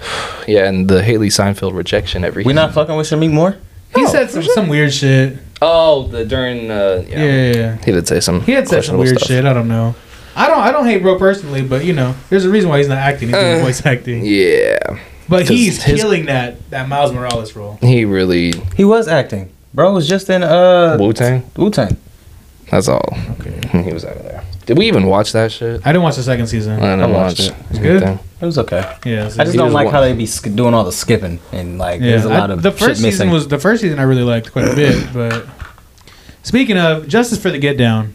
S2: Yeah, and the Haley Seinfeld rejection every.
S1: We not fucking with Shamik Moore?
S3: He said some, some weird shit.
S2: Oh, the during. Uh, yeah.
S3: Yeah, yeah, yeah.
S2: He did say some.
S3: He had said some
S2: questionable
S3: weird
S2: stuff.
S3: shit. I don't know. I don't I don't hate bro personally, but you know, there's a reason why he's not acting. He's doing voice acting.
S2: Eh. Yeah.
S3: But
S2: 'Cause
S3: he's
S2: his-
S3: killing that that Miles Morales role.
S2: He really
S1: He was acting. Bro was just in uh
S2: Wu Tang.
S1: Wu Tang.
S2: That's all. Okay. He was out of there. Did we even watch that shit?
S3: I didn't watch the second season.
S2: I didn't
S1: I watched
S2: watch
S1: it.
S2: it.
S3: It's good?
S2: Anything.
S1: It was okay.
S3: yeah, so-
S1: I just
S2: He
S1: don't
S2: was
S1: like
S2: one-
S1: how they be sk- doing all the skipping and like
S3: yeah.
S1: there's a lot
S3: I-
S1: of
S3: the first
S1: shit missing.
S3: season was the first season I really liked quite a bit. But speaking of Justice for the Get Down,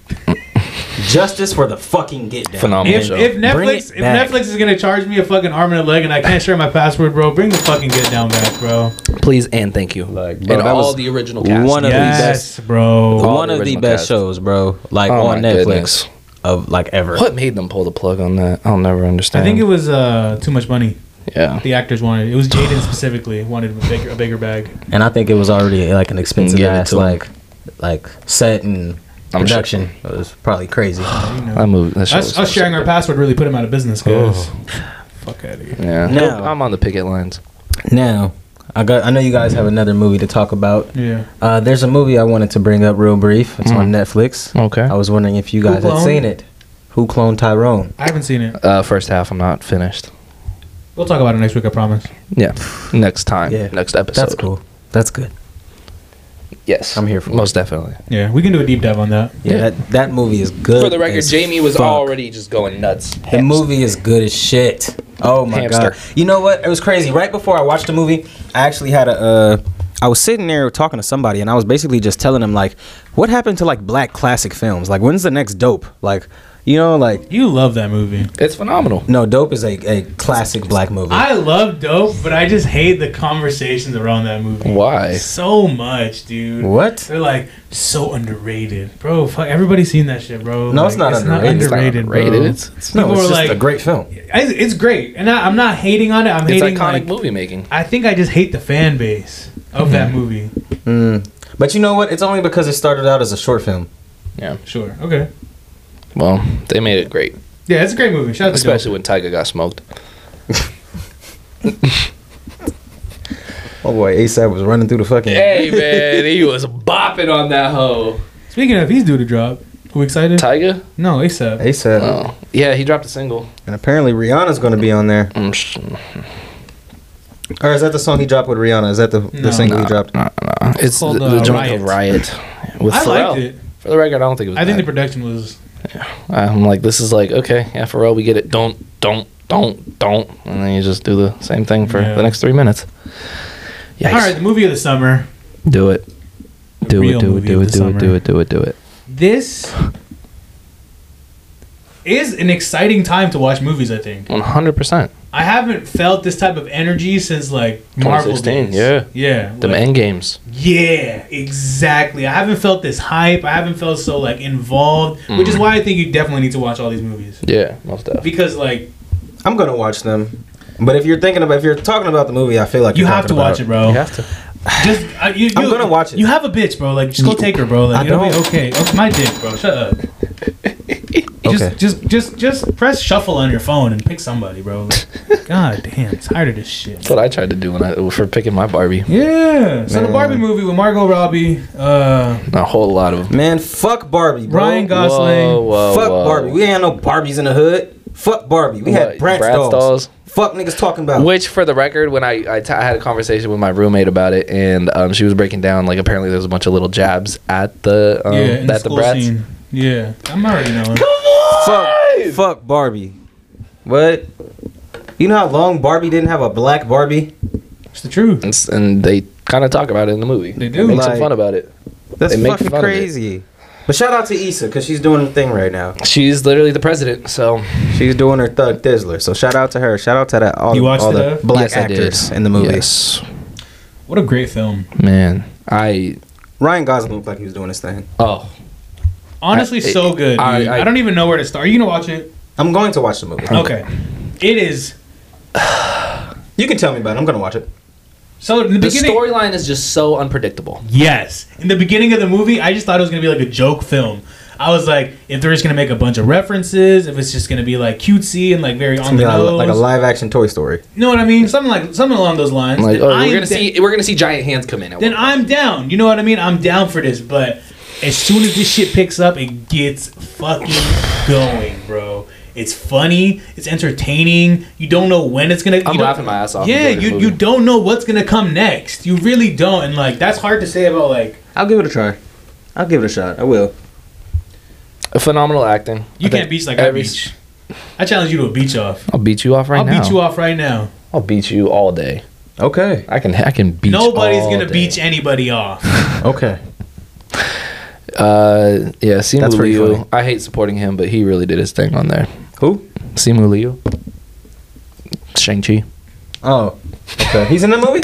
S1: Justice for the fucking get down.
S2: Phenomenal
S3: if,
S2: show.
S3: if
S1: Bring it
S3: Netflix if
S1: back.
S3: Netflix is gonna charge me a fucking arm and a leg and I can't share my password, bro, bring the fucking Get Down back, bro.
S2: Please and thank you.
S1: Like bro,
S5: and
S1: that
S5: all
S1: was
S5: the original cast.
S1: one of the best
S3: Yes, bro.
S2: All
S1: one
S2: the
S1: of the
S2: original
S1: best
S2: cast.
S1: shows, bro. Like
S2: Oh
S1: on
S2: my
S1: Netflix
S2: goodness.
S1: of like ever.
S2: What made them pull the plug on that? I'll never
S3: I
S2: understand.
S3: think it was uh, too much money.
S2: yeah.
S3: The actors wanted it was Jaden specifically wanted a bigger a bigger bag.
S1: And I think it was already like an expensive
S2: Give it
S1: ass
S2: to 'em.
S1: like like set and
S2: I'm sure.
S1: production. It was probably crazy.
S3: You know.
S2: That movie. That show
S3: us,
S2: was
S3: us
S2: so
S3: sharing our
S2: stupid.
S3: password really put him out of business,
S1: Oh.
S3: guys. Fuck out of here.
S2: Yeah.
S1: Now-
S2: I'm on the picket lines.
S1: Now, I got I know you guys have another movie to talk about.
S3: Yeah.
S1: Uh, there's a movie I wanted to bring up real brief. It's on Netflix.
S2: Mm-hmm. Okay.
S1: I was wondering if you
S3: Who
S1: guys had
S3: Cloned?
S1: seen it. Who cloned Tyrone?
S3: I haven't seen it.
S2: Uh, first half, I'm not finished.
S3: We'll talk about it next week, I promise.
S2: Yeah. Next time.
S1: Yeah.
S2: Next episode.
S1: That's cool. That's good.
S2: Yes.
S1: I'm here for it.
S2: Most definitely.
S3: Yeah, we can do a deep dive on that.
S1: Yeah, That, that movie is good.
S5: For the record,
S1: as
S5: Jamie was
S1: fuck.
S5: already just going nuts.
S1: The movie is good as shit. Oh my
S2: Hamster.
S1: god! You know what? It was crazy. Right before I watched the movie, I actually had a. Uh, I was sitting there talking to somebody, and I was basically just telling them like, "What happened to like black classic films? Like, when's the next Dope? Like, you know, like
S3: You love that movie.
S2: It's phenomenal.
S1: no, Dope is a, a classic black movie.
S3: I love Dope, but I just hate the conversations around that movie.
S2: Why?
S3: So much, dude.
S1: what?
S3: They're like so underrated, bro. Fuck, everybody's seen that shit, bro.
S1: No,
S3: Like,
S1: it's not underrated.
S3: Not
S1: It's not
S3: underrated,
S2: Rated.
S3: bro.
S2: It's, it's,
S1: No,
S3: People
S1: it's
S3: were
S1: just
S3: like-
S1: a great film.
S3: I- it's great, and I, I'm not hating on it. I'm
S2: it's
S3: hating
S2: iconic
S3: like,
S2: movie making.
S3: I think I just hate the fan base of
S2: Mm-hmm.
S3: that movie.
S1: Mm. But you know what? It's only because it started out as a short film.
S3: Sure. Okay.
S2: Well, they made it great,
S3: Yeah, it's a great movie. Shout out to Dope.
S2: especially when Tyga got smoked.
S1: Oh boy, ASAP was running through the fucking.
S5: Hey man, he was bopping on that hoe.
S3: Speaking of, he's due to drop. Who excited?
S2: Tyga?
S3: no, ASAP.
S1: ASAP,
S2: Oh, yeah, he dropped a single.
S1: and apparently Rihanna's going to be on there.
S2: Mm, sh-
S1: Or is that the song he dropped with Rihanna? Is that the, the
S3: No.
S1: single he dropped?
S2: It's
S3: called,
S2: the,
S3: uh,
S2: the joint called Riot. With
S3: I
S2: Pharrell.
S3: liked it.
S2: For the record, I don't think it was.
S3: I think the
S2: bad.
S3: production was.
S2: I'm like, this is like, okay, yeah, Pharrell, we get it. Don't, don't, don't, don't. And then you just do the same thing for
S3: Yeah.
S2: the next three minutes. Yikes.
S3: All right, the movie of the summer.
S2: Do it.
S3: The
S2: Do it,
S3: real
S2: do it,
S3: movie
S2: do
S3: of
S2: it, do it,
S3: the
S2: do
S3: summer.
S2: it, do it, do it.
S3: This is an exciting time to watch movies. I think
S2: 100%.
S3: I haven't felt this type of energy since like Marvel
S2: 2016,
S3: days.
S2: yeah.
S3: yeah,
S2: Them
S3: like-
S2: end games.
S3: Yeah, exactly. I haven't felt this hype. I haven't felt so like involved,
S1: Mm.
S3: which is why I think you definitely need to watch all these movies
S2: Yeah, most definitely.
S3: because like
S1: I'm gonna watch them. But if you're thinking about if you're talking about the movie, I feel like
S3: you
S1: you're
S3: have to
S1: talking
S3: watch
S1: about
S3: it, bro.
S2: You have to.
S3: Just uh, you, you,
S1: I'm gonna watch it.
S3: You have a bitch, bro. Like just go take her, bro. Like
S1: I
S3: it'll be
S1: don't.
S3: okay. Oh, my dick, bro. Shut up.
S1: Okay.
S3: Just, just, just, just press shuffle on your phone and pick somebody, bro. Like, God damn, tired of this shit.
S2: That's what I tried to do when I for picking my Barbie.
S3: Yeah. So the Barbie movie with Margot Robbie, uh,
S2: A whole lot of them.
S1: Man, fuck Barbie, bro.
S3: Ryan Gosling.
S2: Whoa, whoa,
S1: fuck
S2: whoa.
S1: Barbie. We ain't had no Barbies in the hood. Fuck Barbie. We
S2: What,
S1: had Bratz,
S2: Bratz
S1: dolls.
S2: dolls?
S1: Fuck niggas talking
S3: Oh.
S1: about.
S2: Which, for the record, when I, I, t- I had a conversation with my roommate about it, and um, she was breaking down like apparently there's a bunch of little jabs at the
S1: Oh,
S2: um,
S3: yeah, in the
S2: at the
S3: school
S2: brats.
S3: scene. Yeah, I'm already knowing.
S1: fuck, fuck Barbie. What? You know how long Barbie didn't have a black Barbie?
S3: It's the truth.
S2: And, s- and they kind of talk about it in the movie.
S3: They do.
S2: Make some
S1: Like-
S2: fun about it.
S1: That's
S2: They make
S1: fucking
S2: fun of it.
S1: crazy. But shout out to Issa because she's doing her thing right now.
S2: She's literally the president, so
S1: She's doing her thug Dizzler. So shout out to her. Shout out to that all,
S3: You watched
S1: all
S3: it,
S1: the
S3: uh?
S1: black
S2: Yes, I did.
S1: actors in the movie.
S2: Yes,
S3: What a great film.
S2: man. I
S1: Ryan Gosling looked like he was doing his thing.
S2: oh
S3: Honestly,
S2: I-
S3: so good. Dude.
S2: I-
S3: I,
S2: I-
S3: don't even know where to start. Are you gonna watch it?
S1: I'm going to watch the movie.
S3: Okay. It is.
S1: You can tell me about it. I'm going to watch it.
S3: So in the,
S2: the
S3: beginning,
S2: storyline is just so unpredictable.
S3: Yes. In the beginning of the movie, I just thought it was gonna be like a joke film. I was like, if they're just gonna make a bunch of references, if it's just gonna be like cutesy and like very on the
S1: Yeah,
S3: nose,
S1: like a live action Toy Story.
S3: you know what I mean? Something like something along those lines.
S2: Like
S3: Then
S2: oh,
S3: I'm
S2: we're gonna
S3: da-
S2: see we're gonna see giant hands come in. At
S3: Then
S2: one.
S3: I'm down. You know what I mean? I'm down for this. But as soon as this shit picks up, it gets fucking going, bro. It's funny. It's entertaining. You don't know when it's gonna.
S8: I'm
S3: you don't-
S8: laughing my ass off.
S3: Yeah,
S8: enjoying the
S3: you
S8: movie.
S3: you don't know what's gonna come next. You really don't, and like that's hard to say about like
S1: I'll give it a try. I'll give it a shot. I will.
S8: Phenomenal acting.
S3: you
S8: I think
S3: can't beach like I
S8: every-
S3: beach. I challenge you to a beach off.
S8: I'll beat you off right
S3: I'll
S8: now.
S3: beat you off right now.
S8: I'll beat you all day.
S1: Okay.
S8: I can. I can beat.
S3: Nobody's
S8: all
S3: gonna
S8: day.
S3: beach anybody off.
S1: Okay.
S8: Uh, yeah, Simu
S1: That's pretty
S8: Liu.
S1: funny.
S8: I hate supporting him, but he really did his thing on there.
S1: Who?
S8: Simu Liu, Shang Chi.
S1: Oh. Okay. He's in the movie.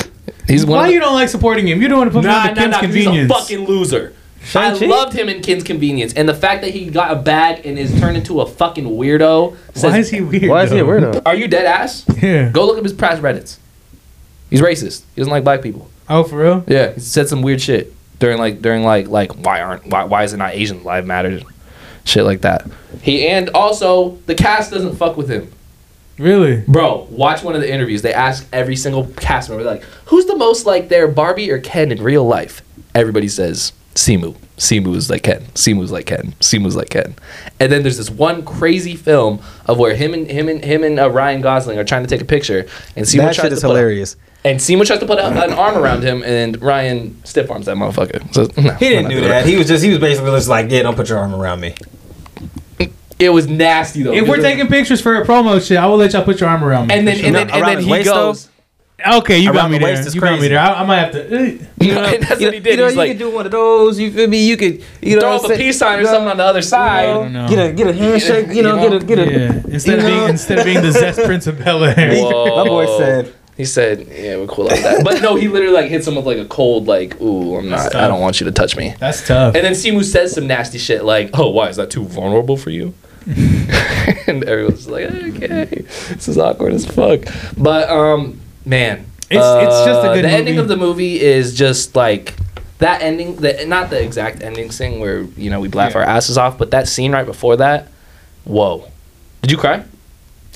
S8: He's one.
S3: Why
S8: of
S3: you don't like supporting him? You don't want to put
S2: Nah,
S3: him
S2: nah,
S3: Kim's
S2: nah. 'cause He's
S3: convenience.
S2: a fucking loser.
S1: Shang-Chi?
S2: I loved him in Kin's Convenience, and the fact that he got a bag and is turned into a fucking weirdo. Says,
S3: Why is he weird?
S1: Why is he a
S3: though?
S1: weirdo?
S2: Are you dead ass?
S3: Yeah.
S2: Go look up his past Reddits.
S8: he's racist. He doesn't like black people.
S3: Oh, for real?
S8: Yeah, he said some weird shit during like during like like why aren't why why is it not Asian live matters, shit like that.
S2: He and also the cast doesn't fuck with him.
S3: Really?
S2: Bro, watch one of the interviews. They ask every single cast member, like, who's the most like their Barbie or Ken in real life?
S8: Everybody says Simu. Simu is like Ken. Simu's like Ken. Simu's like Ken.
S2: And then there's this one crazy film of where him and him and him and uh, Ryan Gosling are trying to take a picture, and Simu
S1: That
S2: tries
S1: shit
S2: to
S1: is
S2: put
S1: hilarious.
S2: and Simu tries to put a, an arm around him, and Ryan stiff arms that motherfucker. So, no,
S1: He didn't
S8: not
S1: do
S8: doing
S1: that. He was just he was basically just like, yeah, don't put your arm around me.
S2: it was nasty though.
S3: If we're taking pictures for a promo shit, I will let y'all put your arm around me.
S2: and then and
S1: No,
S2: then, and
S1: around
S2: then
S1: his
S2: he
S1: waist, though?
S2: goes.
S3: okay, you got
S1: Around
S3: me
S1: the
S3: there.
S1: waist is
S3: You got me
S1: crazy.
S3: there. I, I might have to. uh,
S2: and that's what he did.
S1: You know,
S2: He's
S1: you
S2: like,
S1: could do one of those. You could be, you could, you know,
S2: throw
S1: what
S2: up
S1: I'm
S2: a
S1: saying?
S2: peace sign or
S1: You know,
S2: something on the other side.
S3: I don't
S1: Get
S3: know.
S1: a get a handshake. You know,
S2: You know?
S1: get a get a.
S3: Yeah. Instead of
S1: You
S3: being
S1: know?
S3: instead of being the Zest Prince of Bel Air.
S1: My boy
S2: Whoa.
S1: said,
S8: He said, "Yeah, we're cool
S2: Like that. But no, he literally like hits him with like a cold, like, ooh, I'm not, I don't want you to touch me.
S3: That's tough.
S2: And then Simu says some nasty shit like, oh, why is that too vulnerable for you? and everyone's just like, okay, this is awkward as fuck. But um, man,
S3: It's- it's just a
S2: uh,
S3: good
S2: The ending
S3: movie.
S2: of the movie is just like that ending, the, not the exact ending scene where you know we laugh our asses off, but that scene right before that, whoa, did you cry?
S3: No,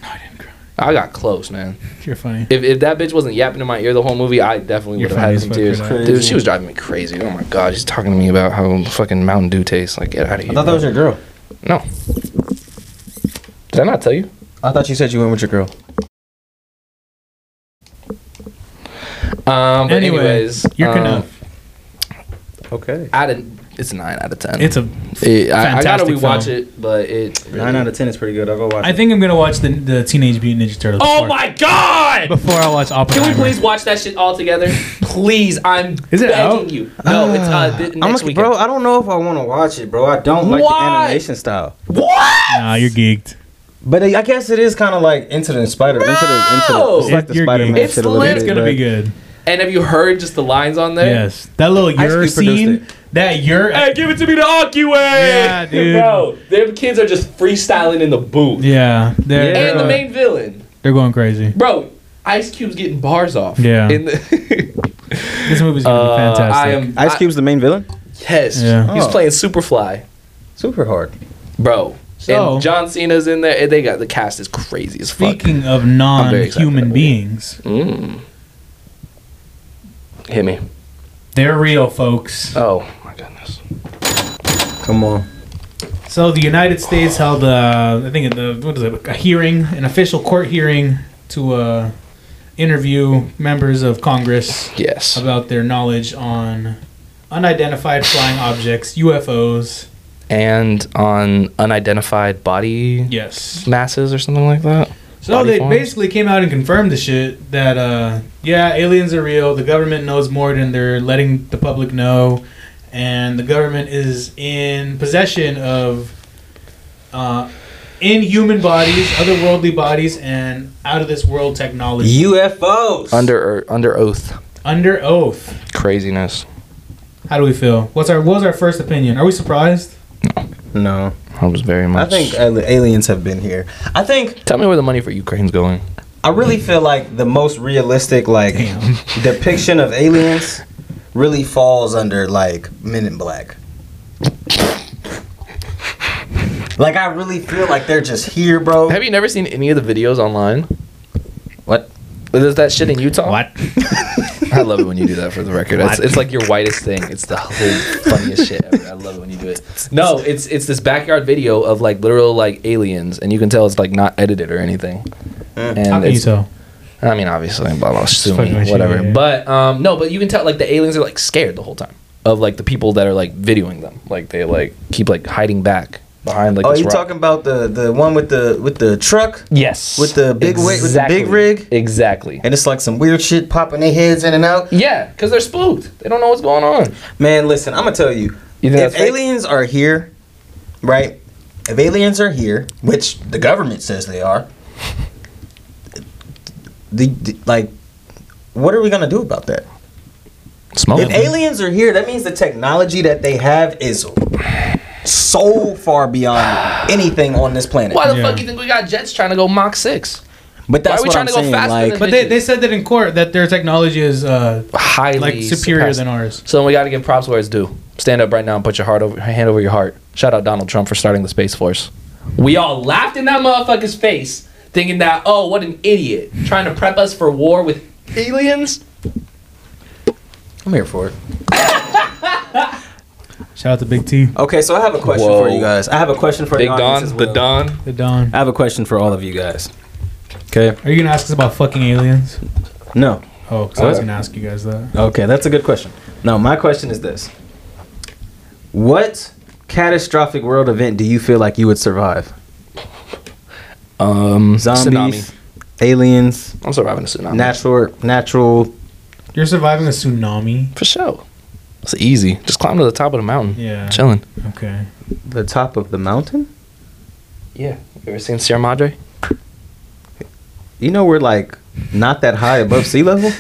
S3: I didn't cry.
S2: I got close, man.
S3: You're funny.
S2: If, if that bitch wasn't yapping in my ear the whole movie, I definitely
S3: You're
S2: would have had
S3: funny
S2: some
S3: as fuck for
S2: tears.
S3: that.
S8: Dude, she was driving me crazy. Oh my god, she's talking to me about how fucking Mountain Dew tastes. Like, get out of
S1: I
S8: here.
S1: thought that was your girl.
S8: no. Did I not tell you?
S1: I thought you said you went with your girl.
S8: Um, but
S3: Anyway, uh,
S8: anyways,
S3: You're
S8: um,
S3: gonna.
S1: Okay.
S8: out of it's a nine out of ten.
S3: It's a.
S8: It- I, I gotta
S3: fantastic
S8: rewatch
S3: film.
S8: it, but it.
S1: Nine out of ten is pretty good. I'll go watch.
S3: I think I'm gonna watch the the Teenage Mutant Ninja Turtles.
S2: Oh
S3: before-
S2: my god!
S3: Before I watch
S2: Can
S3: Oppenheimer.
S2: we please watch that shit all together? Please, I'm
S3: Is it
S2: begging
S3: out?
S2: you. No, it's uh, th-
S1: I'm
S2: next
S1: like,
S2: week.
S1: bro. I don't know if I want to watch it, bro. I don't like
S2: Why?
S1: the animation style.
S2: What?
S3: Nah, you're geeked.
S1: But I guess it is kind of like into the Spider, into the, into the, it's
S2: Bro!
S1: like the
S3: You're
S1: Spider Man
S3: geeked.
S1: shit a little
S2: It's
S1: bit.
S3: It's gonna
S1: but-
S3: be good.
S2: And have you heard just the lines on there?
S3: Yes, that little
S1: Cube
S3: your
S1: produced
S3: scene.
S1: it.
S3: That your.
S2: Hey, give it to me the Aki way.
S3: Yeah, dude.
S2: Bro, their kids are just freestyling in the booth.
S3: Yeah, they're
S1: Yeah.
S2: And the
S3: uh,
S2: main villain,
S3: they're going crazy.
S2: bro. Ice Cube's getting bars off.
S3: Yeah.
S2: In the
S3: This movie's gonna
S2: Uh,
S3: be fantastic.
S2: I am.
S1: Ice
S2: I-
S1: Cube's the main villain.
S2: yes.
S3: Yeah.
S2: He's
S1: Oh.
S2: playing Superfly,
S1: Super hard.
S2: bro.
S3: So-
S2: and John Cena's in there. And they got the cast is crazy as fuck.
S3: Speaking of
S2: very excited for that
S3: non-human
S2: movie.
S3: beings,
S2: Mm. Hit me.
S3: they're real, folks.
S2: Oh my goodness.
S1: Come on.
S3: So the United States held, uh, I think, the what is it, a hearing, an official court hearing to uh, interview members of Congress
S8: Yes.
S3: about their knowledge on unidentified flying objects, UFOs.
S8: And on unidentified body
S3: Yes.
S8: masses or something like that.
S3: So
S8: Body
S3: they
S8: forms?
S3: basically came out and confirmed the shit that uh, yeah, aliens are real. The government knows more than they're letting the public know, and the government is in possession of uh, inhuman bodies, otherworldly bodies, and out of this world technology.
S1: UFOs.
S8: Under or, under oath.
S3: Under oath,
S8: Craziness.
S3: how do we feel? What's our what was our first opinion? Are we surprised?
S1: No,
S8: I was very
S1: I
S8: much.
S1: think al- aliens have been here. I think
S8: Tell me where the money for Ukraine's going.
S1: I really feel like the most realistic like
S3: Damn.
S1: depiction of aliens really falls under like Men in Black. Like I really feel like they're just here, bro.
S8: Have you never seen any of the videos online?
S1: What?
S8: There's that shit in Utah.
S3: What?
S2: I love it when you do that for the record. It's, it's like your whitest thing. It's the whole funniest shit ever. I love it when you do it. No, it's it's this backyard video of like literal like aliens, and you can tell it's like not edited or anything. And
S3: How can you
S2: it's-
S3: tell?
S2: I mean, obviously, blah blah, sue
S3: fucking with
S2: me,
S3: you,
S2: whatever.
S3: yeah, yeah.
S2: But um, no, but you can tell like the aliens are like scared the whole time of like the people that are like videoing them. Like they like keep like hiding back behind like.
S1: Oh,
S2: this
S1: you
S2: rock.
S1: talking about the the one with the with the truck?
S2: Yes.
S1: With the big wi- with the big rig?
S2: Exactly.
S1: And it's like some weird shit popping their heads in and out.
S2: Yeah, because they're spooked. They don't know what's going on.
S1: Man, listen, I'm gonna tell you.
S2: You think that's
S1: If
S2: fake?
S1: aliens are here, right? If aliens are here, which the government says they are, the, the like, what are we gonna do about that?
S2: Smoke.
S1: If aliens are here, that means the technology that they have is so far beyond anything on this planet.
S2: Why the
S3: Yeah.
S2: fuck you think we got jets trying to go Mach six?
S1: But
S2: Why
S1: that's
S2: are we
S1: what
S2: trying
S1: I'm
S2: to go
S1: saying.
S2: faster
S1: like,
S2: than-
S3: But they, they said that in court that their technology is uh,
S2: Highly
S3: like superior
S2: surpassed.
S3: than ours.
S2: So then we got to give props where it's due. Stand up right now and put your heart over hand over your heart. Shout out Donald Trump for starting the space force.
S9: We all laughed in that motherfucker's face, thinking that, oh, what an idiot, trying to prep us for war with aliens.
S1: I'm here for it.
S3: Shout out to Big T,
S1: Okay, so I have a question for
S2: Whoa.
S1: you guys. I have a question for
S2: Big
S1: the audience
S2: Don,
S1: as
S2: the
S1: well.
S2: Don.
S3: the Don.
S10: I have a question for all of you guys. Okay.
S3: Are you gonna ask us about fucking aliens?
S10: No.
S3: Oh, 'cause I was
S10: What?
S2: Uh,
S3: gonna ask you guys that.
S10: Okay, that's a good question. No, my question is this: What catastrophic world event do you feel like you would survive?
S2: Um,
S10: Zombies,
S2: Tsunami.
S10: aliens,
S2: I'm surviving a tsunami.
S10: natural, natural.
S3: You're surviving a tsunami.
S2: for sure. It's easy. Just climb to the top of the mountain.
S3: Yeah.
S2: Chilling.
S3: Okay.
S10: The top of the mountain.
S2: Yeah. You ever seen Sierra Madre?
S10: You know we're like not that high above sea level.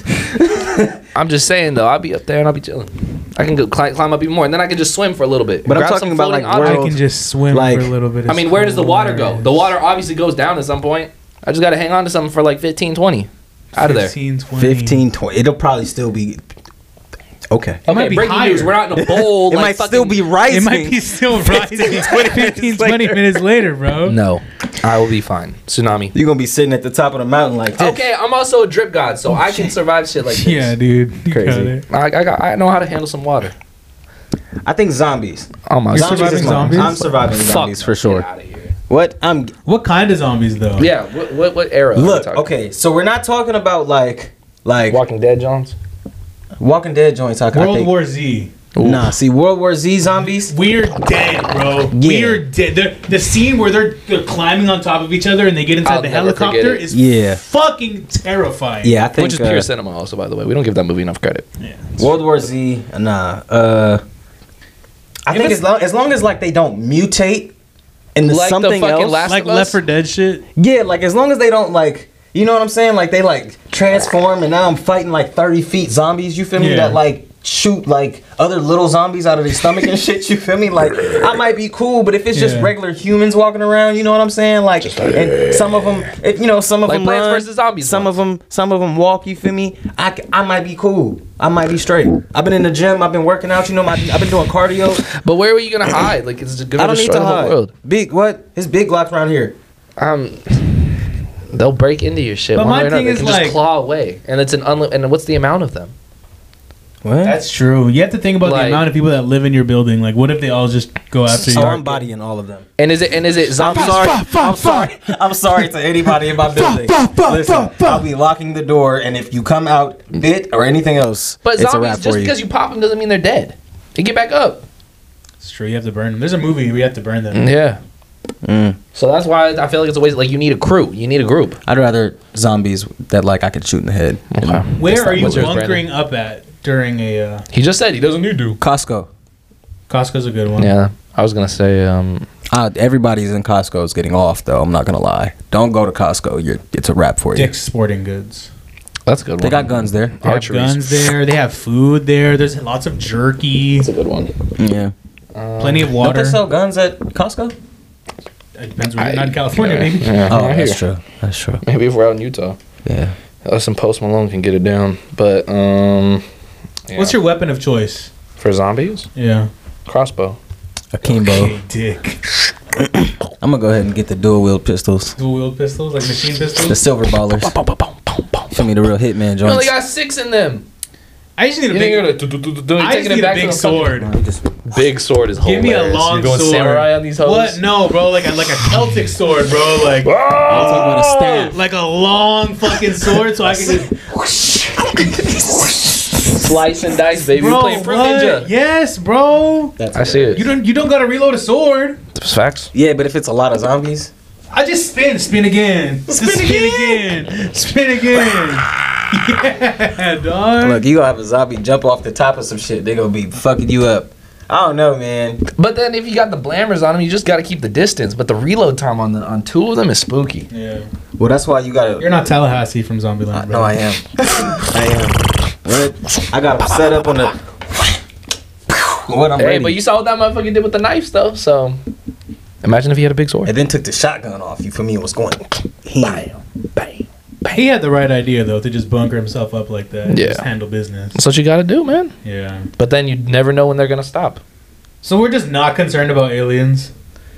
S2: I'm just saying though, I'll be up there and I'll be chilling. I can go climb, climb up even more, and then I can just swim for a little bit.
S10: But I'm
S2: Grab some
S10: talking about,
S2: floating
S10: like,
S2: object.
S3: I
S10: World,
S3: can just swim
S10: like-
S3: for a little bit.
S2: I mean,
S3: It's
S2: where does the water go? The
S3: hilarious.
S2: water obviously goes down at some point. I just got to hang on to something for like 15, 20. Out of there.
S3: 15, 20.
S10: 15, 20. It'll probably still be okay.
S3: It might be
S2: breaking news.
S3: higher.
S2: We're not in a bowl.
S10: It
S2: like
S10: might still be rising.
S3: Oh, It might be still rising. 15, 20 minutes later, bro.
S2: No, I will be fine. Tsunami.
S10: You're gonna be sitting at the top of the mountain like this.
S2: Okay, I'm also a drip god, so I can survive shit like this.
S3: Yeah, dude. You
S10: Crazy.
S3: Got it.
S2: I, I, got, I know how to handle some water.
S10: I think zombies.
S2: Oh my
S3: You're surviving
S10: is mine.
S3: zombies?
S10: I'm surviving zombies for sure.
S2: Out of here.
S10: What? I'm
S3: What kind of zombies, though?
S2: Yeah. What what, what era? are we
S1: Look,
S2: talking?
S1: okay, so we're not talking about like like
S2: Walking Dead, Jones.
S1: Walking Dead joints. I, I
S3: World
S1: think.
S3: War Z.
S1: Nah, see World War Z zombies.
S3: We're dead, bro. We're dead. The, the scene where they're, they're climbing on top of each other and they get inside
S2: I'll
S3: the
S2: never
S3: helicopter
S2: forget it.
S3: is
S10: Yeah.
S3: fucking terrifying.
S10: yeah. I think
S2: Which is
S10: uh,
S2: pure cinema, also, by the way. We don't give that movie enough credit.
S3: Yeah.
S10: World War Z. Nah. Uh,
S1: I think as long as long as like they don't mutate into
S2: Like the
S1: something
S2: fucking
S1: else.
S2: last-
S3: Like
S2: of Us?
S3: Left 4 Dead shit.
S1: yeah, like as long as they don't like you know what I'm saying? Like they like transform and now I'm fighting like 30 feet zombies. You feel me?
S3: Yeah.
S1: That like shoot like other little zombies out of their stomach and shit. You feel me? Like I might be cool, but if it's just
S3: Yeah.
S1: regular humans walking around, you know what I'm saying? Like, and some of them, if, you know, some of
S2: Like
S1: them
S2: Plants
S1: run,
S2: vs. Zombies
S1: Some
S2: ones.
S1: of them, some of them walk. You feel me? I, c- I might be cool. I might be straight. I've been in the gym. I've been working out. You know, my I've been doing cardio.
S2: But where were you gonna hide? Like it's just gonna
S1: I don't need
S2: destroy
S1: to
S2: the whole
S1: hide.
S2: world.
S1: Big what? It's big glocks around here.
S2: Um, they'll break into your shit.
S3: But
S2: one
S3: my
S2: way or another.
S3: thing
S2: They
S3: is,
S2: can
S3: like-
S2: just claw away, and it's an unli- And what's the amount of them?
S10: what?
S3: That's true. You have to think about
S2: Like-
S3: the amount of people that live in your building. Like, what if they all just go after you?
S1: So I'm bodying all of them.
S2: And is it? And is it
S1: I'm
S2: zombies?
S1: sorry. I'm sorry. I'm sorry to anybody in my building. Listen, I'll be locking the door, and if you come out bit or anything else,
S2: But
S1: it's a wrap
S2: zombies,
S1: for
S2: just
S1: you.
S2: because you pop them doesn't mean they're dead. They get back up.
S3: It's true. You have to burn them. There's a movie where you have to burn
S1: Mm.
S3: them.
S2: Yeah. Mm. So that's why I feel like it's a waste. Like you need a crew. You need a group.
S1: I'd rather zombies that like I could shoot in the head.
S3: Where are you
S2: what's yours,
S3: bunkering up at during a uh,
S2: He just said he doesn't need to.
S1: Costco.
S3: Costco's a good one.
S2: Yeah. I was gonna say. Um,
S1: Uh, everybody's in Costco is getting off though. I'm not gonna lie. Don't go to Costco. You're, it's a wrap for you.
S3: Dick's Sporting Goods.
S2: that's a good
S1: They
S2: one.
S1: got guns there.
S3: They
S2: Archery's-
S3: have guns there. They have food there. There's lots of jerky,
S2: That's a good one.
S1: Yeah.
S3: plenty of
S1: Don't
S3: water.
S1: they sell guns at Costco?
S3: It depends where you're not in
S2: I-
S3: California,
S2: yeah,
S3: maybe.
S2: yeah.
S1: Oh,
S2: Right
S1: that's
S2: here.
S1: true. That's true.
S2: Maybe if we're out in Utah.
S1: Yeah.
S2: Listen, Post Malone can get it down, but um, yeah.
S3: What's your weapon of choice?
S2: for zombies?
S3: Yeah.
S2: Crossbow.
S1: Akimbo.
S3: Hey, dick.
S1: I'm gonna go ahead and get the dual wheel pistols.
S3: Dual wield pistols, like machine
S1: The
S3: pistols.
S1: silver ballers. Show me the real hitman
S2: We only
S1: joints.
S2: got six in them.
S3: I just need a
S11: You think you're
S3: big.
S11: like, "Du- du- du- du- du,"
S3: I just
S11: taking it
S3: need a
S11: back to
S3: big
S11: the fucking-
S3: sword.
S1: You just
S2: Big sword is
S3: Give
S2: hilarious.
S3: me a long
S2: You're going
S3: sword.
S2: samurai on these hoes?
S3: What? No, bro. Like a like a Celtic sword, bro. Like
S1: talking about a staff.
S3: like a long fucking sword, so I can just.
S2: Slice and dice, baby.
S3: Bro,
S2: We're playing Fruit
S3: what?
S2: Ninja.
S3: Yes, bro.
S1: That's
S2: I see
S3: You
S2: it.
S3: don't you don't gotta reload a sword.
S2: It's facts.
S1: Yeah, but if it's a lot of zombies,
S3: I just spin, spin again, spin, again. spin again. Yeah, dog.
S1: look, you gonna have a zombie jump off the top of some shit. They gonna be fucking you up. I don't know, man.
S2: But then if you got the blammers on them, you just got to keep the distance. But the reload time on the on two of them is spooky.
S3: yeah.
S1: Well, that's why you gotta.
S3: You're not Tallahassee from Zombieland, bro.
S1: Uh, no, I am. I am. What? I got them set up on the. What I'm
S2: Hey,
S1: ready.
S2: but you saw what that motherfucker did with the knives, though. So imagine if he had a big sword.
S1: and then took the shotgun off. You feel me? It was going. Bam.
S3: He had the right idea though to just bunker himself up like that. and
S2: Yeah.
S3: Just handle business.
S2: That's what you got to do, man.
S3: Yeah.
S2: But then you never know when they're gonna stop.
S3: So we're just not concerned about aliens.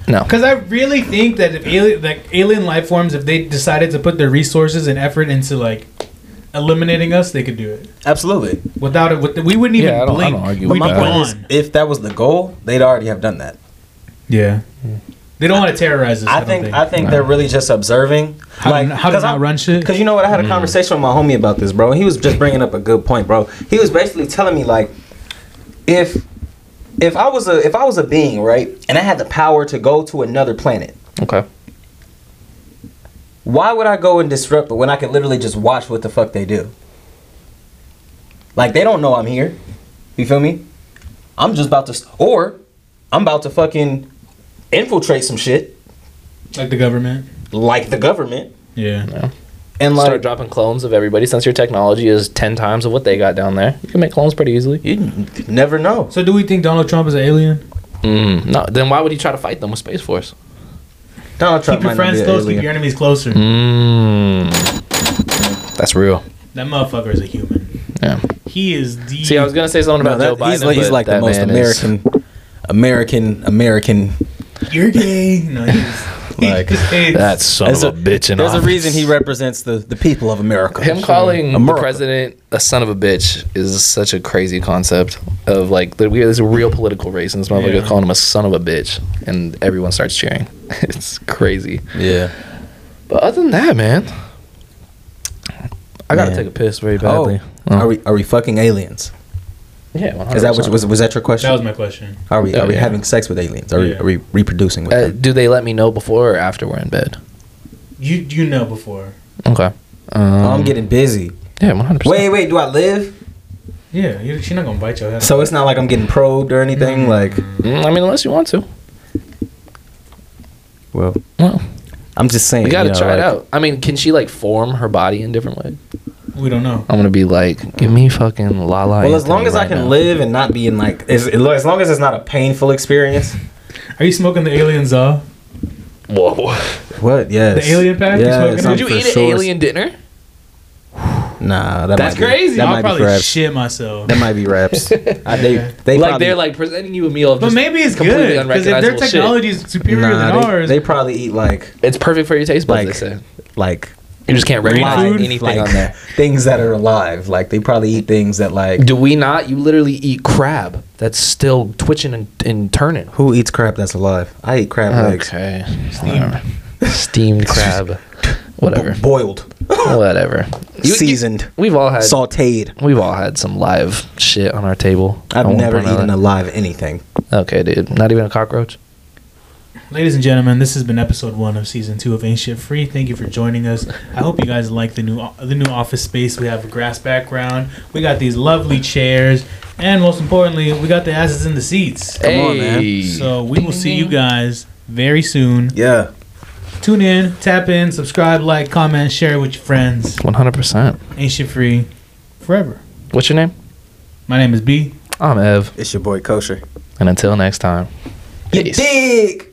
S2: No.
S3: Because I really think that if alien, like alien life forms, if they decided to put their resources and effort into like eliminating us, they could do it
S1: Absolutely.
S3: without it. With we wouldn't even
S2: Yeah, I don't- I
S3: blink.
S2: don't argue
S3: We'd
S2: with
S3: be
S2: that.
S3: gone.
S1: If that was the goal, they'd already have done that.
S3: Yeah. They don't want to terrorize us. I,
S1: I
S3: don't
S1: think,
S3: think.
S1: I think they're really just observing.
S3: how to, how to not run shit. Mm.
S1: Because you know what? I had a conversation with my homie about this, bro. And he was just bringing up a good point, bro. He was basically telling me like, if if I was a if I was a being, right, and I had the power to go to another planet,
S2: Okay.
S1: why would I go and disrupt it when I could literally just watch what the fuck they do? Like they don't know I'm here. You feel me? I'm just about to, s- or I'm about to fucking infiltrate some shit
S3: Like the government.
S1: like the government
S3: Yeah.
S1: and like
S2: Start dropping clones of everybody since your technology is ten times of what they got down there. You can make clones pretty easily.
S1: you n- never know.
S3: So do we think Donald Trump is an alien?
S2: Mm, no, then why would he try to fight them with Space Force?
S1: Donald Trump
S3: Keep your
S1: might not be
S3: friends
S1: an
S3: close.
S1: alien.
S3: Keep your enemies closer.
S2: Mm, that's real.
S3: That motherfucker is a human.
S2: Yeah.
S3: He is the.
S2: See, I was gonna say something
S1: No,
S2: about Joe
S1: that,
S2: Biden.
S1: he's, like- he's
S2: but
S1: like the
S2: that
S1: most
S2: man is-
S1: American, American, American.
S3: You're gay. No, he's.
S1: Like,
S2: That son
S1: There's
S2: of a,
S1: a-
S2: bitch. In
S1: There's a
S2: office.
S1: reason he represents the, the people of America.
S2: Him calling the
S1: America.
S2: president a son of a bitch is such a crazy concept of like the, we there's a real political race and this motherfucker
S3: Yeah.
S2: calling him a son of a bitch and everyone starts cheering. it's crazy.
S1: Yeah.
S2: But other than that, man, I gotta
S1: Man.
S2: take a piss very
S1: Oh,
S2: badly.
S1: are we are we fucking aliens?
S2: Yeah, 100%.
S1: Is that what, was was that your
S3: That
S1: question?
S3: was my question.
S1: are we
S2: Oh,
S1: are we
S2: yeah.
S1: having sex with aliens? Are we
S3: Yeah.
S1: are we reproducing with
S2: uh,
S1: them?
S2: do they let me know before or after we're in bed?
S3: You you know before.
S2: Okay. Um,
S1: Oh, I'm getting busy.
S2: yeah, 100.
S1: Wait, wait. Do I live?
S3: Yeah, you, she's not gonna bite your head. off.
S1: So it's not like I'm getting probed or anything. Like,
S2: Mm, I mean, unless you want to.
S1: well,
S2: Well,
S1: I'm just saying.
S2: we gotta
S1: you know,
S2: try it
S1: like,
S2: out. I mean, can she like form her body in different ways?
S3: we don't know.
S2: I'm gonna be like, give me fucking la la.
S1: Well, as long
S2: Anthony
S1: as I
S2: right
S1: can
S2: now."
S1: live and not be in like, as, as long as it's not a painful experience.
S3: Are you smoking the aliens uh? off?
S2: Whoa.
S1: What? Yes.
S3: The alien pack? You smoking
S1: Yes,
S3: it?
S1: I'm
S2: Did you
S1: for
S2: eat
S1: sure
S2: an alien dinner?
S1: Nah, that
S2: That's
S1: might be-
S2: crazy.
S1: that
S3: I'll
S1: might be
S3: probably
S1: raps.
S3: shit myself.
S1: That might be raps. I, they they
S2: like
S1: probably,
S2: they're like presenting you a meal of
S3: But
S2: just
S3: maybe it's
S2: completely
S3: good because if their
S2: unrecognizable shit.
S3: technology is superior
S1: nah,
S3: than
S1: they,
S3: ours,
S1: they probably eat like
S2: It's perfect for your taste buds.
S1: Like-
S2: they say
S1: like
S2: you just can't recognize
S1: live,
S2: anything
S1: like,
S2: on there.
S1: things that are alive. Like they probably eat things that like
S2: Do we not? You literally eat crab that's still twitching and, and turning.
S1: who eats crab that's alive. I eat crab
S3: Uh,
S1: legs
S2: Okay. Steamed, Steamed crab. Whatever.
S1: boiled,
S2: Whatever. You- you-
S1: seasoned,
S2: we've all had.
S1: sautéed.
S2: We've all had some live shit on our table.
S1: I've never eaten alive anything.
S2: a. Okay, dude. Not even a cockroach.
S3: Ladies and gentlemen, this has been episode one of season two of Ain't Shit Free. Thank you for joining us. I hope you guys like the new the new office space. We have a grass background. We got these lovely chairs, and most importantly, we got the asses in the seats.
S2: Come
S1: on, man.
S3: So we will see you guys very soon.
S1: Yeah.
S3: Tune in, tap in, subscribe, like, comment, share with your friends.
S2: One hundred percent.
S3: Ain't shit free forever.
S2: What's your name?
S3: My name is B.
S2: I'm Ev.
S1: It's your boy Kosher.
S2: And until next time.
S1: You
S2: Peace.
S1: dig?